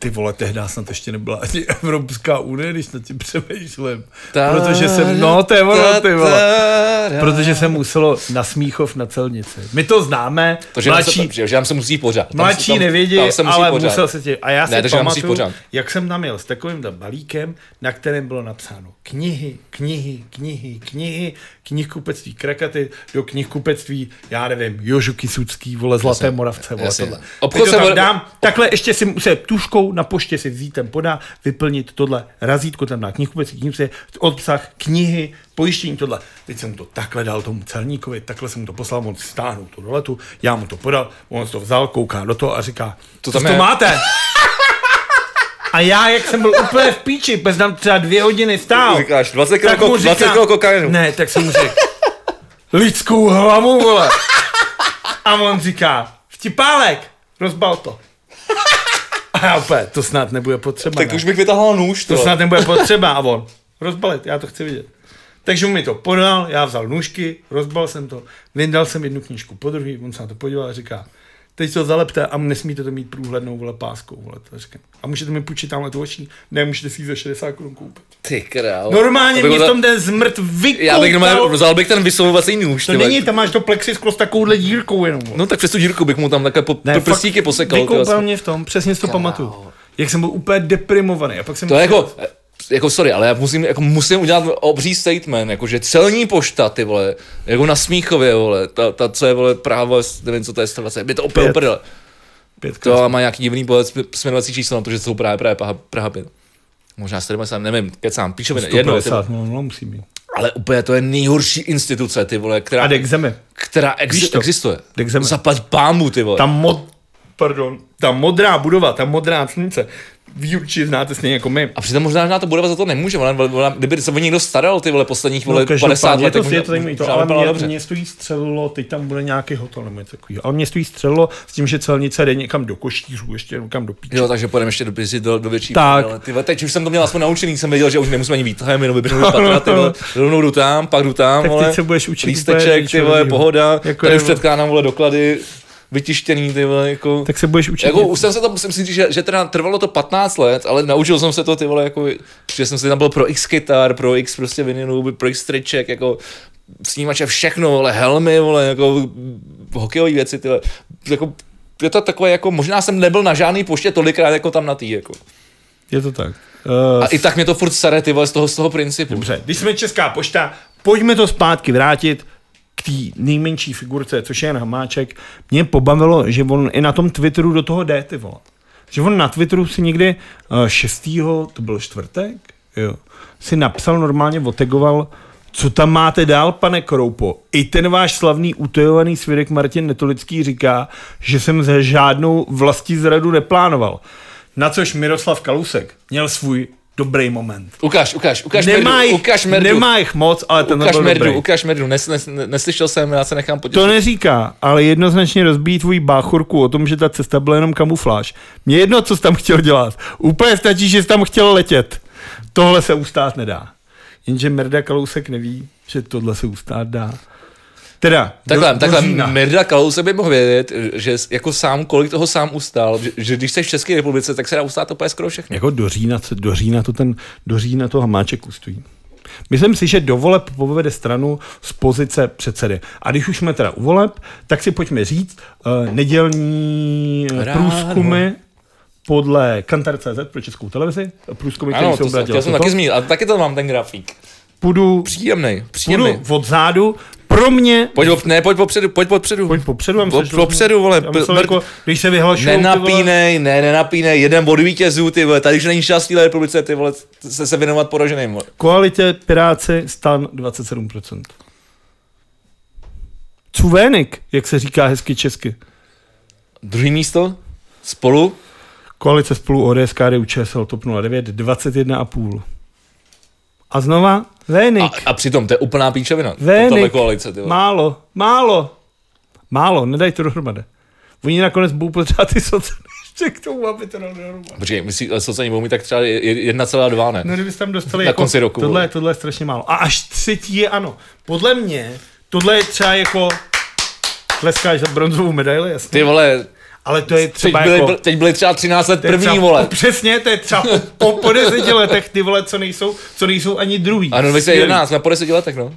A: Ty vole, tehdy snad ještě nebyla ani Evropská unie, když na tím přemýšlím. Protože jsem, no, to je ono, ty vole.
B: Ta-da.
A: Protože se muselo na Smíchov na celnici. My to známe,
B: Protože
A: mladší,
B: mladší, tam se, že tam se musí pořád. Tam se-
A: Mladší
B: tam,
A: nevědí,
B: tam se musí
A: ale
B: pořád.
A: musel se tě. A já si
B: Ne, takže tam musíš
A: pamatuju,
B: pořád.
A: jak jsem tam jel s takovým balíkem, na kterém bylo napsáno knihy, knihy, knihy, knihy, knihkupectví Krakaty, do knihkupectví, já nevím, Jožu Kisucký, vole, Zlaté jasně, Moravce, vole,
B: jasně.
A: jasně. tohle.
B: Obchod
A: Teď to
B: se
A: tam
B: bude-
A: dám, takhle ještě si musel tuškou na poště si vzít ten podá, vyplnit tohle razítko tam na knihkupectví, knihu se obsah, knihy, pojištění, tohle. Teď jsem to takhle dal tomu celníkovi, takhle jsem mu to poslal, on stáhnul to do letu, já mu to podal, on to vzal, kouká do toho a říká, to
B: tam
A: tam to
B: je."
A: máte? A já, jak jsem byl úplně v píči, bez tam třeba dvě hodiny stál,
B: Říkáš, 20
A: tak mu
B: kilo, 20
A: říkám,
B: kilo kokainu.
A: ne, tak jsem mu řekl, lidskou hlavu, vole. A on říká, vtipálek, rozbal to. A já úplně, to snad nebude potřeba.
B: Tak
A: ne?
B: už bych vytahoval nůž,
A: to
B: to.
A: snad nebude potřeba. A on, rozbalit, já to chci vidět. Takže mu mi to podal, já vzal nůžky, rozbal jsem to, vyndal jsem jednu knížku po druhý, on se na to podíval a říká, teď to zalepte a nesmíte to mít průhlednou vole páskou, vole, to říkám. A můžete mi půjčit tamhle tu oční, ne, můžete si ji za 60 korun koupit.
B: Ty král.
A: Normálně
B: To bych
A: mě v
B: vzal-
A: tom den zmrt vykoupal.
B: Já bych normálně vzal bych ten vysouvací nůž.
A: To
B: ty vole.
A: není, tam máš to plexisklo s takovouhle dírkou jenom. vole.
B: No tak přes tu dírku bych mu tam takhle po, po
A: fakt,
B: prstíky posekal. ty vole.
A: Vykoupal mě v tom, přesně si to pamatuju. Jak jsem byl úplně deprimovaný. A pak jsem
B: To je jako, jako sorry, ale já musím, jako musím udělat obří statement, jako že celní pošta, ty vole, jako na Smíchově, vole, ta, ta co je, vole, právo, nevím, co to je, 120, by to opět
A: Pět.
B: uprdele.
A: pět
B: To má nějaký divný pohled sm- směrovací číslo na to, že jsou právě, právě Praha, Praha 5. Možná 70, nevím, kecám, píšoviny, jedno, ty vole.
A: 150, no, no, musím mít.
B: ale úplně to je nejhorší instituce, ty vole, která,
A: A jde k zemi.
B: která ex,
A: Víš to?
B: existuje.
A: Dek zeme.
B: Zaplať pámu, ty vole.
A: Ta,
B: Tam,
A: mod, pardon, ta modrá budova, ta modrá slunce,
D: výuči znáte stejně jako my.
A: No,
B: A přitom možná na to Budava za to nemůže, ona, ona, kdyby se o něj někdo staral ty vole posledních vole,
A: No,
B: 50
A: každopádně
B: let,
A: je to,
B: tak možná-
A: je to zajímavý to,
B: možná
A: ale
B: vypadala
A: mě,
B: dobře.
A: mě stojí střelilo, teď tam bude nějaký hotel nebo něco takového, ale mě stojí střelilo s tím, že celnice jde někam do koštířů, ještě někam do píče.
B: Jo, takže půjdeme ještě do, Brzi, do, do větší.
A: Tak.
B: prdele, Ty vole, teď už jsem to měl aspoň naučený, jsem věděl, že už nemusím ani výtahem, jenom vyběhnu do patra, ty vole, rovnou jdu tam, pak jdu tam,
A: Tak
B: vole,
A: teď se budeš učit úplně
B: lísteček, ty
A: něčeho
B: vole,
A: jiného.
B: pohoda,
A: Jako
B: jako tady
A: je-
B: už předkládám, vole, doklady, vytištěný, ty vole, jako...
A: Tak se budeš učit.
B: Jako už jsem se to, musím si říct, že, že teda trvalo to 15 let, ale naučil jsem se to ty vole, jako, že jsem si tam byl pro x kytar, pro x prostě vinilů, pro x triček, jako snímače všechno, vole, helmy, vole, jako hokejové věci, tyhle, jako je to takové, jako možná jsem nebyl na žádný poště tolikrát, jako tam na tý, jako.
A: Je to tak. Uh,
B: A i tak mě to furt sere, ty vole, z toho, z toho principu.
A: Dobře, když jsme Česká pošta, pojďme to zpátky vrátit k té nejmenší figurce, což je Jan Hamáček. Mě pobavilo, že on i na tom Twitteru do toho jde, ty vole. Že on na Twitteru si někdy eh, 6. to byl čtvrtek, jo, si napsal normálně, otegoval, co tam máte dál, pane Kroupo? I ten váš slavný utojovaný svědek Martin Netolický říká, že jsem ze žádnou vlastní zradu neplánoval. Na což Miroslav Kalusek měl svůj dobrý moment.
B: Ukáž, ukáž, ukáž
A: Nemá
B: merdu,
A: jich,
B: ukáž merdu,
A: nemá jich moc, ale ten
B: ukáž
A: byl
B: merdu,
A: dobrý.
B: ukáž merdu, nes, nes, neslyšel jsem, já se nechám potěšit.
A: To neříká, ale jednoznačně rozbíjí tvůj báchorku o tom, že ta cesta byla jenom kamufláž. Mně jedno, co jsi tam chtěl dělat. Úplně stačí, že jsi tam chtěl letět. Tohle se ustát nedá. Jenže Merda Kalousek neví, že tohle se ustát dá. Teda,
B: Takhle,
A: do,
B: takhle
A: do října.
B: Mirda Kalousek by mohl vědět, že jako sám, kolik toho sám ustál, že, že když jsi v České republice, tak se dá ustát úplně skoro všechno.
A: Jako do října, co- do října to ten, do října to hamáček ustojí. Myslím si, že do voleb povede stranu z pozice předsedy. A když už jsme teda u voleb, tak si pojďme říct uh, nedělní eh,
B: Ráno.
A: průzkumy podle Kantar.cz pro českou televizi. Průzkumy, které
B: Ano,
A: jsou
B: to jsem,
A: obratili
B: chtěl jsem
A: toto.
B: taky zmínit, a taky to mám ten grafík.
A: Půjdu,
B: Příjemný, příjemný.
A: půjdu od zádu. Pro mě...
B: Pojď, op, ne, pojď popředu, pojď popředu.
A: Pojď popředu. já
B: Po-
A: myslel, že-
B: popředu, vole,
A: já myslel,
B: br-
A: jako, když se vyhlašují...
B: Nenapínej, ne, nenapínej, jeden bod vítězů, ty vole, tady už není šťastný republice, ty vole, se, se věnovat poraženým, vole.
A: Koalitě Piráci stan 27%. Cuvénik, jak se říká hezky česky.
B: Druhý místo, spolu,
A: Koalice spolu ODS, KDU, ČSL, TOP 09, 21,5. A znova
B: a,
A: Vénik.
B: a přitom to je úplná píčovina,
A: Vénik.
B: tohle koalice, ty vole.
A: Málo, málo. Málo, nedaj to dohromady. Oni nakonec budou potřebovat ty socany ještě k tomu, aby to dalo dohromady.
B: Počkej, myslíš, ale sociální budou mít tak třeba je- je- 1,2, ne?
A: No kdybyste tam dostali
B: Na
A: jako,
B: konci roku,
A: Tohle,
B: vole.
A: tohle je strašně málo. A až třetí je ano. Podle mě tohle je třeba jako tleskáš za bronzovou medaili, jasně.
B: Ty vole,
A: Ale to je
B: Teď
A: třeba
B: byly,
A: jako...
B: jako, teď byly třeba 13 let
A: to je
B: první,
A: třeba,
B: vole.
A: Přesně, to je třeba po, po deseti letech ty vole, co nejsou, co nejsou ani druhý.
B: Ano, 2011, na po 10 letech, no.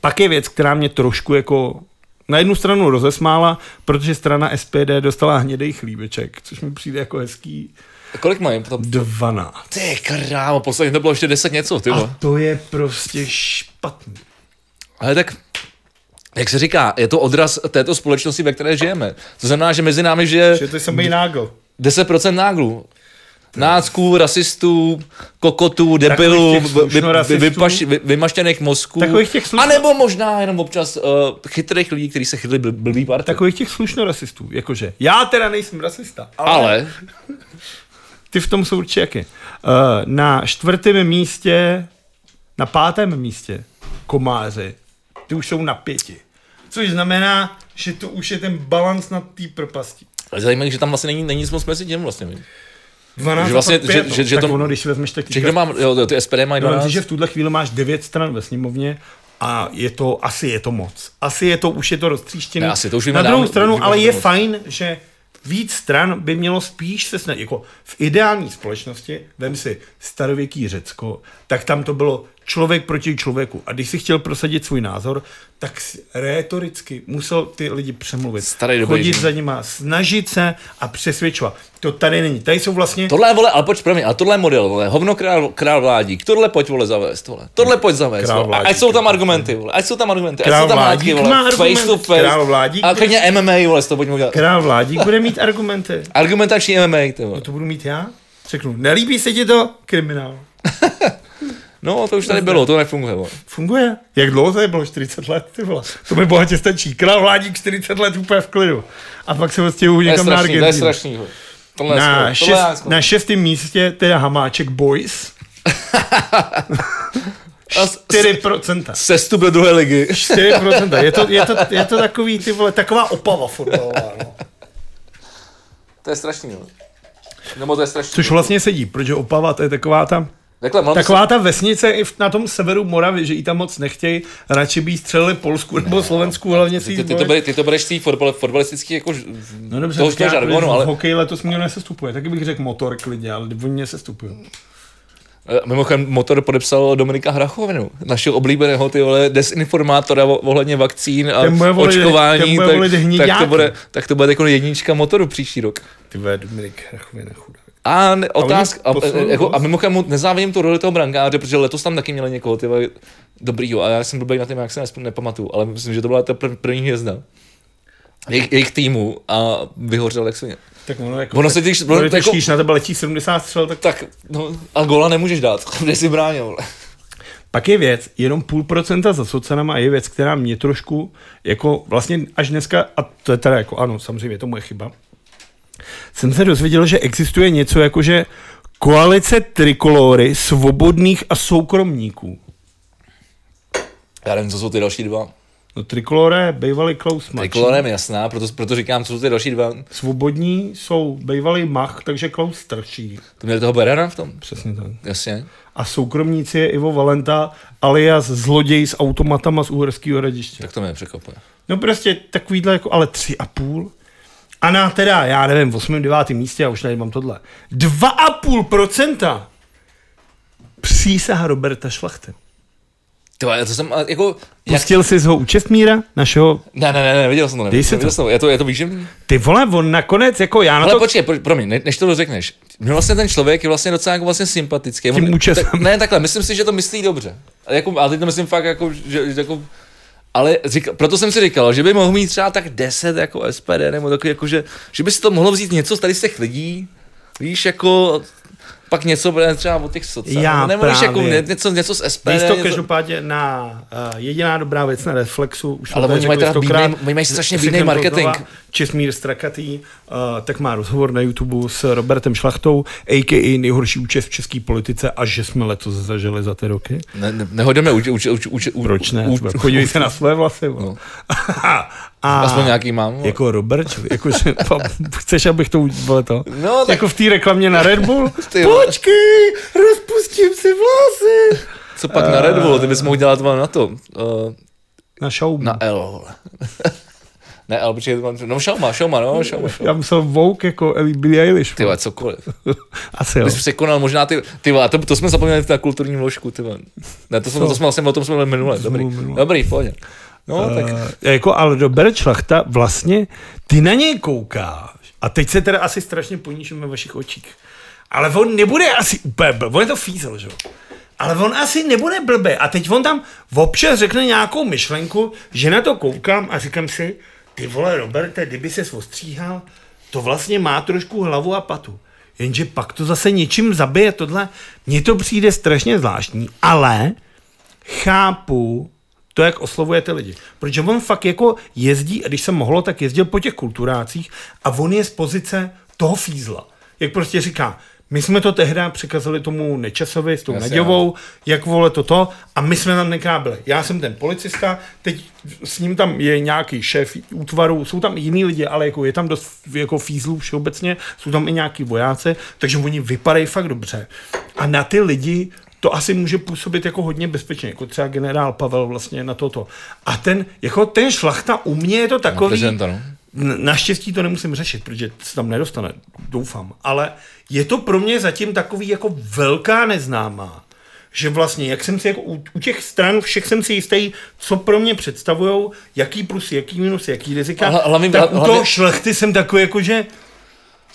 A: Pak je věc, která mě trošku jako na jednu stranu rozesmála, protože strana SPD dostala hnědej chlíbeček, což mi přijde jako hezký
B: A kolik mají potom?
A: 12.
B: Ty krávo, posledně to bylo ještě 10 něco, ty vole.
A: A to je prostě špatný.
B: Ale tak, jak se říká, je to odraz této společnosti, ve které žijeme. To znamená, že mezi námi žije
A: Že to jsem bej nágl.
B: 10% náglů. Nácků, rasistů, kokotů, debilů,
A: těch slušno
B: vy, vy,
A: rasistů.
B: vypaš, vy, vymaštěných mozků.
A: Takových těch slušno-
B: A nebo možná jenom občas uh, chytrých lidí, kteří se chytli bl- blbý party.
A: Takových těch slušno rasistů, jakože já teda nejsem rasista,
B: Ale,
A: Ty v tom jsou určitě jaky. Uh, na čtvrtém místě, na pátém místě komáři, ty už jsou na pěti. Což znamená, že to už je ten balans na té propasti.
B: ale zajímavé, že tam vlastně není, není nic moc mezi tím vlastně. víš?
A: 12
B: Že vlastně-
A: a pak pět, no.
B: že- že- že
A: tak
B: to-
A: ono, když vezmeš tak
B: Že kdo mám, jo, jo, ty SPD mají
A: no,
B: 12.
A: že v tuhle chvíli máš devět stran ve sněmovně a je to, asi je to moc. Asi je to, už je to roztříštěné.
B: Ne, asi to už víme
A: Na druhou
B: dávno, už
A: stranu,
B: víme
A: ale je
B: dávno moc.
A: fajn, že víc stran by mělo spíš se snad, jako v ideální společnosti, vem si starověký Řecko, tak tam to bylo člověk proti člověku. A když si chtěl prosadit svůj názor, tak s- rétoricky musel ty lidi přemluvit.
B: Starý dobrý
A: chodit
B: Řím.
A: za nima, snažit se a přesvědčovat. To tady není. Tady jsou vlastně...
B: Tohle je, vole, ale pojď, promiň, ale tohle je model, vole, hovno král, král vládík, tohle pojď, vole, zavést, vole, tohle pojď zavést,
A: Král
B: vole, a ať
A: vládík.
B: jsou tam argumenty, vole, ať jsou tam argumenty, ať
A: Král
B: jsou tam
A: vládík
B: hádky,
A: má
B: vole,
A: argument,
B: face to face,
A: král vládík
B: a
A: bude-
B: klidně MMA, vole, s to pojďme udělat,
A: Král vládík bude mít argumenty.
B: argumentační MMA, ty vole,
A: To budu mít já? Řeknu, nelíbí se ti to? Kriminál.
B: no, to už tady bylo, to nefunguje,
A: Jako
B: vole,
A: Funguje. Jak dlouho to je bylo? 40 let? Ty vole. To mi bohatě stačí. Král vládík 40 let úplně v klidu. A pak se odstěhuju
B: to je
A: někam na
B: strašný, to je
A: Argentinu.
B: strašný, vole. Tohle je skvělé,
A: Na,
B: tohle já
A: šest,
B: skvělé.
A: na šestém místě teda Hamáček Boys.
B: A s-
A: 4%.
B: Sestup do druhé ligy.
A: 4%. Je to, je to, je to takový, ty vole, taková opava fotbalová. No.
B: To je strašný, jo. Nebo to je strašný.
A: Což vlastně sedí, protože opava to je taková ta...
B: Takhle, mám
A: Taková ta vesnice i v- na tom severu Moravy, že ji tam moc nechtějí, radši by jí střelili Polsku nebo Slovensku, hlavně si
B: Ty,
A: jí
B: ty, ty, to,
A: vole-
B: bere, ty to bereš z té fotbal, fotbalistických jako ž-
A: No dobře,
B: toho,
A: počkej,
B: toho
A: já to
B: žargonu,
A: vím,
B: ale
A: v hokeji letos mě nesestupuje, taky bych řekl motor klidně, ale oni mě sestupuje.
B: eh, mimochodem motor podepsal Dominika Hrachovinu, našeho oblíbeného ty vole desinformátora o- ohledně vakcín a
A: Ten bude volit- ten
B: očkování,
A: bude volit
B: tak, tak,
A: hniďáky.
B: to bude, tak to bude jako jednička motoru příští rok.
A: Ty vole, Dominik Hrachovina chudák.
B: A ne, otázka, a,
A: posunul
B: a, jako, a
A: dost.
B: mimochodem mu nezávidím tu roli toho brankáře, protože letos tam taky měli někoho ty vole, dobrýho a já jsem blbej na tím, jak se nespom- nepamatuju, ale myslím, že to byla ta prv- první hvězda jejich, jejich týmu a vyhořel jak svině.
A: Tak ono jako...
B: Ono se když,
A: Ono je to
B: jako,
A: jako... na tebe letí 70 střel, tak
B: tak, no, a gola nemůžeš dát, kde si bránil, vole.
A: Pak je věc, jenom půl procenta za socanama je věc, která mě trošku, jako vlastně až dneska, a to je teda jako ano, samozřejmě je to moje chyba, jsem se dozvěděl, že existuje něco jako, že koalice trikolory svobodných a soukromníků.
B: Já nevím, co jsou ty další dva.
A: No trikolore, bývalý Klaus Mach.
B: Trikolorem Jako jasná, proto, proto říkám, co jsou ty další dva.
A: Svobodní jsou bývalý Mach, takže Klaus starší.
B: To měli toho Berana v tom.
A: Přesně tak.
B: Jasně.
A: A soukromníci je Ivo Valenta alias zloděj s automatama z Uherského hradiště.
B: Tak to mě překvapuje.
A: No prostě takovýhle jako, ale tři a půl. A na teda, já nevím, v 8. 9. místě, já už tady mám tohle. 2,5% přísaha Roberta Šlachty.
B: Ty vole, to jsem, a jako, jak...
A: Pustil jsi z ho u Čestmíra, našeho,
B: Ne, ne, ne, ne, viděl jsem to,
A: Dej
B: neviděl,
A: si to.
B: neviděl jsem to. Je to, je to výživný?
A: ty vole, on nakonec, jako já na
B: Ale
A: to,
B: to... počkej, pro, promiň, ne, než to dořekneš. No vlastně ten člověk je vlastně docela jako vlastně sympatický.
A: Tím účesem.
B: tak- ne, takhle, myslím si, že to myslí dobře. Ale, jako, ale teď to myslím fakt jako, že, že jako ale řík, proto jsem si říkal, že by mohl mít třeba tak 10 jako SPD, nebo takový jako, že, že by si to mohlo vzít něco tady z těch lidí, víš, jako pak něco bude třeba od těch sociálních,
A: Já
B: nebo víš, jako
A: právě.
B: ně- něco, něco z SPD,
A: víš to
B: něco,
A: každopádně na uh, jediná dobrá věc na Reflexu. Už jsme
B: Ale
A: tady
B: oni mají
A: řekli
B: teda
A: stokrát,
B: bídnej- oni mají strašně
A: řekneme
B: bídnej
A: to
B: marketing.
A: znova, Česmír Strakatý, uh, tak má rozhovor na YouTube s Robertem Šlachtou, a.k.a. nejhorší účest v české politice a že jsme letos zažili za ty roky.
B: ne, ne, nehodeme uč, uč, uč, uč, uč,
A: Proč ne?
B: Uč,
A: Třeba Podívej se na své vlasy. No.
B: No.
A: A,
B: aspoň nějaký mám. vole.
A: Jako Robert, jako, že, pa, chceš, abych to bylo to?
B: No, tak-
A: Jako v té reklamě na Red Bull?
B: Ty vole.
A: Počkej, rozpustím si vlasy.
B: Co pak na Red Bull, ty bys mohl dělat vole, na to. Uh,
A: Na show.
B: Na L. vole. ne L, protože je to mám, no Šauma, Šauma, no Šauma.
A: Já musel Vogue jako Ellie Billie Eilish.
B: Ty vole, cokoliv.
A: Asi jo.
B: Bys překonal možná ty, ty vole, to, to jsme zapomněli na kulturní vložku, ty vole. Ne, to jsme, to jsme, vlastně, o tom jsme byli minule, dobrý,
A: minule.
B: dobrý, v pohodě. No, tak,
A: Eh, jako, ale Robert Šlachta vlastně, ty na něj koukáš. A teď se teda asi strašně ponížím ve vašich očích. Ale on nebude asi úplně blbý. On je to fízel, že jo? Ale on asi nebude blbý. A teď on tam občas řekne nějakou myšlenku, že na to koukám a říkám si, ty vole Roberte, kdyby se ostříhal, to vlastně má trošku hlavu a patu. Jenže pak to zase něčím zabije tohle. Mně to přijde strašně zvláštní, ale chápu to, jak oslovuje ty lidi. Protože on fakt jako jezdí, a když se mohlo, tak jezdil po těch kulturácích a on je z pozice toho fízla. Jak prostě říká, my jsme to tehdy přikazali tomu Nečasovi s tou
B: Jasně,
A: Naděvou, jak vole toto, a my jsme tam tenkrát byli. Já jsem ten policista, teď s ním tam je nějaký šéf útvaru, jsou tam i jiní lidi, ale jako je tam dost jako fízlů všeobecně, jsou tam i nějaký vojáci, takže oni vypadají fakt dobře. A na ty lidi to asi může působit jako hodně bezpečně, jako třeba generál Pavel vlastně na toto. A ten, jako ten šlachta u mě je to takový...
B: prezidenta, no.
A: N- Naštěstí to nemusím řešit, protože se tam nedostane, doufám. Ale je to pro mě zatím takový jako velká neznámá. Že vlastně, jak jsem si jako u, u těch stran, všech jsem si jistý, co pro mě představujou, jaký plus, jaký minus, jaký rizika.
B: Ale hlavně-
A: tak u
B: hlavně-
A: toho šlechty jsem takový jako, že...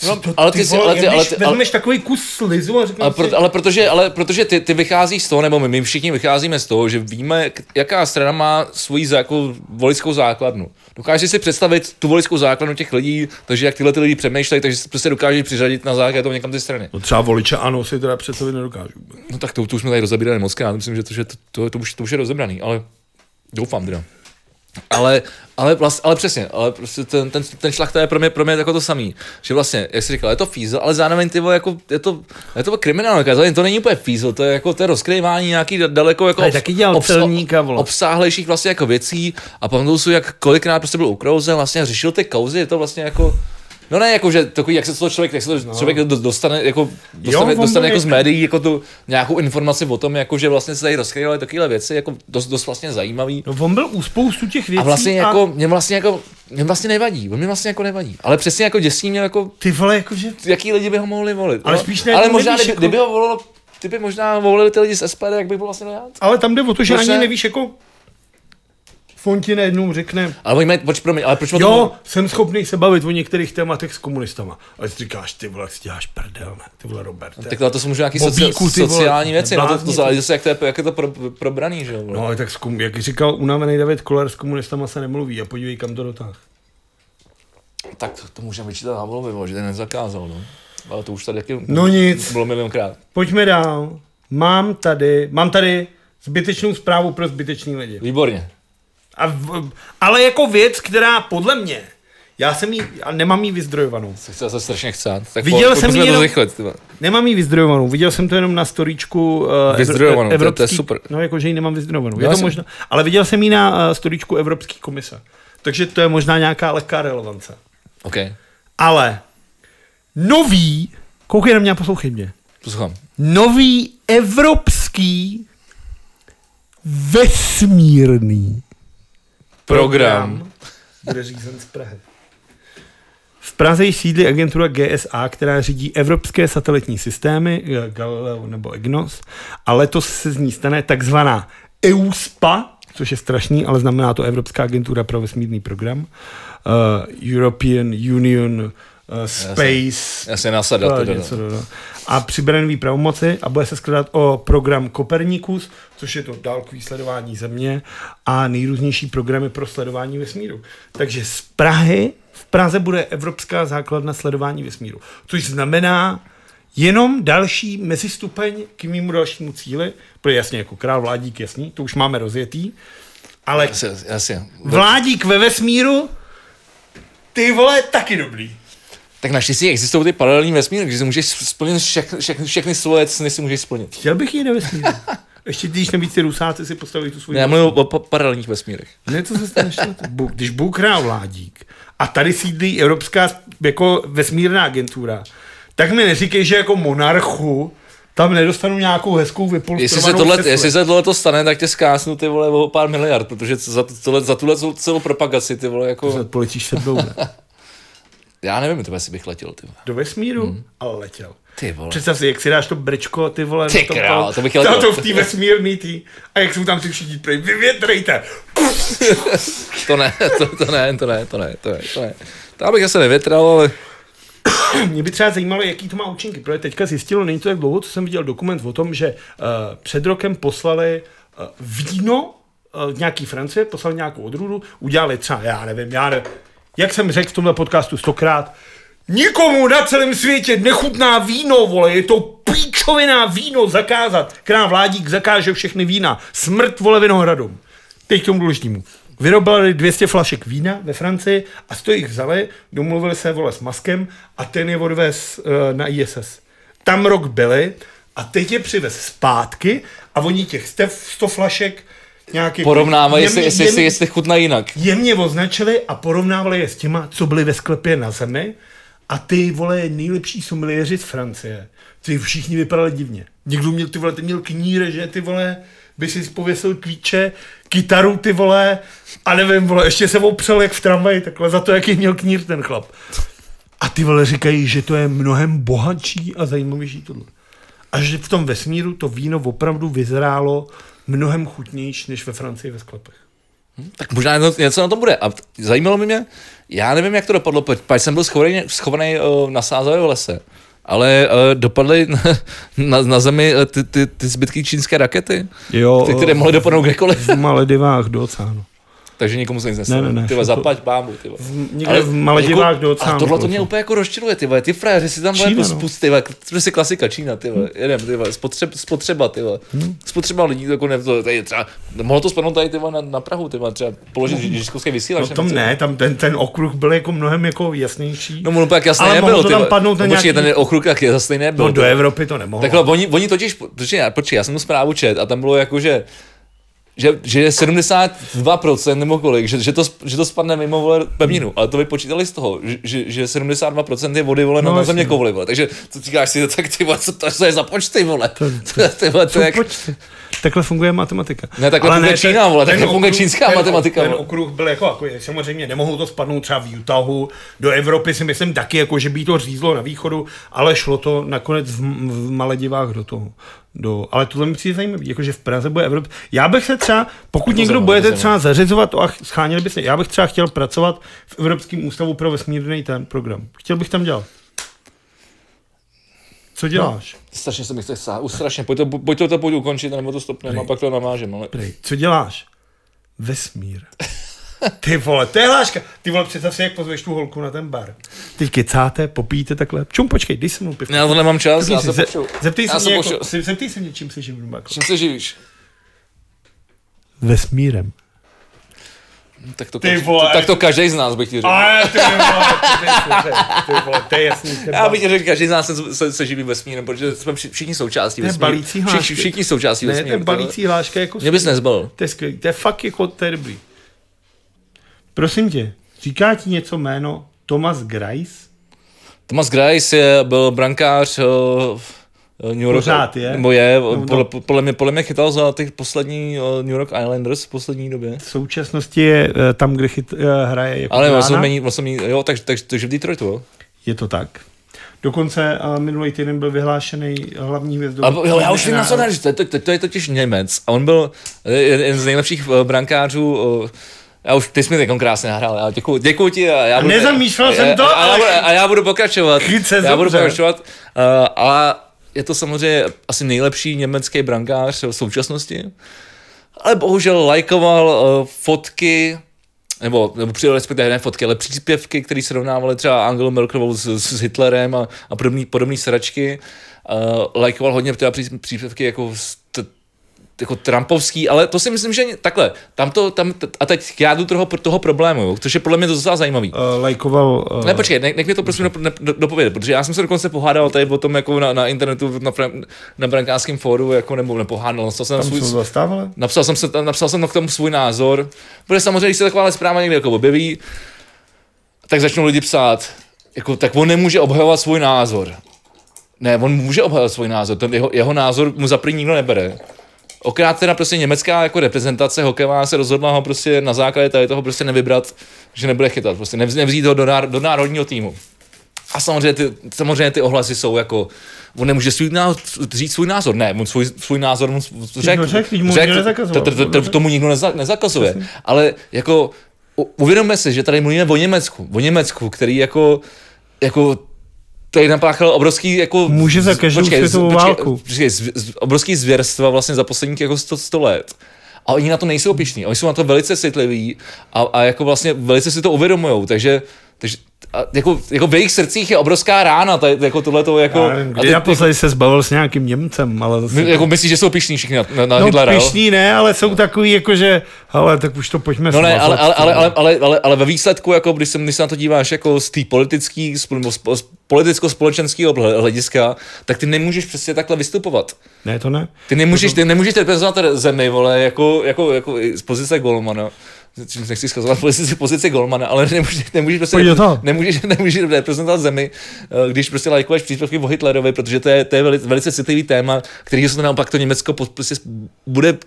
A: No, to,
B: ale ty si- ale ty-
A: jak
B: ale
A: když
B: ty- ale-
A: vezmeš takový kus slizu a řekneš
B: ale,
A: si,
B: pro, ale protože, ale protože ty, ty vycházíš z toho, nebo my, my všichni vycházíme z toho, že víme, k- jaká strana má svoji zá- jako voličskou základnu. Dokážeš si představit tu voličskou základnu těch lidí, takže jak tyhle ty lidi přemýšlejí, takže si prostě dokážeš přiřadit na základě toho někam ty strany.
A: No třeba voliče ano, si teda představit nedokážu.
B: No tak to, to už jsme tady rozebírali moc krát, myslím, že to, že to, to, to, už, to už je rozebraný, ale doufám teda. Ale, ale, vlast, ale přesně, ale prostě ten, ten, ten šlach to je pro mě, pro mě jako to samý. Že vlastně, jak jsi říkal, je to fízl, ale zároveň ty vole, jako, je to, je to kriminál, jako, zároveň to není úplně fízl, to je jako to je rozkryvání nějaký da- daleko jako
A: Ale taky dělal celníka, vole.
B: obsáhlejších vlastně jako věcí a pamatuju si, jak kolikrát prostě byl ukrouzen vlastně a řešil ty kauzy, je to vlastně jako No ne, jako, že takový, jak se to člověk, jak se to člověk no. dostane, jako, dostane,
A: on
B: dostane
A: byl
B: jako z
A: jak-
B: médií jako tu nějakou informaci o tom, jako, že vlastně se tady rozkryly takovéhle věci, jako dost, dost vlastně zajímavý.
A: No, on byl u spoustu těch věcí
B: A vlastně jako, mě vlastně jako, mě vlastně nevadí, on mě vlastně jako nevadí. Ale přesně jako děsí mě jako,
A: Ty vole, jakože...
B: jaký lidi by ho mohli volit.
A: Ale
B: no.
A: spíš ne,
B: ale
A: to
B: možná,
A: nevíš,
B: kdyby,
A: jako-
B: kdyby, ho volilo, kdyby možná volili ty lidi z SPD, jak bych byl vlastně já.
A: Ale tam jde o to, že
B: Proč
A: ani
B: ne?
A: nevíš, jako... Fonti najednou řekne,
B: Ale oni mají, proč, promiň, ale proč o tom-
A: jo, jsem schopný se bavit o některých tématech s komunistama. A ty říkáš, ty vole, jak si děláš prdel, ne? Ty vole, Robert.
B: No, Tak to, to jsou možná nějaké soci,
A: Bobíku, ty vole,
B: sociální věci, no, to, to
A: blázni,
B: záleží zase, jak, to je, jak je to pro, probraný, že jo. vole.
A: No, ale tak, s komu- jak říkal unavený David Koller, s komunistama se nemluví a podívej, kam to dotáhl.
B: Tak to, to můžeme vyčítat Havlovi, vole, že ten nezakázal, no. Ale to už tady taky
A: No nic.
B: bylo milionkrát.
A: Pojďme dál. Mám tady, mám tady zbytečnou zprávu pro zbytečný lidi.
B: Výborně.
A: A v, ale jako věc, která podle mě, já jsem jí, a nemám jí vyzdrojovanou.
B: Se chce zase strašně chcát. Tak
A: Viděl jsem
B: pojďme to
A: jenom-
B: zrychlit, ty vole.
A: Nemám jí vyzdrojovanou, viděl jsem to jenom na storíčku uh, evro-
B: Vyzdrojovanou, to je- to je
A: evropský-
B: super.
A: No jakože ji nemám vyzdrojovanou, je
B: Já
A: to
B: jsem-
A: možná, ale viděl jsem ji na uh, storíčku Evropské komise. Takže to je možná nějaká lehká relevance.
B: OK,
A: Ale nový, koukej na mě a poslouchej mě,
B: poslouchám.
A: nový evropský vesmírný
B: Program.
A: bude řízen z Prahy. V Praze již sídlí agentura GSA, která řídí evropské satelitní systémy, eh, Galileo nebo EGNOS, a letos se z ní stane takzvaná EUSPA, což je strašný, ale znamená to Evropská agentura pro vesmírný program, uh, European Union uh, Space
B: Já se nasadil.
A: Dodal,
B: to no.
A: něco dodal. A přibere nový pravomoci a bude se skládat o program Kopernikus, což je to dálkový sledování Země a nejrůznější programy pro sledování vesmíru. Takže z Prahy v Praze bude Evropská základna sledování vesmíru, což znamená jenom další mezistupeň k mému dalšímu cíli, protože jasně jako král vládík, jasný, to už máme rozjetý, ale
B: Jasně, jasně.
A: vládík ve vesmíru, ty vole, taky dobrý.
B: Tak naštěstí existují ty paralelní vesmíry, když si můžeš splnit všechny, všechny, všechny svoje sny si můžeš splnit.
A: Chtěl bych ji do vesmíru. Ještě když nevíc ty rusáci si postaví tu svůj...
B: Já mluvím o pa- paralelních vesmírech.
A: Ne, to se stane špatně. Bůh- Když Bůh král vládík a tady sídlí Evropská jako vesmírná agentura, tak mi neříkej, že jako monarchu tam nedostanu nějakou hezkou
B: Jestli se,
A: vypolstrovanou
B: tohle,
A: křeslo.
B: jestli se tohle to stane, tak tě zkásnu ty vole o pár miliard, protože za, to- tohle, za tuhle celou- celou propagaci ty vole jako...
A: Poletíš se mnou, ne?
B: Já nevím, to jestli bych letěl ty vole.
A: Do vesmíru, hmm. ale letěl.
B: Ty vole.
A: Představ si, jak si dáš to brečko, ty vole,
B: Ty
A: na tom
B: král,
A: pal-
B: to bych chtěl
A: na
B: dělat.
A: to v té vesmírný tý, a jak jsou tam ty všichni prej, vyvětrejte.
B: To ne, to, to ne, to ne, to ne, to ne, to ne. Tam bych asi nevětral, ale...
A: Mě by třeba zajímalo, jaký to má účinky, protože teďka zjistilo, není to tak dlouho, co jsem viděl dokument o tom, že uh, před rokem poslali uh, víno uh, nějaký Francie, poslali nějakou odrůdu, udělali třeba, já nevím, já nevím, jak jsem řekl v tomhle podcastu stokrát, nikomu na celém světě nechutná víno, vole, je to píčoviná víno zakázat, která vládík zakáže všechny vína, smrt, vole, vinohradům. Teď k tomu důležitému. Vyrobili 200 flašek vína ve Francii a z toho jich vzali, domluvili se vole s Maskem a ten je odvez eh, na ISS. Tam rok byli a teď je přivez zpátky a oni těch 100 100 flašek nějaký...
B: Porovnávají, jestli,
A: jemně-
B: jestli, jestli, jestli chutná jinak.
A: jemně označili a porovnávali je s těma, co byli ve sklepě na zemi a ty, vole, nejlepší someliéři z Francie. Ty všichni vypadali divně. Někdo měl, ty vole, ten měl kníre, že ty vole, by si pověsil klíče, kytaru, ty vole, a nevím, vole, ještě se opřel jak v tramvaji, takhle za to, jaký měl knír ten chlap. A ty vole říkají, že to je mnohem bohatší a zajímavější tohle. A že v tom vesmíru to víno opravdu vyzrálo mnohem chutnější než ve Francii ve sklepech.
B: Tak možná něco, něco na tom bude. A t- zajímalo by mě, já nevím, jak to dopadlo, pa- pač jsem byl schovaný, schovaný eh, na Sázavě v lese. Ale uh, dopadly na, na, na zemi eh, ty, ty, ty zbytky čínské rakety,
A: Jo,
B: eh, ty, které mohly dopadnout kdekoliv.
A: v Maledivách do oceánu.
B: takže nikomu se nic nestane.
A: Ne, ne, ne,
B: ty vole,
A: šlo to-
B: zaplať bámu, ty vole.
A: Někde v Maledivách
B: jako,
A: do oceánu.
B: ale tohle to
A: prosím.
B: mě úplně jako rozčiluje, ty vole, ty frajeři si tam
A: Čína,
B: Čína,
A: no.
B: spust, ty vole, prostě klasika Čína, ty vole, jedem, ty vole, spotřeb, spotřeba, ty vole,
A: Hmm.
B: spotřeba lidí, jako ne, to, tady třeba, mohlo to spadnout tady, ty vole, na, na Prahu, ty vole, třeba položit židovské
A: No
B: vysílač.
A: tam
B: nebo co.
A: ne, tam ten, ten okruh byl jako mnohem jako jasnější.
B: No, ono tak jasný
A: Ale
B: nebylo,
A: mohlo to
B: ty
A: tam
B: vole.
A: padnout na
B: no, počkej,
A: nějaký-
B: ten okruh tak jasný nebyl.
A: No
B: ty
A: do
B: vole.
A: Evropy to nemohlo.
B: Takhle, oni, oni totiž, protože já, počkej, já jsem tu zprávu čet a tam bylo jako, že že, že je 72% nebo kolik, že, že, to, sp- že to spadne mimo vole pevninu, ale to vypočítali z toho, že- že, že 72% je vody vole
A: No,
B: no, na
A: jasně.
B: země kouli, vole. takže to říkáš si, tak ty vole, co to, co je za počty, vole, to, ty vole, to
A: Co,
B: jak,
A: počkej, Takhle funguje matematika.
B: Ne, takhle funguje Čína, vole, takhle
A: ten
B: funguje čínská
A: ten,
B: matematika,
A: Ten
B: vole.
A: okruh byl jako, jako, samozřejmě nemohlo to spadnout třeba v Utahu, do Evropy si myslím taky, jako, že by jí to řízlo na východu, ale šlo to nakonec v, v Maledivách do toho. Do, ale tohle mi přijde zajímavé, jakože v Praze bude Evropa. Já bych se třeba, pokud někdo
B: zajímavé,
A: budete
B: zajímavé.
A: třeba zařizovat to a ch- schánil by se, já bych třeba chtěl pracovat v Evropském ústavu pro vesmírný ten program. Chtěl bych tam dělat. Co děláš?
B: strašně se mi chce sát, už strašně, pojď to, pojď to, to pojď ukončit, nebo to stopneme a pak to namážem, ale
A: Prej, co děláš? Vesmír. Ty vole, to je hláška. Ty vole, představ si, jak pozveš tu holku na ten bar. Teď kecáte, popíte takhle. Čum, počkej, dej se mnou pivku.
B: já to nemám čas, já se
A: Ze-
B: poču,
A: Zeptej
B: já
A: se
B: se
A: mě,
B: poču,
A: jako, se- zeptej se mě, čím se živím. Jako.
B: čím se živíš?
A: Vesmírem.
B: Tak to,
A: Ty
B: kaž-
A: vole.
B: tak to každý z nás bych ti řekl.
A: Ale ty vole, ty nejsi, ty vole, to je jasný. ten
B: Já
A: bar.
B: bych ti řekl, každý z nás se, se, se živí vesmírem, protože jsme vši- všichni součástí
A: To je
B: vesmíru.
A: balící
B: Všichni,
A: hlášky.
B: všichni součástí
A: Ne,
B: vesmíru.
A: ten balící hláška je jako...
B: Mě bys nezbal.
A: To je skvělý, to je fakt jako to je dobrý. Prosím tě, říká ti něco jméno Thomas Grice?
B: Thomas Grice je, byl brankář eh, eh, New York,
A: Pořád je?
B: Nebo je, no,
A: no.
B: podle, podle, mě, podle mě chytal za těch poslední eh, New York Islanders v poslední době.
A: V současnosti je eh, tam, kde chyt, eh, hraje jako
B: Ale vlastně
A: brána.
B: mění, vlastně mění, jo, takže takže takže v Detroitu, jo.
A: Je to tak. Dokonce a minulý týden byl vyhlášený hlavní hvězdou.
B: A, jo, já už vím, na co narážíš. to, to, to, to je totiž Němec. A on byl jeden jeden z nejlepších eh, brankářů. eh, Já už, ty jsi mi teď krásně nahrál, já děkuju, děkuju ti. A já budu,
A: nezamýšlel
B: a-
A: jsem to,
B: a, a, já
A: ale-
B: budu, a já budu pokračovat.
A: Chyt se
B: já budu
A: dobře.
B: pokračovat. Uh, ale je to samozřejmě asi nejlepší německý brankář v současnosti. Ale bohužel lajkoval uh, fotky nebo, nebo při, respektive ne fotky, ale příspěvky, které srovnávaly třeba Angelu Merkelovou s, s s Hitlerem a, a podobný, podobný sračky. Uh, lajkoval hodně třeba pří, příspěvky jako, z t, jako Trumpovský, ale to si myslím, že ně- takhle, tam to, tam, t- a teď k jádu toho, toho problému, jo, což je podle mě to docela zajímavý.
A: Uh, lajkoval... Uh,
B: Ne, počkej, ne, nech mi to prosím dop- ne- do- dopovědět, protože já jsem se dokonce pohádal tady o tom jako na, na internetu, na, fran- na brankářském fóru, jako nebo nepohádal, dostal jsem tam
A: Tam
B: svůj, jako-
A: jsou zastávali?
B: Napsal jsem, se, tam- napsal jsem k tomu svůj názor, protože samozřejmě, když se takováhle zpráva někde jako objeví, tak začnou lidi psát, jako, tak on nemůže obhajovat svůj názor. Ne, on může obhajovat svůj názor, ten jeho, jeho názor mu za první nikdo nebere. Okrát teda prostě německá jako reprezentace hokejová se rozhodla ho prostě na základě tady toho prostě nevybrat, že nebude chytat, prostě nevz, nevzít ho do, náro, do národního týmu. A samozřejmě ty, samozřejmě ty ohlasy jsou jako, on nemůže svůj názor, říct svůj názor, ne, on svůj, svůj názor mu řekl.
A: řekl, teď mu nikdo nezakazoval.
B: to- to- to- to- tomu nikdo neza, nezakazuje, ale jako u- uvědomme si, že tady mluvíme o Německu, o Německu, který jako, jako tady napáchal obrovský jako...
A: Může za
B: z-
A: každou
B: z-
A: světovou
B: počkej,
A: válku.
B: Počkej, z, z, obrovský zvěrstva vlastně za posledních jako 100, 100 let. A oni na to nejsou pišní, oni jsou na to velice citliví a, a jako vlastně velice si to uvědomují, takže, takže a jako, jako v jejich srdcích je obrovská rána, tady, jako tohleto, jako...
A: Já nevím,
B: a
A: kdy
B: ty-
A: naposledy se zbavil s nějakým Němcem, ale zase...
B: jako myslíš, že jsou pišní všichni na, na, na
A: No,
B: Hitlera, jo?
A: pišní ne, ale jsou takový jako, že hele, tak už to pojďme
B: No ne, ale,
A: smazat,
B: ale,
A: ty
B: ale,
A: vole.
B: ale, ale, ale, ale ve výsledku, jako když, se, když se na to díváš jako z té politický, z, nebo z, z politicko-společenského hle- hlediska, tak ty nemůžeš přesně takhle vystupovat.
A: Ne, to ne.
B: Ty nemůžeš, ty nemůžeš reprezentovat zemi, vole, jako, jako, jako i z pozice golmana. Čím nechci schazovat pozici, pozici golmana, ale nemůžeš, nemůžeš, prostě,
A: Pojď do toho.
B: nemůžeš, nemůžeš reprezentovat zemi, eh, když prostě lajkuješ příspěvky o Hitlerovi, protože to je, to je velice, velice citlivý téma, který se naopak to Německo po- prostě bude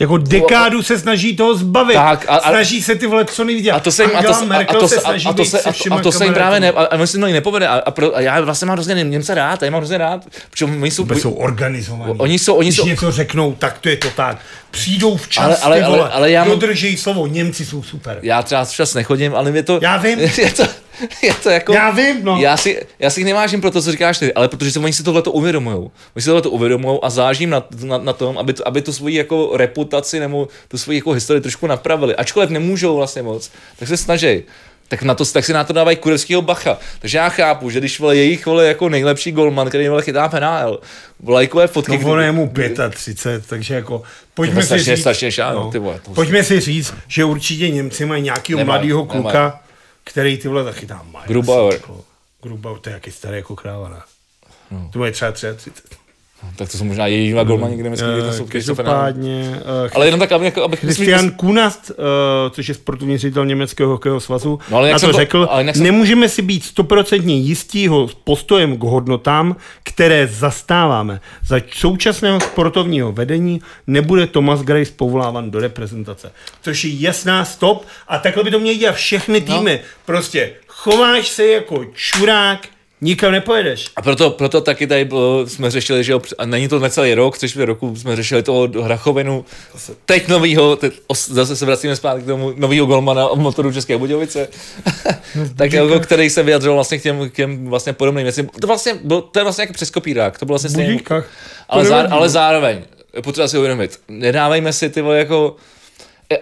A: Jako dekádu se snaží toho zbavit.
B: Tak, a- a-
A: snaží se ty vole co nejvíc
B: A to se jim, a to,
A: Angela
B: se- a, a
A: Merkel
B: to, se, a,
A: snaží
B: a to,
A: být
B: se,
A: se
B: a,
A: všema
B: a to se jim právě ne,
A: kamarádama.
B: a, a on se to nepovede. A, a, pro, a já vlastně mám hrozně Němce rád, a já mám hrozně rád, protože oni jsou,
A: Vůbec jsou organizovaní.
B: Oni jsou- oni
A: Když
B: jsou-
A: něco řeknou, tak to je to tak. Přijdou včas,
B: Ale-
A: ale,
B: ale-
A: ale,
B: ale- ale já
A: já
B: mám-
A: dodržejí slovo, Němci jsou super. Já,
B: já třeba včas nechodím, ale mě to...
A: Já vím.
B: Je to, je to jako...
A: Já vím, no.
B: Já si, já si jich nevážím pro to, co říkáš ty, ale protože si, oni si tohle to uvědomují. Oni si tohle to uvědomují a zážím na, na, na tom, aby, to, aby tu svoji jako reputaci nebo tu svoji jako historii trošku napravili. Ačkoliv nemůžou vlastně moc, tak se snaží. Tak, na to, tak si na to dávají kurevského bacha. Takže já chápu, že když vole jejich vole jako nejlepší golman, který vole chytá penál, lajkové fotky.
A: No,
B: kdy-
A: ono je mu 35, takže jako
B: To
A: pojďme
B: je
A: si
B: strašně-
A: říct, no,
B: strašně šáno, ty vole, to-
A: pojďme si říct, že určitě Němci mají nějakého
B: Nemají,
A: mladého
B: nemají.
A: kluka, který ty vole taky tam mají.
B: Grubauer.
A: Jako, Grubauer, to je jaký starý jako kráva, ne? No. To je třeba 33.
B: Tak to jsou možná její dva golmani, kde dneska
A: Eh,
B: to jsou když jsou penál.
A: Každopádně, eh,
B: Ale jenom tak, aby, jako, abych
A: Christian Kunast, eh, což je sportovní ředitel Německého hokejového svazu,
B: No, ale
A: no,
B: jak
A: na to,
B: jsem to-
A: řekl,
B: ale jak jsem-
A: nemůžeme si být stoprocentně jistí ho postojem k hodnotám, které zastáváme. Za současného sportovního vedení nebude Thomas Grace povolávan do reprezentace. Což je jasná stop a takhle by to měly dělat všechny týmy. No. Prostě chováš se jako čurák, nikam nepojedeš.
B: A proto, proto taky tady bylo, jsme řešili, že jo, a není to necelý rok, což v roku jsme řešili toho Hrachovinu. Teď novýho, teď, os, zase se vracíme zpátky k tomu novýho golmana od motoru České Budějovice. tak jako, který se vyjadřoval vlastně k těm, k těm vlastně podobným věcem. To, vlastně, byl, to je vlastně jako přeskopírák, to bylo vlastně stejný.
A: Budíkách. To
B: Ale, zá,
A: nevadí,
B: ale
A: no.
B: zároveň, je potřeba si uvědomit, nedávejme si ty vole jako... e,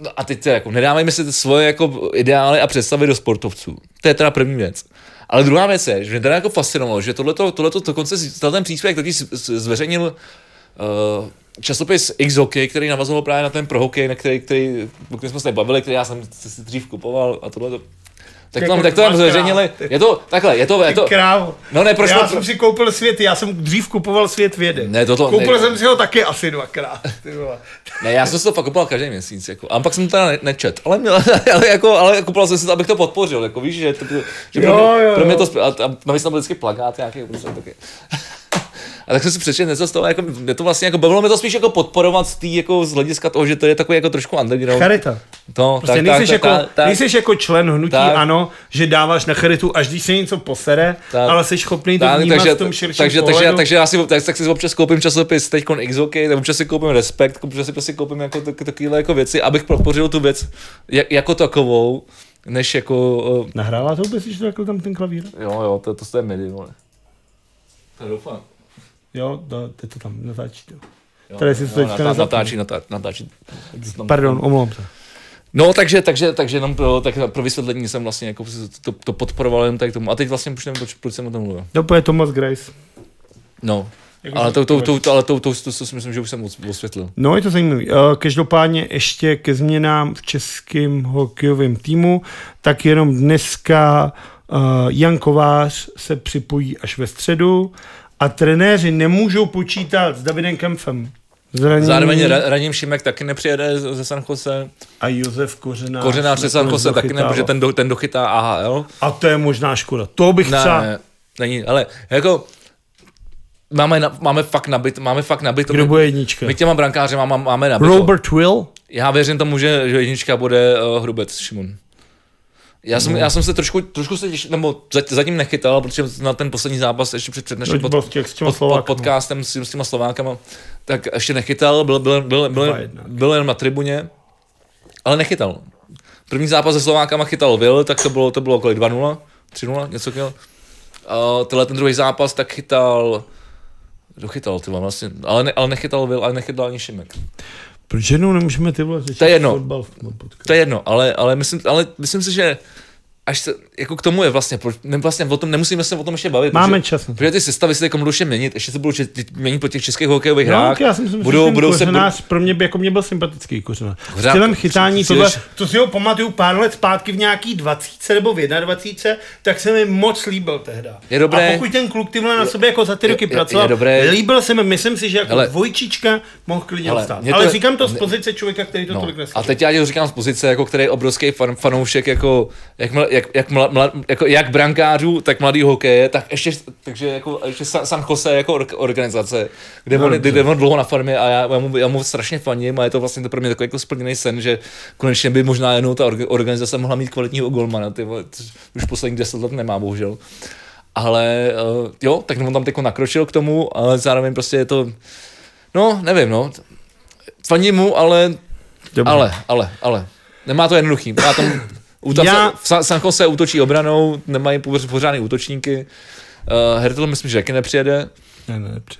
B: No a teď to jako, nedávejme si ty svoje jako ideály a představy do sportovců. To je teda první věc. Ale druhá věc je, že mě teda jako fascinovalo, že tohleto, tohleto dokonce, z- tenhle ten příspěvek totiž z- z- zveřejnil uh, časopis X Hockey, který navazoval právě na ten pro hokej, na který, který, o kterém jsme se tady bavili, který já jsem si si dřív kupoval a tohle. Tak to tam, tak to tam
A: Dvakrát.
B: zveřejnili. Je to, takhle, je to, je to,
A: Krávo.
B: No ne, proč
A: já
B: to-
A: jsem si koupil svět, já jsem dřív kupoval svět vědy.
B: Ne, toto-
A: Koupil
B: ne.
A: jsem si ho taky asi dvakrát. Ty vole.
B: Ne, já jsem si to fakt kupoval každý měsíc, jako. A pak jsem to teda ne- nečet, ale, měl, ale, jako, ale kupoval jsem si to, abych to podpořil, jako víš, že, to, že pro,
A: Jo,
B: mě,
A: jo, jo.
B: pro mě to, sp- a, a navíc tam byl vždycky plakát nějaký, prostě taky. A tak jsem si přečetl něco z toho, jako, mě to vlastně jako bavilo mě to spíš jako podporovat z tý, jako z hlediska toho, že to je takový jako trošku underground.
A: Charita.
B: No,
A: Prostě tak, nejseš, jako, nejseš jako člen hnutí
B: tak.
A: ANO, že dáváš na charitu, až když se něco posere,
B: Tak.
A: ale jsi schopný to vnímat v tom širším
B: takže,
A: pohledu.
B: takže, já- takže, já si, tak, tak si občas koupím časopis teď XOK, občas si koupím Respekt, občas si prostě koupím jako tak, takovýhle jako věci, abych podpořil tu věc jak, jako takovou, než jako, eh,
A: Nahrává to vůbec, když to takhle tam ten klavír?
B: jo jo, to, to, to je midi, vole. To doufám.
A: Jo, to, teď to tam natáčí. To. Tady si to teďka
B: natá,
A: nezapnu.
B: natáčí, natá, natáčí.
A: Pardon, omlouvám se.
B: No, takže, takže, takže jenom pro, tak pro vysvětlení jsem vlastně jako to, to podporoval jen tak tomu. A teď vlastně už nevím, proč, proč jsem o tom mluvil.
A: No, to je Thomas Grace.
B: No,
A: Jako
B: ale
A: to-
B: to, to, to, to, ale to, to, to, to si myslím, že už jsem os- osvětlil.
A: No, je to zajímavé. Každopádně ještě ke změnám v českém hokejovém týmu, tak jenom dneska eh, Jan Kovář se připojí až ve středu a trenéři nemůžou počítat s Davidem Kempfem. Zranění
B: Zároveň Ra- Radim Šimek taky nepřijede ze ze San Jose.
A: a Josef Kořenář.
B: Kořenář ze San
A: nakonec
B: Jose taky ne,
A: dochytává.
B: protože ten, do, ten dochytá AHL.
A: A to je možná škoda. To bych
B: Ne,
A: třeba...
B: ne, není, ale jako máme, na, máme fakt nabit, máme fakt nabit.
A: Kdo bude jednička?
B: My těma brankáři máme, máme nabito.
A: Robert Will?
B: Já věřím tomu, že, že jednička bude uh, Hrubec Šimon. Já jsem, já jsem se trošku, trošku se těšil, nebo za- zatím nechytal, protože na ten poslední zápas ještě před, před naším
A: Pod,
B: pod,
A: pod, s těma
B: pod, pod
A: Slovákama.
B: podcastem s, s těma Slovákama, tak ještě nechytal, byl, byl, byl, byl,
A: Dva jedna.
B: byl jenom na tribuně, ale nechytal. První zápas se Slovákama chytal Vil, tak to bylo, to bylo kolik 2-0, 3-0, něco měl. A tenhle ten druhý zápas tak chytal, dochytal ty vole, vlastně, ale, ne, ale nechytal Vil, ale nechytal ani Šimek.
A: Proč jednou nemůžeme ty vole řešit
B: To je jedno.
A: fotbal v tom podcastu?
B: To je jedno, ale, ale, myslím, ale myslím si, že až se, jako k tomu je vlastně, proč- ne, vlastně o tom, nemusíme se o tom ještě bavit.
A: Máme
B: protože,
A: čas na to.
B: Protože ty sestavy se teď jednoduše měnit, ještě se budou čet- měnit po těch českých hokejových
A: No,
B: hrách.
A: tak já jsem si
B: budou, budou se, budou,
A: kořenář, pro mě, by- jako mě byl sympatický kořenář. S
B: Kořenář-
A: cílem chytání
B: Cíleš-
A: tohle, to si ho pamatuju pár let zpátky v nějaký 20 nebo v 21, tak se mi moc líbil tehda.
B: Je dobré-
A: A pokud ten kluk tyhle na sobě jako za ty roky
B: je- je
A: pracoval,
B: dobré-
A: líbil se mi, myslím si, že jako
B: Hele.
A: dvojčička mohl klidně
B: Hele,
A: stát.
B: mě to
A: Ale
B: je-
A: říkám to z pozice člověka, který to tolik
B: No. A
A: neslyší.
B: teď já ti to říkám z pozice, jako který je obrovský fan, fanoušek, jako jak, mla- jak, jak, mla, mla, jako, jak brankářů, tak mladý hokeje, tak ještě, takže jako, ještě San San Jose jako or, organizace, kde,
A: No,
B: on, kde on dlouho na farmě a já, já, mu, já mu strašně faním a je to vlastně to pro mě takový jako splněný sen, že konečně by možná jenom ta orga- organizace mohla mít kvalitního golmana, ty vole, což už posledních deset let nemá, bohužel. Ale uh, jo, tak on tam teď nakročil k tomu, ale zároveň prostě je to, no nevím, no, Fandím mu, ale
A: Dobře.
B: ale, ale, ale. Nemá to jednoduchý. Má tam U tam
A: Já-
B: já... se, v Sa- San Jose útočí obranou, nemají poř- pořádný útočníky. Uh, Hertel myslím, že taky nepřijede.
E: Ne, ne, nepři-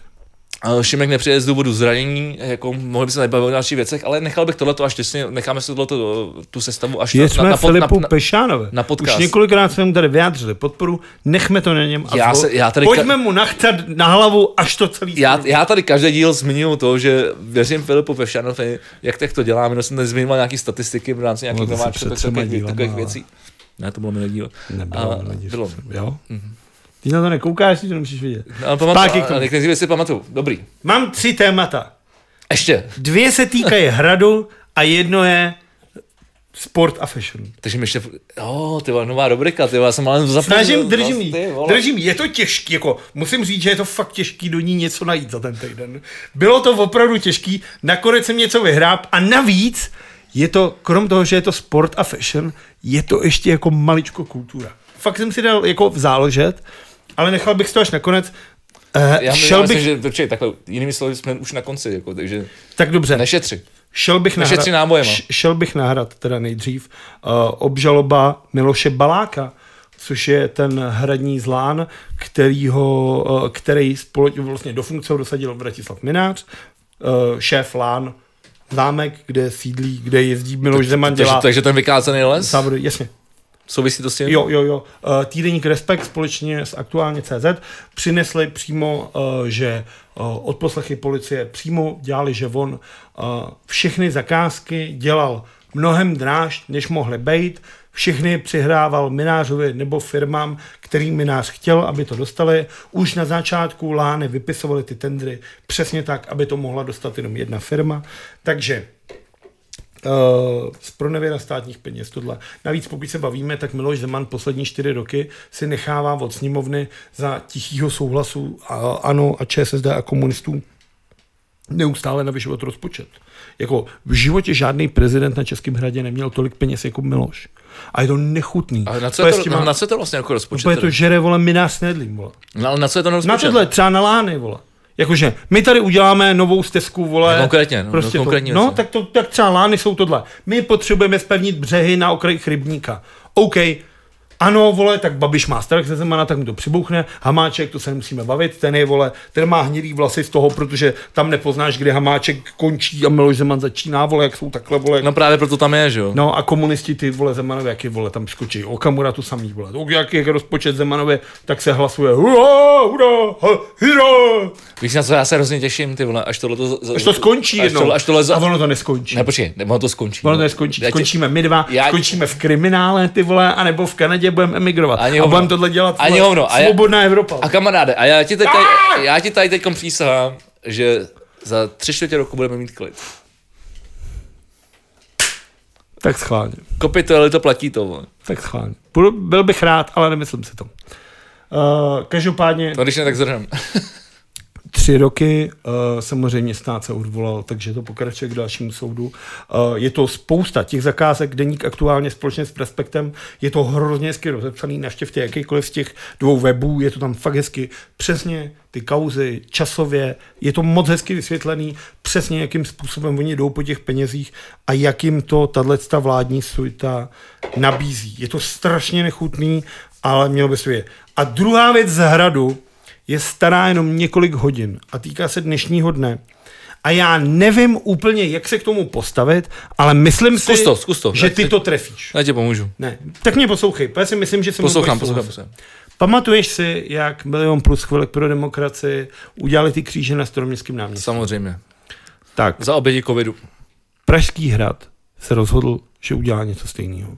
B: Uh, Šimek nepřijede z důvodu zranění, jako mohli by se nebavit o dalších věcech, ale nechal bych tohleto až těsně, necháme si tohleto, eh, tu sestavu až na,
A: Věřme
B: na, na, pod- na,
A: Filipu
B: na,
A: Pešánovi.
B: na podcast.
A: Už několikrát jsme mu tady vyjádřili podporu, nechme to na něm. A
B: Já
A: zvo-
B: se- já tady-
A: Pojďme mu nachtat na hlavu, až to celý
B: já, já tady každý díl zmiňuji to, že věřím Filipu Pešanovi, jak tak to dělá. Minulý jsem tady zmiňoval nějaké statistiky v rámci nějakých
E: Ono to se
B: nováčků,
E: před
B: tak
E: třema
B: takových,
E: dílama,
B: takových
E: ale-
B: věcí. Ne, to bylo minulý díl.
E: Nebylo,
B: A-
E: ale
B: bylo. Mhm. No,
E: Jo?
A: Ty na to nekoukáš, ty to nemusíš vidět.
B: Ale
A: Zpátky
B: pamatuju,
A: k tomu.
B: ale některé věci pamatuju. Dobrý.
A: Mám tři témata.
B: Ještě.
A: Dvě se týkají hradu a jedno je sport a fashion.
B: Takže mi ještě, jo, ty vole, nová rubrika, ty vole, já jsem ale zapomněl.
A: Snažím, držím
B: Vlast,
A: jí,
B: Vlastně ty vole.
A: držím jí, je to těžký, jako musím říct, že je to fakt těžký do ní něco najít za ten týden. Bylo to opravdu těžký, nakonec jsem něco vyhrál a navíc je to, krom toho, že je to sport a fashion, je to ještě jako maličko kultura. Fakt jsem si dal jako v záložet, ale nechal bych si to až nakonec. Uh,
B: Já,
A: šel bych,
B: myslím, že, počkej, takhle, jinými slovy, jsme už na konci, jako, takže
A: tak dobře,
B: nešetři.
A: Šel bych na
B: Takže tři nábojema.
A: š- šel bych na hrad teda nejdřív. Uh, obžaloba Miloše Baláka, což je ten hradní zlán, kterýho, uh, který společ, vlastně do funkce ho dosadil Vratislav Minář, uh, šéf lán, zámek, kde sídlí, kde jezdí Miloš Zeman,
B: Takže,
A: dělá
B: takže ten vykázaný les,
A: závody, jasně.
B: souvisí to s tím?
A: Jo, jo, jo. Eh, Týdeník Respekt společně s aktuálně CZ přinesli přímo, eh, že eh, odposlechy policie přímo dělali, že on eh, všechny zakázky dělal mnohem dráž, než mohly být. Všechny je přihrával minářovi nebo firmám, který minář chtěl, aby to dostali. Už na začátku Lány vypisovali ty tendry přesně tak, aby to mohla dostat jenom jedna firma. Takže Uh, z pronevěra státních peněz tohle. Navíc pokud se bavíme, tak Miloš Zeman poslední čtyři roky si nechává od sněmovny za tichýho souhlasu a, ANO a ČSSD a komunistů neustále navyšovat rozpočet. Jako v životě žádný prezident na Českém hradě neměl tolik peněz jako Miloš. A je to nechutný.
B: A na co, je
A: s
B: to,
A: těma-
B: na co je to vlastně jako rozpočet?
A: to, je to
B: teda?
A: žere, vole, minář s nedlím, vole.
B: No, ale na co je to rozpočet?
A: Na tohle, třeba na lány, vole. Jakože my tady uděláme novou stezku, vole.
B: No konkrétně, no,
A: prostě
B: no konkrétní
A: to, no
B: věci.
A: tak, to, tak třeba lány jsou tohle. My potřebujeme spevnit břehy na okrajích rybníka. OK, ano, vole, tak Babiš má strach ze Zemana, tak mu to přibouchne. Hamáček, to se nemusíme bavit, ten je, vole, ten má hnědý vlasy z toho, protože tam nepoznáš, kde Hamáček končí a Miloš Zeman začíná, vole, jak jsou takhle, vole,
B: No právě proto tam je, že jo?
A: No a komunisti ty vole Zemanovi, jaký vole tam skočí. Okamura tu samý vole. O, jak je rozpočet Zemanovi, tak se hlasuje hurá, hurá, ha, hurá.
B: Víš na co, já se hrozně těším, ty vole, až tohle to... za-
A: Až to skončí
B: až
A: jednou.
B: tohle, až tohle za...
A: A ono to neskončí.
B: Ne, počkej, ne, ono to skončí.
A: Ono
B: no.
A: to neskončí.
B: Já tě-
A: Skončíme my dva,
B: já-
A: skončíme v kriminále ty vole, anebo v Kanadě budeme emigrovat.
B: Ani
A: a
B: hovno.
A: budeme tohle dělat
B: Ani
A: vole,
B: hovno. A já-
A: svobodná Evropa.
B: A kamaráde, a já ti teď, tady, já ti tady teď přísahám, že za tři čtvrtě roku budeme mít klid.
A: Tak schválně.
B: Kopy to, ale to platí to. vole.
A: Tak schválně. Budu- Byl bych rád, ale nemyslím si to. Uh, každopádně
B: No když ne, tak zrhnem.
A: tři roky, eh, samozřejmě stát se odvolal, takže to pokračuje k dalšímu soudu. Eh, Je to spousta těch zakázek, deník aktuálně společně s Prospektem, je to hrozně hezky rozepsaný, naštěvte jakýkoliv z těch dvou webů, je to tam fakt hezky, přesně ty kauzy, časově, je to moc hezky vysvětlený, přesně jakým způsobem oni jdou po těch penězích a jak jim to tato vládní suita nabízí. Je to strašně nechutný, ale mělo by se je. A druhá věc z hradu, je stará jenom několik hodin a týká se dnešního dne. A já nevím úplně, jak se k tomu postavit, ale myslím
B: Zkus
A: si,
B: to, zkus to.
A: že
B: Já
A: ty
B: teď-
A: to trefíš.
B: Já ti pomůžu.
A: Ne, tak mě poslouchej, já si myslím, že se
B: No, Poslouchám,
A: no.
B: poslouchám se.
A: Pamatuješ si, jak Milion plus chvilek pro demokracii udělali ty kříže na staroměstském náměstí?
B: Samozřejmě.
A: Tak.
B: Za oběti covidu.
A: Pražský hrad se rozhodl, že udělá něco stejného.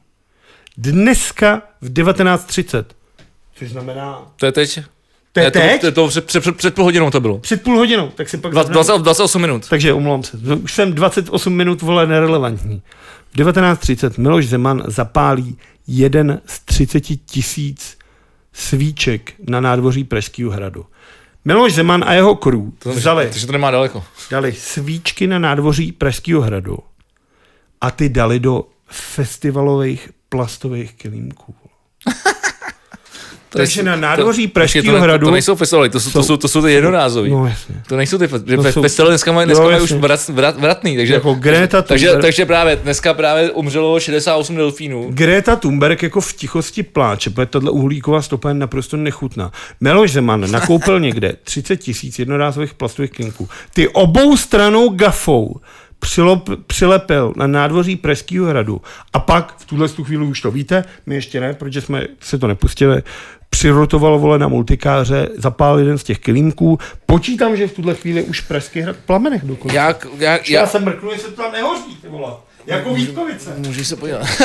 A: Dneska v 19.30, což znamená,
B: To je teď?
A: to je
B: Ne,
A: teď, No.
B: To, to, to před, před, před, před půl hodinou to bylo.
A: před půl hodinou, tak si pak
B: Dva-
A: zapneme.
B: 20, 28 minut.
A: Takže omlouvám se. Už jsem 28 minut vole nerelevantní. V 19.30 Miloš Zeman zapálí jeden z 30 tisíc svíček na nádvoří Pražského hradu. Miloš Zeman a jeho krů vzali,
B: Takže to nemá daleko.
A: dali svíčky na nádvoří Pražského hradu a ty dali do festivalových plastových kelímků.
B: To
A: Takže
B: nejsou-
A: na nádvoří
B: to-
A: Pražského
B: počkej, to ne-
A: hradu-
B: To nejsou festivaly, to jsou, to jsou, to jsou ty jednorázový.
A: No jasně.
B: To nejsou ty fe-
A: No
B: fe-
A: jsou-
B: festivaly, dneska mají, dneska
A: Jo,
B: mají už
A: jasně.
B: vrat, vrat, vratný, takže,
A: Jako Greta
B: takže,
A: Thunberg.
B: takže právě dneska právě umřelo 68 delfínů.
A: Greta Thunberg jako v tichosti pláče, protože tato uhlíková stopa je naprosto nechutná. Miloš Zeman nakoupil někde 30 tisíc jednorázových plastových klinků. Ty obou stranou gafou přilop, přilepil na nádvoří Pražského hradu a pak v tuhle tu chvíli už to víte, my ještě ne, protože jsme se to nepustili, přirotoval vole na multikáře, zapál jeden z těch kelímků. Počítám, že v tuhle chvíli už Pražský hrad v plamenech dokonce.
B: Já, já,
A: Já, já
B: já,
A: se mrknu, jestli to tam nehoří, ty vole. Jako Vítkovice.
B: můžeš se podívat.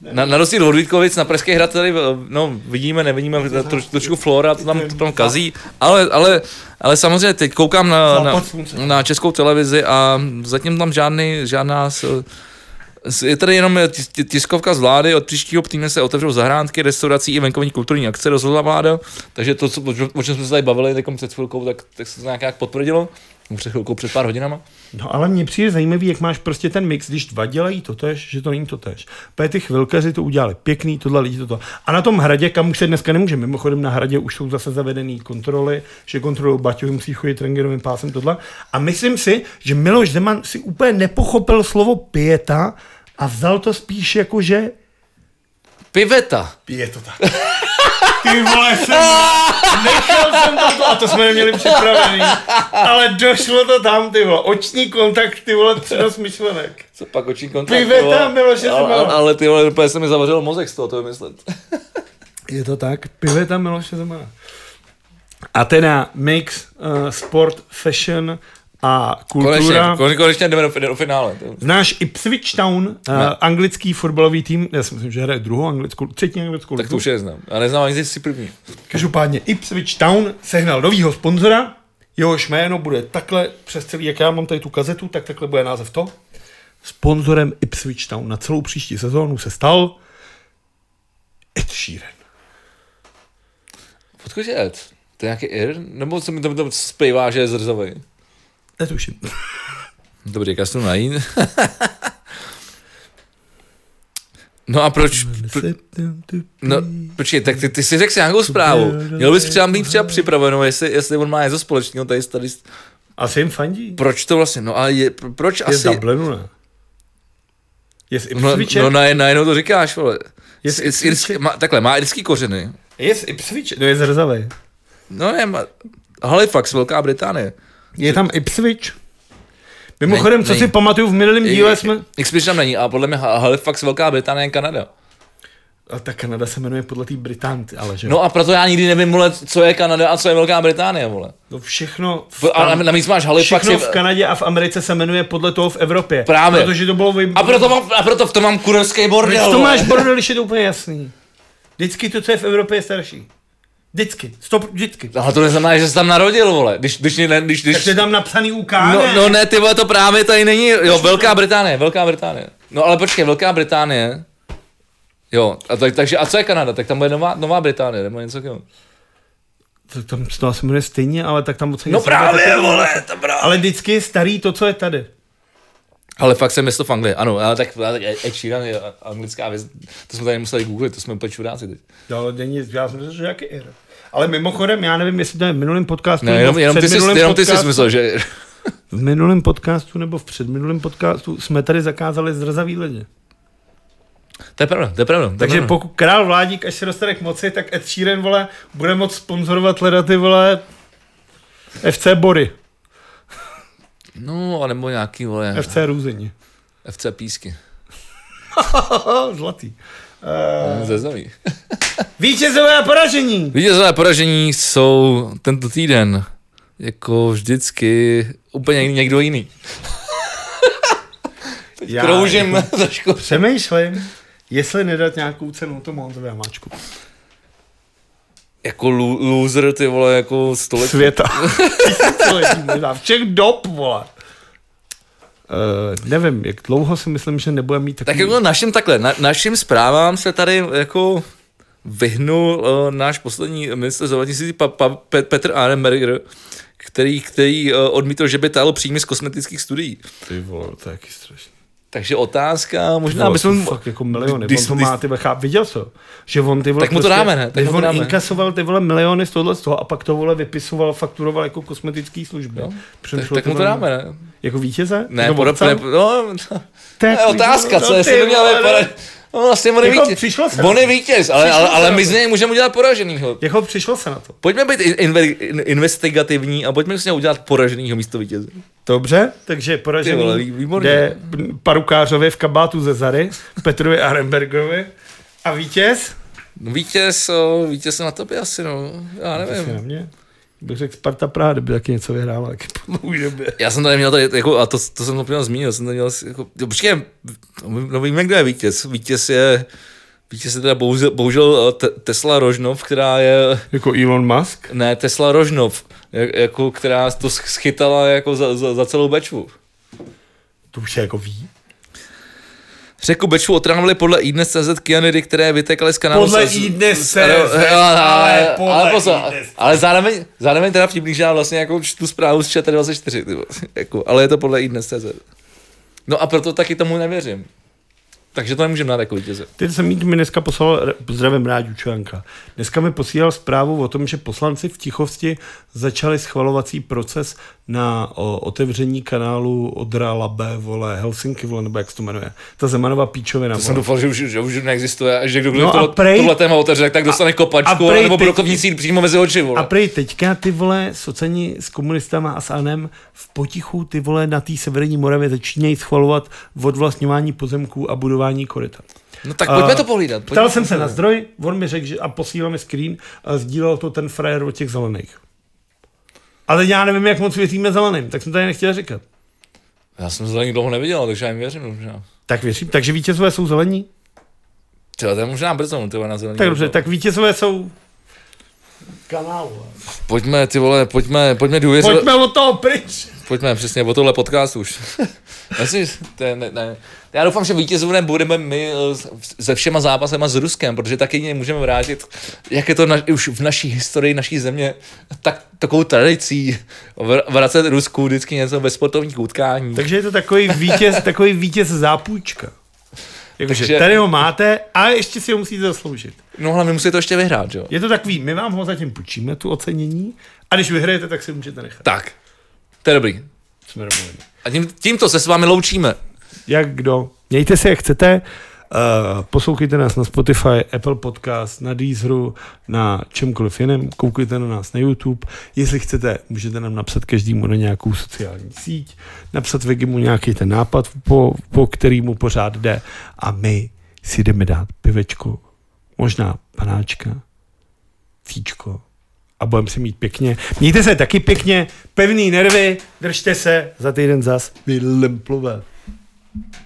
B: Na, na rozdíl od Vítkovic, na Pražský hrad tady, no, vidíme, nevidíme, tro, trošku flora, to tam, to tam kazí, ale, ale, ale samozřejmě teď koukám na, na,
A: Západ slunce.
B: na českou televizi a zatím tam žádný, žádná, s- s- je tady jenom ti- ti- tiskovka z vlády, od příštího týdne se otevřou zahrádky, restaurací i venkovní kulturní akce, rozhodla vláda, takže to, co, o čem jsme se tady bavili teď před chvilkou, tak, tak se to nějak potvrdilo, před chvilkou, před pár hodinama.
A: No ale mně přijde zajímavý, jak máš prostě ten mix, když dva dělají totež, že to není totež. Protože ty chvilkaři to udělali pěkný, tohle lidi toto. A na tom hradě, kam už se dneska nemůže, mimochodem na hradě už jsou zase zavedené kontroly, že kontrolují Baťovi, musí chodit rengenovým pásem tohle. A myslím si, že Miloš Zeman si úplně nepochopil slovo pieta a vzal to spíš jako, že
B: Piveta!
A: je to tak. Ty vole, jsem, nechal jsem to, a to jsme neměli připravený, ale došlo to tam, ty vole, oční kontakt, ty vole, přenos myšlenek.
B: Co pak oční kontakt?
A: Piveta,
B: ty vole?
A: Miloše
B: ale,
A: Zemana.
B: ale, ale ty vole, úplně se mi zavařil mozek z toho, to vymyslet.
A: Je to tak, piveta Miloše Zemana. A teda mix uh, sport, fashion a
B: Konečně,
A: kultura.
B: kon- konečně jdeme do, fin- do finále. To-
A: Znáš Ipswich Town, uh, anglický fotbalový tým, já si myslím, že hraje druhou anglickou, třetí anglickou
B: Tak to už je neznám. A neznám ani si první.
A: Každopádně Ipswich Town sehnal novýho sponzora, jehož jméno bude takhle přes celý, jak já mám tady tu kazetu, tak takhle bude název to. Sponzorem Ipswich Town na celou příští sezónu se stal Ed Sheeran.
B: Odkud je Ed? To je nějaký Ir? Nebo se mi tam, tam zpívá, že je zrzavý?
A: Netuším.
B: Dobrý, jak já jsem najít. no a proč? Pr- no, počkej, tak ty, ty si řekl si nějakou zprávu. Měl bys třeba mít třeba připravenou, jestli, jestli on má něco společného tady, s- tady, s-
A: Asi jim fandí.
B: proč to vlastně, no ale je, proč
A: Je z
B: asi,
A: Dublinu, ne? Je z
B: No,
A: Ipswiche.
B: no na, najednou to říkáš, vole.
A: Je
B: Z,
A: z
B: z irské, má, takhle, má irský kořeny.
A: Je z Ipswich. No je z Rzavej.
B: No ne, má, Halifax, Velká Británie.
A: Je tam Ipswich. Mimochodem, co
B: nej.
A: si pamatuju v minulém díle jsme...
B: Xperia tam není, a podle mě Ha- Halifax, Velká Británie je Kanada.
A: A ta Kanada se jmenuje podle té Británky, ale že?
B: No a proto já nikdy nevím, vole, co je Kanada a co je Velká Británie, vole.
A: To No všechno v,
B: P- A na- navíc máš Halifax,
A: všechno
B: je,
A: v Kanadě a v Americe se jmenuje podle toho v Evropě.
B: Právě.
A: Protože to bylo... Vy...
B: a proto, mám, a proto v tom mám kurovský
A: Proč
B: bordel,
A: to
B: vole.
A: máš bordel, když je to úplně jasný? Vždycky to, co je v Evropě, je starší. Vždycky. Stop, vždycky.
B: Ale to neznamená, že jsi tam narodil, vole. Když, když, ne, když,
A: Tak
B: když,
A: to je tam napsaný UK,
B: No, no ne, ty vole, to právě tady není. Jo, Velká Británie, Velká Británie. No ale počkej, Velká Británie. Jo, a tak, takže, a co je Kanada? Tak tam bude Nová, Nová Británie, nebo něco takového.
A: To, tam se to asi jmenuje stejně, ale tak tam moc
B: No právě,
A: ale...
B: vole, to právě.
A: ale vždycky je starý to, co je tady.
B: Ale fakt jsem město v Anglii, ano, ale tak, ale tak Ed Sheeran je anglická věc, to jsme tady museli googlit, to jsme úplně čuráci teď.
A: No, ale není, já jsem že jaký ir. Ale mimochodem, já nevím, jestli to je v minulém podcastu.
B: Ne,
A: nebo
B: jenom,
A: v
B: jenom, ty, jsi,
A: předminulém
B: jenom ty jsi
A: podcastu-
B: myslel, že...
A: V minulém podcastu nebo v předminulém podcastu jsme tady zakázali zrzavý lidi.
B: To je pravda, to je pravda. to je
A: Takže
B: pravda.
A: pokud král vládík, až se dostane k moci, tak Ed Sheeran, vole, bude moc sponzorovat leda ty, vole, FC Bory,
B: No, anebo nějaký, vole,
A: FC Růzení.
B: FC Písky.
A: Zlatý. Eh,
B: Zezavý.
A: Vítězové a poražení!
B: Vítězové poražení jsou tento týden, jako vždycky, úplně jiný- někdo jiný.
A: Já jako
B: Kroužím trošku.
A: přemýšlím, jestli nedat nějakou cenu tomu Honzovi Hamáčku.
B: Jako lo- loser, ty vole, jako stolik.
A: Světa. Tisíciletí možná, Všech dob, vole. Uh, nevím, jak dlouho si myslím, že nebudeme mít
B: Tak
A: takový...
B: jako našim takhle, na, našim zprávám se tady jako vyhnul uh, náš poslední minister zdravotnictví pa, pa, Pe, Petr Arenberger, eh, který, který uh, odmítl, že by táhl příjmy z kosmetických studií.
A: Ty vole, to je jaký strašný.
B: Takže otázka, možná
A: No,
B: bychom...
A: bychom... Fakt jako miliony,
B: Když-
A: on to
B: když-
A: má, ty vole, cháp, viděl jsi, ho? že on ty vole prostě-
B: Tak mu to dáme, ne? Tak
A: když
B: mu to
A: on
B: dáme.
A: inkasoval ty vole miliony z tohohle z toho a pak to vole vypisoval, fakturoval jako kosmetický služby.
B: No, Tak,
A: Přišlo
B: tak mu to
A: tam
B: dáme, ne?
A: Jako vítěze?
B: Ne,
A: Nebo
B: podob,
A: otcem?
B: ne no,
A: To
B: to je
A: je
B: otázka,
A: klidný,
B: co,
A: no,
B: jestli
A: ty
B: to měl
A: vole.
B: vypadat. No, vlastně on je
A: Jako
B: vítěz.
A: přišlo se.
B: On je vítěz, ale,
A: Přišlo
B: ale,
A: se
B: ale
A: na
B: my
A: to.
B: z něj můžeme udělat poraženýho.
A: Jako přišlo se na to.
B: Pojďme být in- inve- in- investigativní a pojďme z něj udělat poraženýho místo vítěze.
A: Dobře, takže poražený
B: Ty vole, výborně.
A: jde Parukářovi v kabátu ze Zary, Petrovi Arenbergovi a vítěz?
B: No, vítěz, o, vítěz je na tobě asi, no. Já
A: Asi na
B: nevím.
A: mě. Bych řekl Sparta Praha, kdyby taky něco vyhrála, jak po dlouhé době.
B: Já jsem tady měl tady, jako, a to, to jsem úplně zmínil, jsem tady měl, asi jako, jo, počkej, no víme, kdo je vítěz. Vítěz je, vítěz je teda bohužel, bohužel eh, Te- Tesla Rožnov, která je
A: Jako Elon Musk?
B: Ne, Tesla Rožnov, jak- jako, která to sch- schytala jako za, za, za celou Bečvu.
A: To už se jako ví.
B: Řeku Bečvu otrávili podle iDnes.cz kyanidy, které vytekly z kanálu.
A: Podle eh,
B: s-
A: iDnes.cz,
B: s- ale-
A: ale podle
B: ale, pozor,
A: iDnes.
B: ale zároveň, zároveň teda vtipný, že já vlastně jako tu zprávu z ČT24, ty vole, jako, ale je to podle iDnes.cz. No a proto taky tomu nevěřím. Takže to nemůžeme dát jako vítěze.
A: Teď jsem mi dneska poslal, re- zdravím Ráďu Čujanka, dneska mi posílal zprávu o tom, že poslanci v Tichosti začali schvalovací proces na o, otevření kanálu Odra Labe, vole, Helsinki, vole, nebo jak se to jmenuje. Ta Zemanová píčovina,
B: To jsem
A: vole.
B: doufal, že už, že už neexistuje a že kdo, kdo
A: No
B: no
A: a
B: tohle,
A: prej-
B: tohle téma otevře, tak- tak dostane kopačku,
A: prej
B: nebo
A: teď-
B: brokovnicí přímo mezi oči, vole.
A: A prej teďka ty vole socani s komunistama a s ANem v potichu ty vole na té severní Moravě začínají schvalovat odvlastňování pozemků a budování koryta.
B: No tak pojďme
A: A-
B: to pohlídat. pojďme
A: Ptal
B: to
A: jsem se
B: pohlídat.
A: na zdroj, on mi řekl že, a posílal mi screen a sdílel to ten frajer od těch zelených. Ale já nevím, jak moc věříme zeleným, tak jsem tady nechtěl říkat.
B: Já jsem zelený dlouho neviděl, takže já jim věřím možná.
A: Tak věřím, takže vítězové jsou zelení?
B: Tyhle, to je možná brzo, no, ty vole, na zelený.
A: Tak
B: dlouho.
A: dobře, tak vítězové jsou... Kanálu.
B: Pojďme, ty vole, pojďme, pojďme důvěřovat. Pojďme.
A: Pojďme od toho pryč!
B: pojďme přesně, o tohle podcast už. já, si, to je, ne, ne. já doufám, že vítězů nebudeme my eh, s- se všema zápasema s Ruskem, protože taky jině můžeme vrátit, jak je to na, už v naší historii, naší země, tak takovou tradicí vr- vracet Rusku vždycky něco bez sportovních utkání.
A: Takže je to takový vítěz, takový vítěz zápůjčka. Jakože
B: Takže-
A: tady ho máte, ale ještě si ho musíte zasloužit.
B: No hlavně musí to ještě vyhrát, jo.
A: Je to takový, my vám ho zatím půjčíme, tu ocenění, a když vyhrajete, tak si ho můžete nechat.
B: Tak, to je dobrý.
A: Jsme domluveni.
B: A tím, tímto se s vámi loučíme.
A: jak kdo. Mějte se, jak chcete. Uh, poslouchejte nás na Spotify, Apple Podcast, na Deezeru, na čemkoliv jiném. Koukejte na nás na YouTube. Jestli chcete, můžete nám napsat každému na nějakou sociální síť, napsat Vegimu nějaký ten nápad, po, po kterýmu pořád jde. A my si jdeme dát pivečko, možná panáčka, fíčko a budeme si mít pěkně. Mějte se taky pěkně, pevný nervy, držte se, za týden zas. Vy lemplové.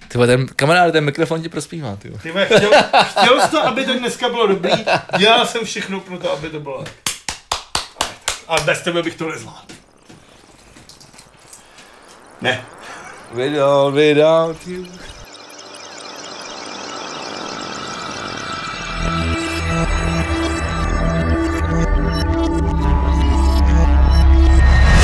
B: Ty vole, ten kamarád, ten mikrofon ti prospívá, ty vole.
A: Ty vole, chtěl, chtěl jsi to, aby to dneska bylo dobrý, dělal jsem všechno pro to, aby to bylo. A bez tebe bych to nezvládl. Ne.
B: Without, without you.